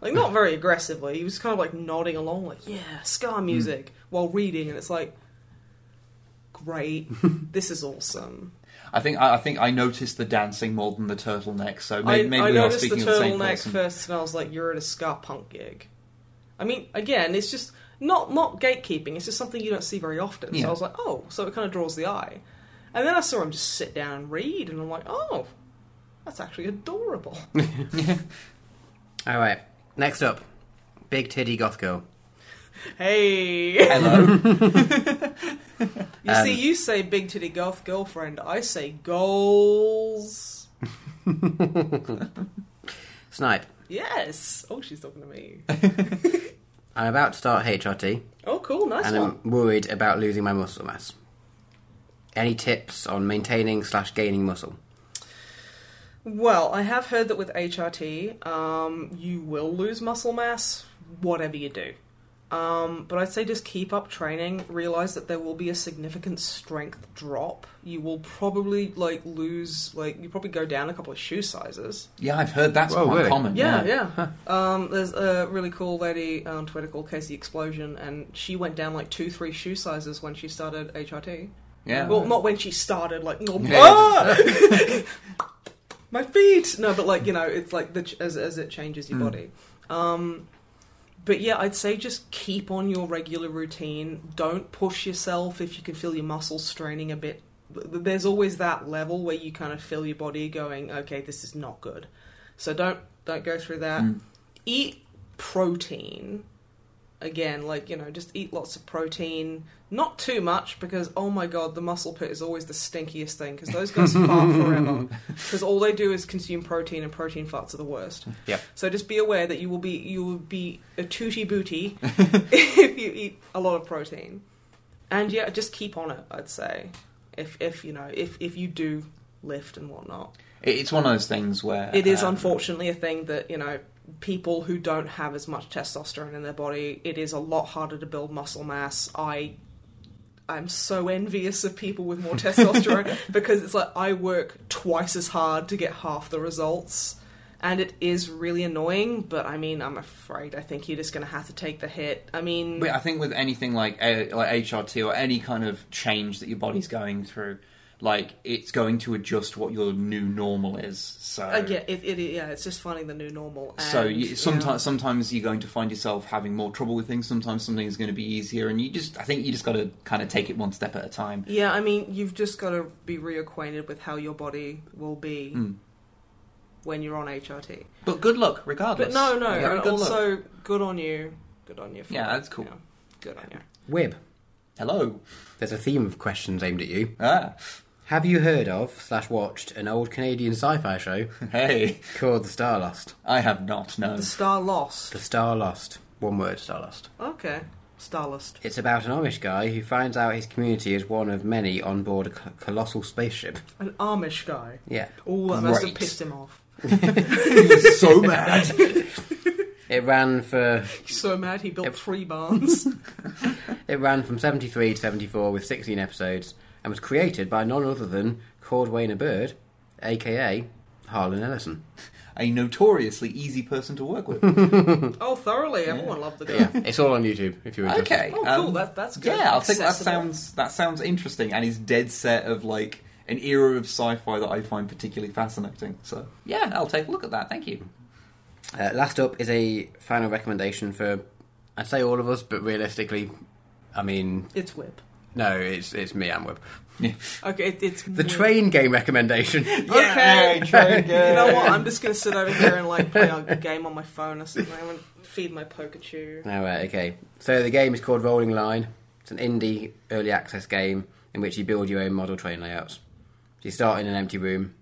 Speaker 2: Like, not very aggressively. He was kind of like nodding along, like yeah, ska
Speaker 3: Hmm.
Speaker 2: music while reading, and it's like, great, this is awesome.
Speaker 3: I think I, I think I noticed the dancing more than the turtleneck. So may-
Speaker 2: I,
Speaker 3: maybe
Speaker 2: I
Speaker 3: we are
Speaker 2: noticed the
Speaker 3: speaking of the same
Speaker 2: turtleneck
Speaker 3: person.
Speaker 2: first, and I was like, "You're at a ska punk gig." I mean, again, it's just not not gatekeeping. It's just something you don't see very often. So
Speaker 3: Yeah.
Speaker 2: I was like, "Oh," so it kind of draws the eye. And then I saw him just sit down and read, and I'm like, "Oh, that's actually adorable."
Speaker 1: All right. Next up, Big Titty Goth Girl.
Speaker 2: hey,
Speaker 3: Hello. Um,
Speaker 2: you see, you say big titty goth girlfriend. I say goals.
Speaker 1: Snipe.
Speaker 2: Yes. Oh, she's talking to me.
Speaker 1: I'm about to start HRT,
Speaker 2: Oh, cool. Nice
Speaker 1: and
Speaker 2: one.
Speaker 1: I'm worried about losing my muscle mass. Any tips on maintaining slash gaining muscle?
Speaker 2: Well, I have heard that with HRT, um, you will lose muscle mass, whatever you do. Um, but I'd say just keep up training. Realize that there will be a significant strength drop. You will probably like lose, like you probably go down a couple of shoe sizes.
Speaker 3: yeah, I've heard that's
Speaker 1: Whoa,
Speaker 3: quite
Speaker 1: really?
Speaker 3: common.
Speaker 2: Yeah, yeah. Um, there's a really cool lady on Twitter called Casey Explosion, and she went down like two, three shoe sizes when she started HRT.
Speaker 3: Yeah.
Speaker 2: Well, not when she started, like, no,
Speaker 3: Yeah.
Speaker 2: Ah! my feet. No, but like you know, it's like the ch- as as it changes
Speaker 3: Mm.
Speaker 2: your body. Um, but yeah, I'd say just keep on your regular routine. Don't push yourself if you can feel your muscles straining a bit. Th- There's always that level where you kind of feel your body going, okay, this is not good. So don't don't go through that.
Speaker 3: Mm.
Speaker 2: Eat protein. Again, like you know, just eat lots of protein. Not too much because oh my god, the muscle pit is always the stinkiest thing because those guys fart forever because all they do is consume protein and protein farts are the worst.
Speaker 1: Yep.
Speaker 2: So just be aware that you will be you will be a tooty booty if you eat a lot of protein. And yeah, just keep on it. I'd say if if you know if if you do lift and whatnot,
Speaker 3: It- it's one of those things where
Speaker 2: it is
Speaker 3: um,
Speaker 2: unfortunately a thing that you know people who don't have as much testosterone in their body. It is a lot harder to build muscle mass. I. I'm so envious of people with more testosterone because it's like I work twice as hard to get half the results and it is really annoying, but I mean, I'm afraid I think you're just going to have to take the hit. I mean,
Speaker 3: But I think with anything like uh, like HRT or any kind of change that your body's going through, like it's going to adjust what your new normal is. So
Speaker 2: I get it, it, yeah, it's just finding the new normal. And,
Speaker 3: So you, sometimes
Speaker 2: yeah.
Speaker 3: sometimes you're going to find yourself having more trouble with things. Sometimes something is going to be easier, and you just I think you just got to kind of take it one step at a time.
Speaker 2: Yeah, I mean, you've just got to be reacquainted with how your body will be
Speaker 3: Hmm.
Speaker 2: when you're on HRT.
Speaker 3: But good luck,
Speaker 2: But
Speaker 3: regardless.
Speaker 2: no, no,
Speaker 3: Very
Speaker 2: and
Speaker 3: good luck.
Speaker 2: also good on you. Good on you. For
Speaker 3: Yeah,
Speaker 2: it,
Speaker 3: that's cool.
Speaker 2: Good on you.
Speaker 1: Wib.
Speaker 3: hello.
Speaker 1: There's a theme of questions aimed at you.
Speaker 3: Ah,
Speaker 1: Have you heard of slash watched an old Canadian sci-fi show
Speaker 3: hey,
Speaker 1: called The Star Lost?
Speaker 3: I have not known.
Speaker 2: The Star Lost.
Speaker 1: The Star Lost. One word, Star Lost.
Speaker 2: Okay, Star Lost.
Speaker 1: It's about an Amish guy who finds out his community is one of many on board a co- colossal spaceship.
Speaker 2: An Amish guy.
Speaker 1: Yeah.
Speaker 2: Oh, that must have
Speaker 3: Great.
Speaker 2: pissed him off.
Speaker 3: so mad.
Speaker 1: It ran for
Speaker 2: He's so mad he built
Speaker 1: Yep.
Speaker 2: three barns.
Speaker 1: it ran from 73 to 74 with 16 episodes and was created by none other than Cordwainer Bird, aka Harlan Ellison.
Speaker 3: A notoriously easy person to work with.
Speaker 2: oh, thoroughly. Everyone loved the guy.
Speaker 1: Yeah, it's all on YouTube if you're interested.
Speaker 3: Okay.
Speaker 2: Oh, cool.
Speaker 3: um,
Speaker 2: that, that's good.
Speaker 3: Yeah, I think that
Speaker 2: Accessible.
Speaker 3: sounds that sounds interesting, and is dead set of like an era of sci-fi that I find particularly fascinating. So yeah, I'll take a look at that. Thank you.
Speaker 1: Uh, last up is a final recommendation for, I'd say all of us, but realistically, I mean,
Speaker 2: It's whip.
Speaker 1: No, it's it's me, Amweb.
Speaker 2: Okay, it, it's
Speaker 1: The train game recommendation.
Speaker 2: Okay.
Speaker 3: Yay, train game.
Speaker 2: You know what? I'm just gonna sit over here and like play a game on my phone or something. I'm gonna feed my Pikachu.
Speaker 1: All right, okay. So the game is called Rolling Line. It's an indie early access game in which you build your own model train layouts. You start in an empty room,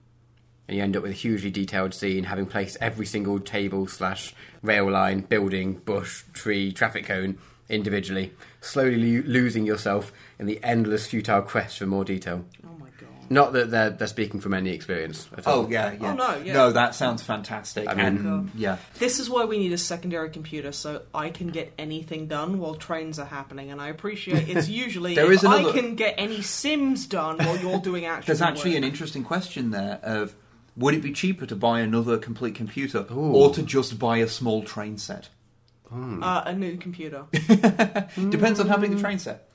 Speaker 1: and you end up with a hugely detailed scene, having placed every single table slash rail line, building, bush, tree, traffic cone individually, slowly lo- losing yourself in the endless futile quest for more detail.
Speaker 2: Oh my god.
Speaker 1: Not that they're, they're speaking from any experience at all.
Speaker 3: Oh yeah, yeah.
Speaker 2: Oh, no, yeah.
Speaker 3: No, that sounds fantastic.
Speaker 1: I mean-
Speaker 3: and yeah,
Speaker 2: This is why we need a secondary computer so I can get anything done while trains are happening. And I appreciate it's usually
Speaker 3: There
Speaker 2: if
Speaker 3: is another-
Speaker 2: I can get any Sims done while you're doing actual.
Speaker 3: there's actually
Speaker 2: work.
Speaker 3: an interesting question there of would it be cheaper to buy another complete computer
Speaker 1: Ooh.
Speaker 3: or to just buy a small train set?
Speaker 2: uh, a new computer. Mm.
Speaker 3: Depends on how big the train set.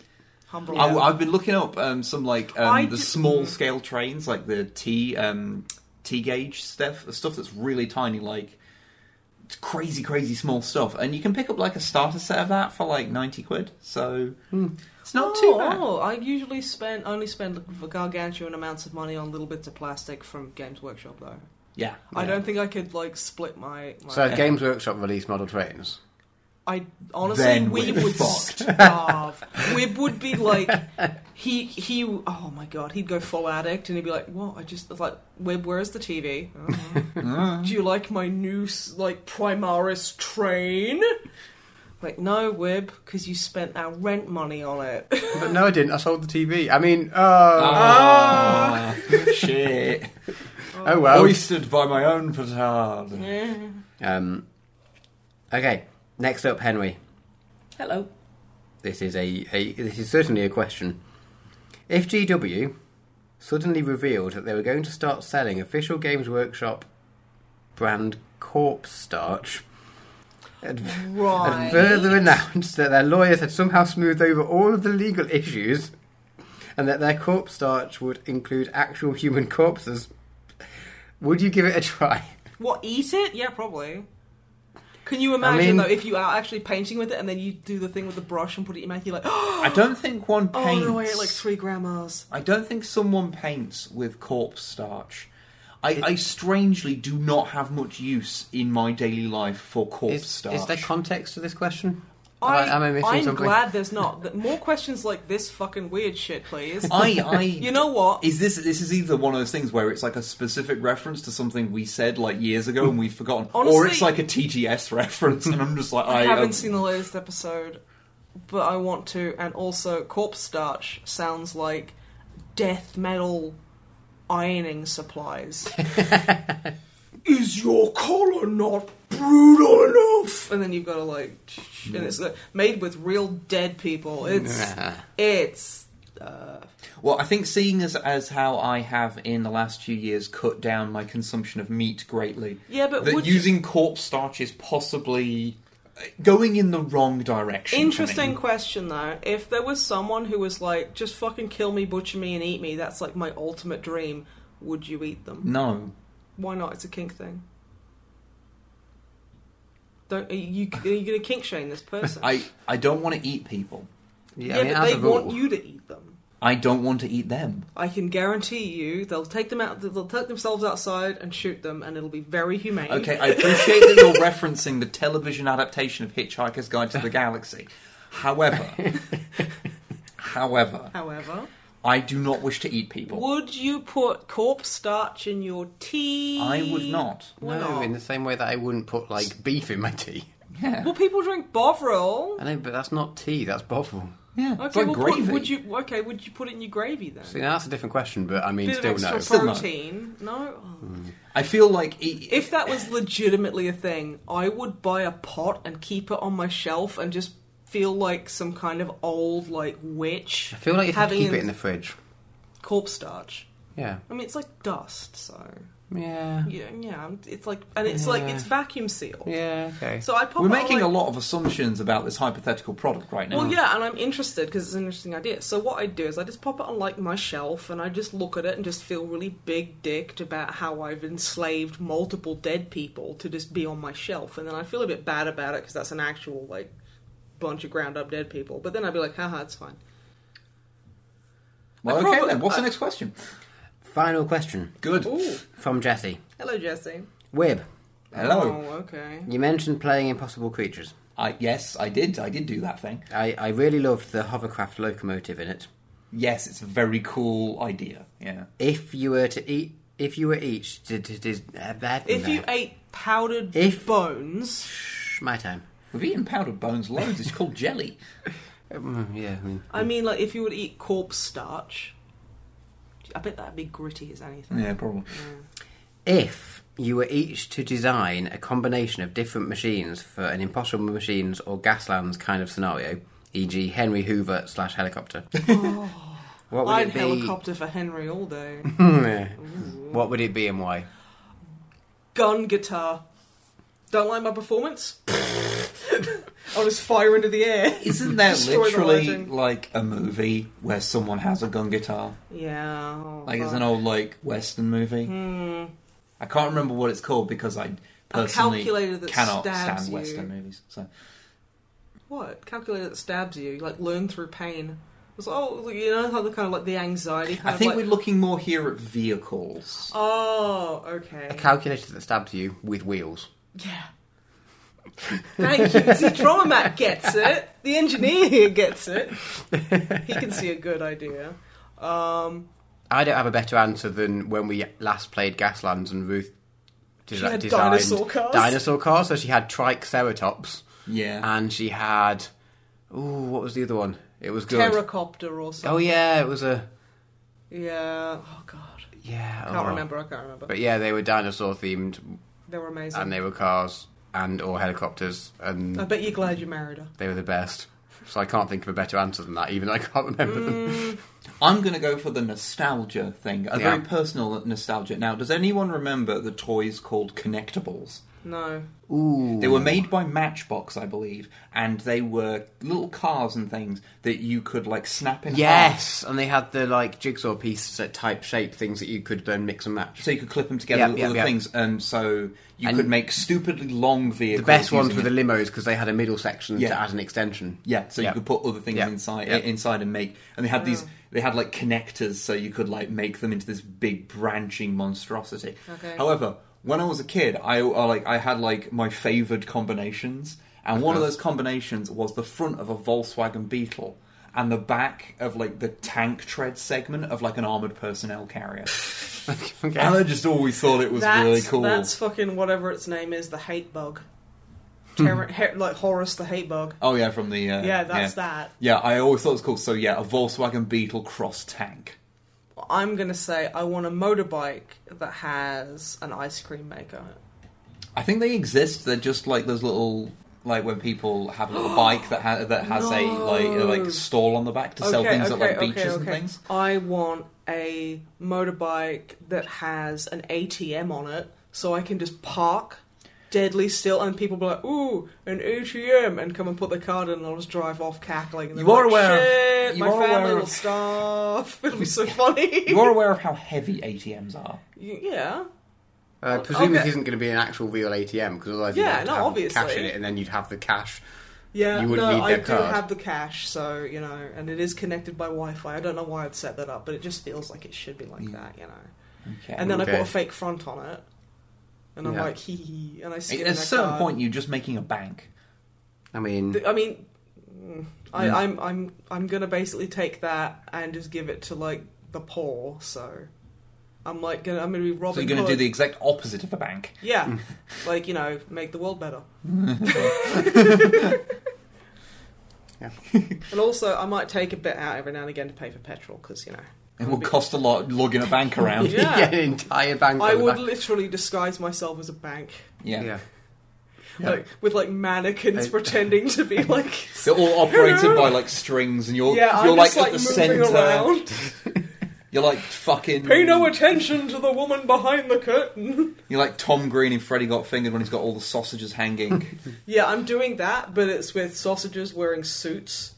Speaker 2: Humble.
Speaker 3: I, have been looking up um, some like
Speaker 2: I
Speaker 3: um, the
Speaker 2: ju-
Speaker 3: small scale trains, like the T um, T gauge stuff, stuff that's really tiny, like it's crazy, crazy small stuff. And you can pick up like a starter set of that for like ninety quid. So it's not
Speaker 2: oh,
Speaker 3: too bad.
Speaker 2: oh, I usually spend only spend gargantuan amounts of money on little bits of plastic from Games Workshop though.
Speaker 3: Yeah,
Speaker 2: I
Speaker 3: yeah.
Speaker 2: don't think I could like split my. my
Speaker 1: So Games Workshop released model trains.
Speaker 2: I honestly,
Speaker 3: Then
Speaker 2: we
Speaker 3: we're
Speaker 2: would
Speaker 3: fucked.
Speaker 2: starve. Wib would be like, he he. Oh my god, he'd go full addict, and he'd be like, "What? I just it's like Wib, where's the TV?
Speaker 3: Mm-hmm.
Speaker 2: "Oh, Do you like my new s- like Primaris train?" Like, no, Wib, because you spent our rent money on it.
Speaker 1: But no, I didn't. I sold the TV. I mean, oh,
Speaker 3: Ah, shit.
Speaker 1: oh well.
Speaker 3: Hoisted by my own petard.
Speaker 1: Um, okay, next up, Henry.
Speaker 2: Hello.
Speaker 1: This is a, a this is certainly a question. If GW suddenly revealed that they were going to start selling official Games Workshop brand Corpse Starch, and, and
Speaker 2: Right.
Speaker 1: further announced that their lawyers had somehow smoothed over all of the legal issues, and that their Corpse Starch would include actual human corpses, would you give it a try?
Speaker 2: What? Eat it? Yeah, probably. Can you imagine
Speaker 1: mean-
Speaker 2: though if you are actually painting with it and then you do the thing with the brush and put it in your mouth, you're like, oh
Speaker 3: I don't think one paints.
Speaker 2: no, I ate like three grandmas.
Speaker 3: I don't think someone paints with corpse starch. I, I strangely do not have much use in my daily life for corpse
Speaker 1: Is,
Speaker 3: starch.
Speaker 1: is there context to this question?
Speaker 2: I,
Speaker 1: Am I- am I missing
Speaker 2: am
Speaker 1: something?
Speaker 2: glad there's not. Th- More questions like this fucking weird shit, please.
Speaker 3: I, I,
Speaker 2: you know what?
Speaker 3: is this this is either one of those things where it's like a specific reference to something we said like years ago and we've forgotten, or
Speaker 2: Honestly-
Speaker 3: it's like a TGS reference, and I'm just like, I,
Speaker 2: I haven't
Speaker 3: uh,
Speaker 2: seen the latest episode, but I want to. And also, corpse starch sounds like death metal ironing supplies. Is your collar not brutal enough? And then you've got to like, and it's uh, made with real dead people. It's it's. Uh,
Speaker 3: Well, I think seeing as as how I have in the last few years cut down my consumption of meat greatly.
Speaker 2: Yeah, but
Speaker 3: that
Speaker 2: would you-
Speaker 3: using corpse starch is possibly uh, going in the wrong direction. to me.
Speaker 2: Interesting question though. If there was someone who was like, just fucking kill me, butcher me, and eat me, that's like my ultimate dream, would you eat them?
Speaker 3: No.
Speaker 2: Why not? It's a kink thing. Don't are you, are you gonna kink shame this person?
Speaker 3: I, I don't want to eat people.
Speaker 2: yeah, but
Speaker 1: as
Speaker 2: they
Speaker 1: a rule.
Speaker 2: want you to eat them.
Speaker 3: I don't want to eat them.
Speaker 2: I can guarantee you, they'll take them out. They'll take themselves outside and shoot them, and it'll be very humane.
Speaker 3: Okay, I appreciate that you're referencing the television adaptation of Hitchhiker's Guide to the Galaxy. However, however,
Speaker 2: However,
Speaker 3: I do not wish to eat people.
Speaker 2: would you put corpse starch in your tea?
Speaker 3: I would not.
Speaker 2: Why
Speaker 1: no,
Speaker 2: not?
Speaker 1: in the same way that I wouldn't put like beef in my tea.
Speaker 3: Yeah,
Speaker 2: Well, people drink Bovril.
Speaker 1: I know, but that's not tea. That's bovril.
Speaker 3: yeah.
Speaker 2: Okay,
Speaker 3: it's like
Speaker 2: well, put-
Speaker 3: gravy.
Speaker 2: would you okay? Would you put it in your gravy then?
Speaker 1: See, now that's a different question, but I mean,
Speaker 2: Bit
Speaker 1: still Mm.
Speaker 2: of
Speaker 1: no.
Speaker 2: extra
Speaker 3: no.
Speaker 2: protein. No.
Speaker 3: I feel like e-
Speaker 2: If that was legitimately a thing, I would buy a pot and keep it on my shelf and just feel like some kind of old like witch.
Speaker 1: I feel like you'd have to
Speaker 2: having
Speaker 1: keep it in the fridge.
Speaker 2: corpse starch.
Speaker 1: Yeah.
Speaker 2: I mean, it's like dust, so
Speaker 1: Yeah.
Speaker 2: yeah, yeah. I'm- It's like and it's like
Speaker 1: Yeah.
Speaker 2: it's vacuum sealed.
Speaker 1: Yeah. Okay.
Speaker 2: So I pop.
Speaker 3: We're
Speaker 2: it on,
Speaker 3: making
Speaker 2: like-
Speaker 3: a lot of assumptions about this hypothetical product right now.
Speaker 2: Well, yeah, and I'm interested because it's an interesting idea. So what I do is I just pop it on like my shelf, and I just look at it and just feel really big dicked about how I've enslaved multiple dead people to just be on my shelf, and then I feel a bit bad about it because that's an actual like bunch of ground up dead people. But then I'd be like, haha, it's fine.
Speaker 3: Well,
Speaker 1: Like,
Speaker 3: okay
Speaker 1: Robert,
Speaker 3: then. What's the
Speaker 1: uh,
Speaker 3: next question?
Speaker 1: Final question
Speaker 3: Good.
Speaker 2: Ooh.
Speaker 1: from Jesse.
Speaker 2: Hello, Jesse.
Speaker 1: Wib,
Speaker 3: Hello.
Speaker 2: Oh, okay.
Speaker 1: you mentioned playing Impossible Creatures.
Speaker 3: I, yes, I did. I did do that thing.
Speaker 1: I, I really loved the hovercraft locomotive in it.
Speaker 3: Yes, it's a very cool idea. Yeah.
Speaker 1: If you were to eat, if you were each, did, did, did, uh, that-
Speaker 2: If you ate powdered
Speaker 1: If-
Speaker 2: bones,
Speaker 1: Shh, my time.
Speaker 3: We've eaten powdered bones loads. It's called jelly.
Speaker 1: Mm, yeah, I mean,
Speaker 2: I mean, like if you would eat corpse starch, I bet that'd be gritty as anything.
Speaker 3: Yeah, probably.
Speaker 1: if you were each to design a combination of different machines for an Impossible Machines or Gaslands kind of scenario, e.g., Henry Hoover slash helicopter. What would
Speaker 2: I'd
Speaker 1: it be?
Speaker 2: Oh. helicopter for Henry all day.
Speaker 1: What would it be and why?
Speaker 2: Gun guitar. Don't like my performance? I'll just fire into the air.
Speaker 3: Isn't there
Speaker 2: Destroy the
Speaker 3: literally
Speaker 2: legend.
Speaker 3: like a movie where someone has a gun guitar?
Speaker 2: Yeah. oh,
Speaker 3: Like it's
Speaker 2: fuck.
Speaker 3: an old like Western movie.
Speaker 2: Hmm.
Speaker 3: I can't remember what it's called because I personally
Speaker 2: calculator that
Speaker 3: cannot
Speaker 2: stabs
Speaker 3: stand
Speaker 2: you.
Speaker 3: Western movies. So
Speaker 2: What? Calculator that stabs you. Like, learn through pain. It's like, oh, you know, how the kind of like the anxiety kind
Speaker 3: I think
Speaker 2: of
Speaker 3: we're
Speaker 2: like,
Speaker 3: looking more here at vehicles.
Speaker 2: Oh, okay.
Speaker 1: A calculator that stabs you with wheels.
Speaker 2: yeah. Thank you. See, Drama Mac gets it. The engineer here gets it. He can see a good idea. Um,
Speaker 1: I don't have a better answer than when we last played Gaslands and Ruth desi-
Speaker 2: She had
Speaker 1: designed
Speaker 2: dinosaur cars.
Speaker 1: Dinosaur cars. So she had Triceratops
Speaker 3: Yeah.
Speaker 1: and she had. Ooh, what was the other one? It was good.
Speaker 2: terracopter or
Speaker 1: Oh
Speaker 2: something.
Speaker 1: yeah, it was a
Speaker 2: Yeah. Oh god.
Speaker 1: yeah.
Speaker 2: Can't
Speaker 1: oh.
Speaker 2: remember. I can't remember.
Speaker 1: But yeah, they were dinosaur themed,
Speaker 2: they were amazing.
Speaker 1: and they were cars and or helicopters, and
Speaker 2: I bet you're glad you married her.
Speaker 1: they were the best. So I can't think of a better answer than that, even though I can't remember
Speaker 2: Mm.
Speaker 1: them.
Speaker 3: I'm going to go for the nostalgia thing, a
Speaker 1: Yeah.
Speaker 3: very personal nostalgia. Now, does anyone remember the toys called Connectables?
Speaker 2: No.
Speaker 1: Ooh,
Speaker 3: They were made by Matchbox, I believe, and they were little cars and things that you could like snap in half.
Speaker 1: Yes, and they had the like jigsaw piece type shape things that you could then mix and match.
Speaker 3: So you could clip them together
Speaker 1: Yep,
Speaker 3: with
Speaker 1: yep,
Speaker 3: other
Speaker 1: yep.
Speaker 3: things, and so you
Speaker 1: And
Speaker 3: could make stupidly long vehicles.
Speaker 1: The best ones were
Speaker 3: using
Speaker 1: the
Speaker 3: it.
Speaker 1: limos because they had a middle section
Speaker 3: Yeah.
Speaker 1: to add an extension.
Speaker 3: yeah. So
Speaker 1: Yeah.
Speaker 3: you could put other things
Speaker 1: Yeah,
Speaker 3: inside
Speaker 1: yeah.
Speaker 3: inside and make, and they had these.
Speaker 2: Oh.
Speaker 3: They had like connectors, so you could like make them into this big branching monstrosity.
Speaker 2: Okay.
Speaker 3: However, when I was a kid, I, I like I had like my favored combinations, and one of those combinations was the front of a Volkswagen Beetle. And the back of like the tank tread segment of like an armored personnel carrier,
Speaker 1: Okay.
Speaker 3: and I just always thought it was
Speaker 2: that's
Speaker 3: really cool.
Speaker 2: that's fucking whatever its name is. The hate bug. Terror, he, like Horace the hate bug.
Speaker 3: Oh Hmm. yeah, from the uh,
Speaker 2: Yeah, that's that.
Speaker 3: Yeah, I always thought it was cool. So yeah, a Volkswagen Beetle cross tank.
Speaker 2: I'm gonna say I want a motorbike that has an ice cream maker.
Speaker 3: I think they exist. They're just like those little like when people have a little bike that ha- that has a like a, like stall on the back to sell things at like beaches and things.
Speaker 2: I want a motorbike that has an ATM on it, so I can just park deadly still, and people be like, "Ooh, an ATM," and come and put the card in, and I'll just drive off cackling. And
Speaker 3: You
Speaker 2: they'll be
Speaker 3: are
Speaker 2: like,
Speaker 3: aware of-
Speaker 2: Shit,
Speaker 3: you
Speaker 2: my
Speaker 3: are aware
Speaker 2: family
Speaker 3: of-
Speaker 2: will starve. It'll be so funny.
Speaker 3: You're aware of how heavy ATMs are.
Speaker 2: Y- yeah.
Speaker 1: I Uh, presume
Speaker 2: Oh, Okay.
Speaker 1: this isn't going to be an actual real ATM because otherwise you'd
Speaker 2: Yeah,
Speaker 1: have to
Speaker 2: no,
Speaker 1: have
Speaker 2: obviously.
Speaker 1: cash in it, and then you'd have the cash.
Speaker 2: Yeah,
Speaker 1: You wouldn't
Speaker 2: no,
Speaker 1: need
Speaker 2: I
Speaker 1: their
Speaker 2: do
Speaker 1: card.
Speaker 2: have the cache, so you know, and it is connected by Wi-Fi. I don't know why I'd set that up, but it just feels like it should be like
Speaker 3: Mm.
Speaker 2: that, you know.
Speaker 3: Okay.
Speaker 2: And then I
Speaker 1: Okay.
Speaker 2: put a fake front on it, and I'm
Speaker 1: Yeah.
Speaker 2: like, hee hee, hee, and I skin
Speaker 3: at a
Speaker 2: their
Speaker 3: certain
Speaker 2: card.
Speaker 3: point, you're just making a bank.
Speaker 1: I mean,
Speaker 2: Th- I mean, mm, I, I'm I'm I'm gonna basically take that and just give it to like the poor. So I'm like gonna I'm gonna be
Speaker 3: So
Speaker 2: Robin.
Speaker 3: you're going to do
Speaker 2: Hood.
Speaker 3: the exact opposite of a bank.
Speaker 2: yeah, like you know, make the world better.
Speaker 1: Yeah.
Speaker 2: And also, I might take a bit out every now and again to pay for petrol because you know.
Speaker 3: It will cost a lot lugging a bank around.
Speaker 2: Yeah.
Speaker 1: yeah, an entire bank.
Speaker 2: I
Speaker 1: on the
Speaker 2: would
Speaker 1: back.
Speaker 2: literally disguise myself as a bank,
Speaker 3: Yeah.
Speaker 1: yeah.
Speaker 2: like with like mannequins
Speaker 1: I-
Speaker 2: pretending to be like.
Speaker 3: They're all operated by like strings, and you're
Speaker 2: yeah,
Speaker 3: you're
Speaker 2: I'm
Speaker 3: like
Speaker 2: just
Speaker 3: at
Speaker 2: like
Speaker 3: the
Speaker 2: moving
Speaker 3: center.
Speaker 2: around.
Speaker 3: You're like fucking.
Speaker 2: Pay no attention to the woman behind the curtain.
Speaker 3: You're like Tom Green in Freddy Got Fingered when he's got all the sausages hanging.
Speaker 2: Yeah, I'm doing that, but it's with sausages wearing suits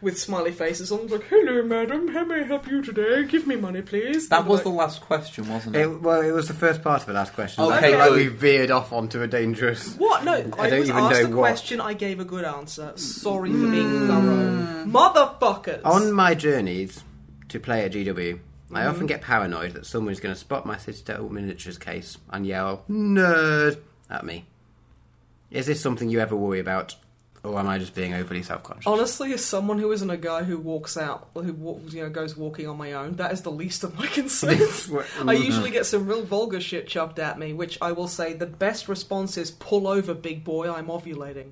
Speaker 2: with smiley faces on. Like, hello, madam, how may I help you today? Give me money, please.
Speaker 3: that
Speaker 2: And
Speaker 3: was
Speaker 2: like-
Speaker 3: the last question, wasn't it?
Speaker 1: It, well, it was the first part of the last question.
Speaker 3: Okay,
Speaker 1: I feel like
Speaker 3: good.
Speaker 1: we veered off onto a dangerous.
Speaker 2: What? No,
Speaker 1: I
Speaker 2: I,
Speaker 1: don't
Speaker 2: was
Speaker 1: even
Speaker 2: asked
Speaker 1: know
Speaker 2: a
Speaker 1: what.
Speaker 2: question. I gave a
Speaker 3: Mm.
Speaker 2: Mm. good answer. Sorry for being thorough, motherfuckers.
Speaker 1: On my journeys to play at GW, I often get paranoid that someone's going to spot my Citadel miniatures case and yell "nerd" at me. Is this something you ever worry about, or am I just being overly self-conscious?
Speaker 2: Honestly, as someone who isn't a guy who walks out, who walks, you know goes walking on my own, that is the least of my concerns.
Speaker 3: Mm-hmm.
Speaker 2: I usually get some real vulgar shit chucked at me, which I will say the best response is "pull over, big boy, I'm ovulating."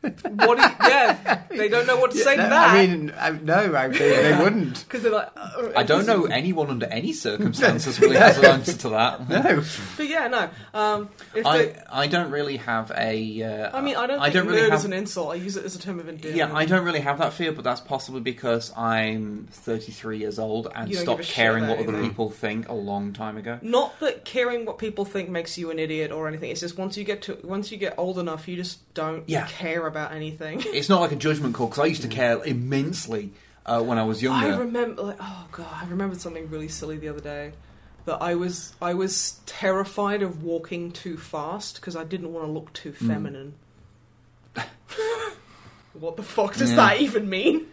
Speaker 2: what? Do you, yeah, they don't know what to say to
Speaker 1: No,
Speaker 2: that.
Speaker 1: I mean, I, no, I, they, they wouldn't.
Speaker 2: because they're like, "Uh,
Speaker 3: I don't know anyone under any circumstances really has an answer to that.
Speaker 1: No,
Speaker 2: But yeah, no. Um, if
Speaker 3: I,
Speaker 2: they,
Speaker 3: I don't really have a. Uh,
Speaker 2: I mean, I don't.
Speaker 3: I
Speaker 2: think
Speaker 3: don't really
Speaker 2: nerd
Speaker 3: have
Speaker 2: is an insult. I use it as a term of endearment.
Speaker 3: Yeah, I don't really have that fear, but that's possibly because I'm 33 years old and
Speaker 2: You don't
Speaker 3: stopped
Speaker 2: give a shit
Speaker 3: caring
Speaker 2: about
Speaker 3: what other
Speaker 2: anything.
Speaker 3: people think a long time ago.
Speaker 2: Not that caring what people think makes you an idiot or anything. It's just once you get to once you get old enough, you just don't
Speaker 3: Yeah.
Speaker 2: care about anything.
Speaker 3: It's not like a judgment call because I
Speaker 2: Mm.
Speaker 3: used to care immensely uh, when I was younger.
Speaker 2: I remember, like, oh god, I remembered something really silly the other day. That I was I was terrified of walking too fast because I didn't want to look too
Speaker 3: Mm.
Speaker 2: feminine. what the fuck does
Speaker 3: Yeah.
Speaker 2: that even mean?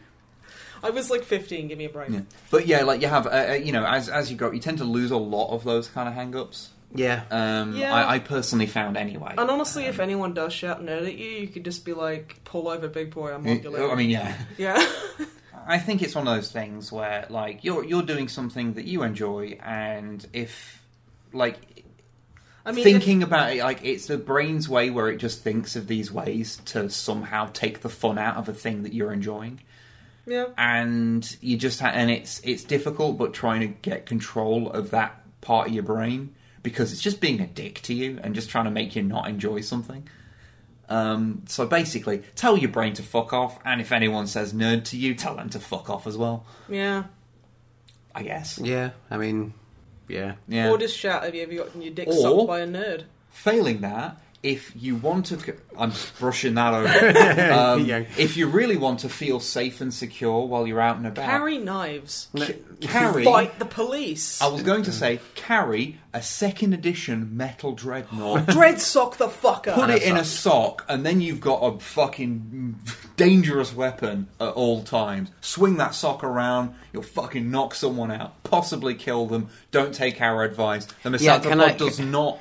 Speaker 2: I was like 15. Give me a break.
Speaker 3: Yeah. But yeah, like you have, uh, uh, you know, as as you grow, you tend to lose a lot of those kind of hang-ups.
Speaker 1: yeah.
Speaker 3: Um,
Speaker 2: Yeah.
Speaker 3: I, I personally found anyway.
Speaker 2: And honestly,
Speaker 3: Um,
Speaker 2: if anyone does shout nerd at you, you could just be like, "Pull over, big boy, I'm
Speaker 3: It-
Speaker 2: ovulating."
Speaker 3: I mean, yeah.
Speaker 2: yeah.
Speaker 3: I think it's one of those things where like you're you're doing something that you enjoy, and if like
Speaker 2: I mean, if-
Speaker 3: thinking about it, like it's the brain's way where it just thinks of these ways to somehow take the fun out of a thing that you're enjoying,
Speaker 2: yeah.
Speaker 3: and you just ha- and it's it's difficult, but trying to get control of that part of your brain because it's just being a dick to you and just trying to make you not enjoy something. Um, so basically, tell your brain to fuck off, and if anyone says nerd to you, tell them to fuck off as well.
Speaker 2: Yeah.
Speaker 3: I guess.
Speaker 1: Yeah, I mean, yeah.
Speaker 3: Yeah.
Speaker 2: Or just shout, have you ever gotten your dick
Speaker 3: Or-
Speaker 2: sucked by a nerd?
Speaker 3: Failing that, if you want to, I'm just brushing that over. Um,
Speaker 1: Yeah.
Speaker 3: If you really want to feel safe and secure while you're out and about,
Speaker 2: Carry knives.
Speaker 3: c- carry.
Speaker 2: Fight the police.
Speaker 3: I was going to say carry a second edition metal dreadnought.
Speaker 2: Dread sock the fucker.
Speaker 3: Put it in a sock, and then you've got a fucking dangerous weapon at all times. Swing that sock around, you'll fucking knock someone out, possibly kill them. Don't take our advice. The
Speaker 1: Yeah,
Speaker 3: Misanthropod
Speaker 1: can I-
Speaker 3: does not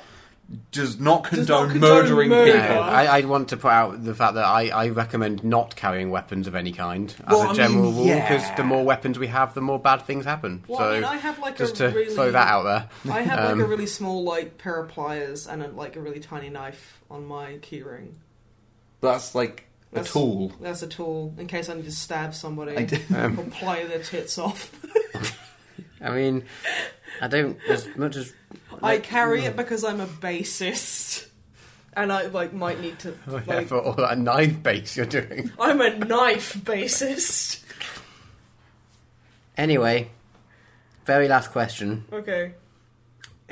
Speaker 3: does not condone,
Speaker 2: condone
Speaker 3: murdering
Speaker 1: No,
Speaker 2: murder.
Speaker 3: people.
Speaker 2: Yeah.
Speaker 1: Uh, I, I want to put out the fact that I, I recommend not carrying weapons of any kind as
Speaker 3: Well, I
Speaker 1: a
Speaker 3: mean,
Speaker 1: general rule because
Speaker 3: yeah.
Speaker 1: the more weapons we have, the more bad things happen.
Speaker 2: Well,
Speaker 1: so
Speaker 2: I mean, I have like
Speaker 1: just
Speaker 2: a
Speaker 1: to
Speaker 2: really-
Speaker 1: throw that out Um, there.
Speaker 2: I have like a really small like pair of pliers and a, like a really tiny knife on my keyring.
Speaker 3: That's like
Speaker 2: That's-
Speaker 3: a tool.
Speaker 2: That's a tool in case I need to stab somebody
Speaker 3: I d-
Speaker 1: um,
Speaker 2: or ply their tits off.
Speaker 1: I mean, I don't as much as
Speaker 2: I carry
Speaker 1: mm.
Speaker 2: it because I'm a bassist, and I like might need to.
Speaker 1: oh, yeah,
Speaker 2: Like,
Speaker 1: for all that knife base you're doing.
Speaker 2: I'm a knife bassist.
Speaker 1: Anyway, very last question:
Speaker 2: Okay.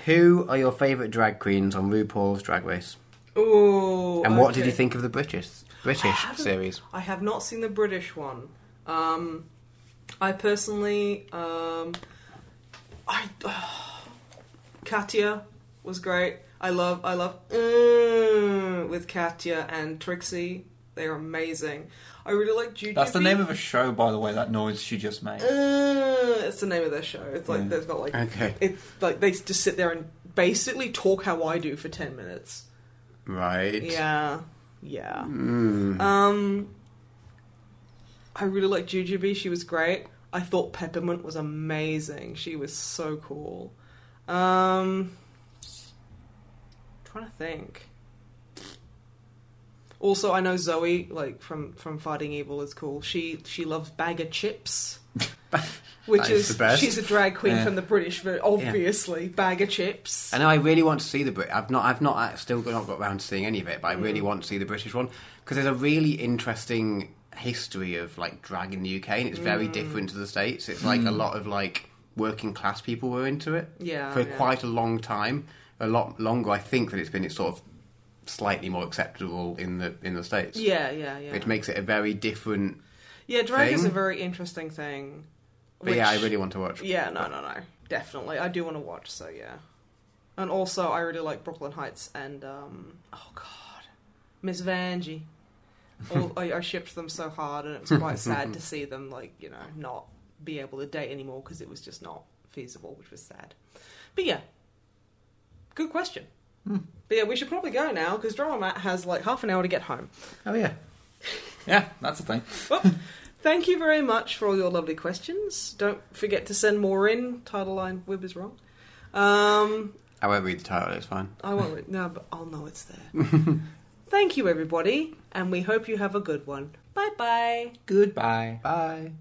Speaker 1: Who are your favourite drag queens on RuPaul's Drag Race,
Speaker 2: Ooh.
Speaker 1: and what did
Speaker 2: okay.
Speaker 1: you think of the British British
Speaker 2: haven't-
Speaker 1: series?
Speaker 2: I have not seen the British one. Um, I personally, um, I Katya was great. I love, I love mm, with Katya and Trixie. They are amazing. I really like Juju.
Speaker 3: That's the name of a show, by the way. That noise she just made.
Speaker 2: Uh, it's the name of their show. It's like they've got like
Speaker 1: Okay.
Speaker 2: it's like they just sit there and basically talk how I do for ten minutes.
Speaker 1: Right.
Speaker 2: Yeah, yeah.
Speaker 1: Mm.
Speaker 2: Um, I really liked Jujubee. She was great. I thought Peppermint was amazing. She was so cool. Um, trying to think. Also, I know Zoe, like from from Fighting Evil, is cool. She she loves bag of chips, which
Speaker 1: That
Speaker 2: is
Speaker 1: is the best.
Speaker 2: she's a drag queen
Speaker 3: Yeah.
Speaker 2: from the British, ver- obviously. Bag of chips.
Speaker 1: I know I really want to see the Brit. I've not, I've not I've still not got round to seeing any of it, but I
Speaker 2: Mm.
Speaker 1: really want to see the British one because there's a really interesting history of like drag in the UK, and it's very
Speaker 2: Mm.
Speaker 1: different to the states. It's like a lot of like working class people were into it,
Speaker 2: Yeah,
Speaker 1: for
Speaker 2: yeah.
Speaker 1: quite a long time, a lot longer I think than it's been. It's sort of slightly more acceptable in the in the states,
Speaker 2: yeah, yeah, yeah.
Speaker 1: which makes it a very different.
Speaker 2: Yeah, drag is a
Speaker 1: thing.
Speaker 2: very interesting thing.
Speaker 1: But yeah, I really want to watch.
Speaker 2: Yeah, no, no, no, definitely. I do want to watch. So yeah, and also I really like Brooklyn Heights and um, oh god, Miss Vanjie. All, I, I shipped them so hard, and it was quite sad to see them like you know not be able to date anymore because it was just not feasible, which was sad. But yeah, good question.
Speaker 1: Hmm.
Speaker 2: But yeah, we should probably go now because Drama Mat has like half an hour to get home.
Speaker 1: Oh yeah.
Speaker 3: Yeah, that's the thing.
Speaker 2: Well, thank you very much for all your lovely questions. Don't forget to send more in. Title line: Wib is wrong. Um,
Speaker 1: I won't read the title. It's fine.
Speaker 2: I won't. Re- no, but I'll know it's there. Thank you, everybody, and we hope you have a good one. Bye bye.
Speaker 3: Goodbye.
Speaker 1: Bye.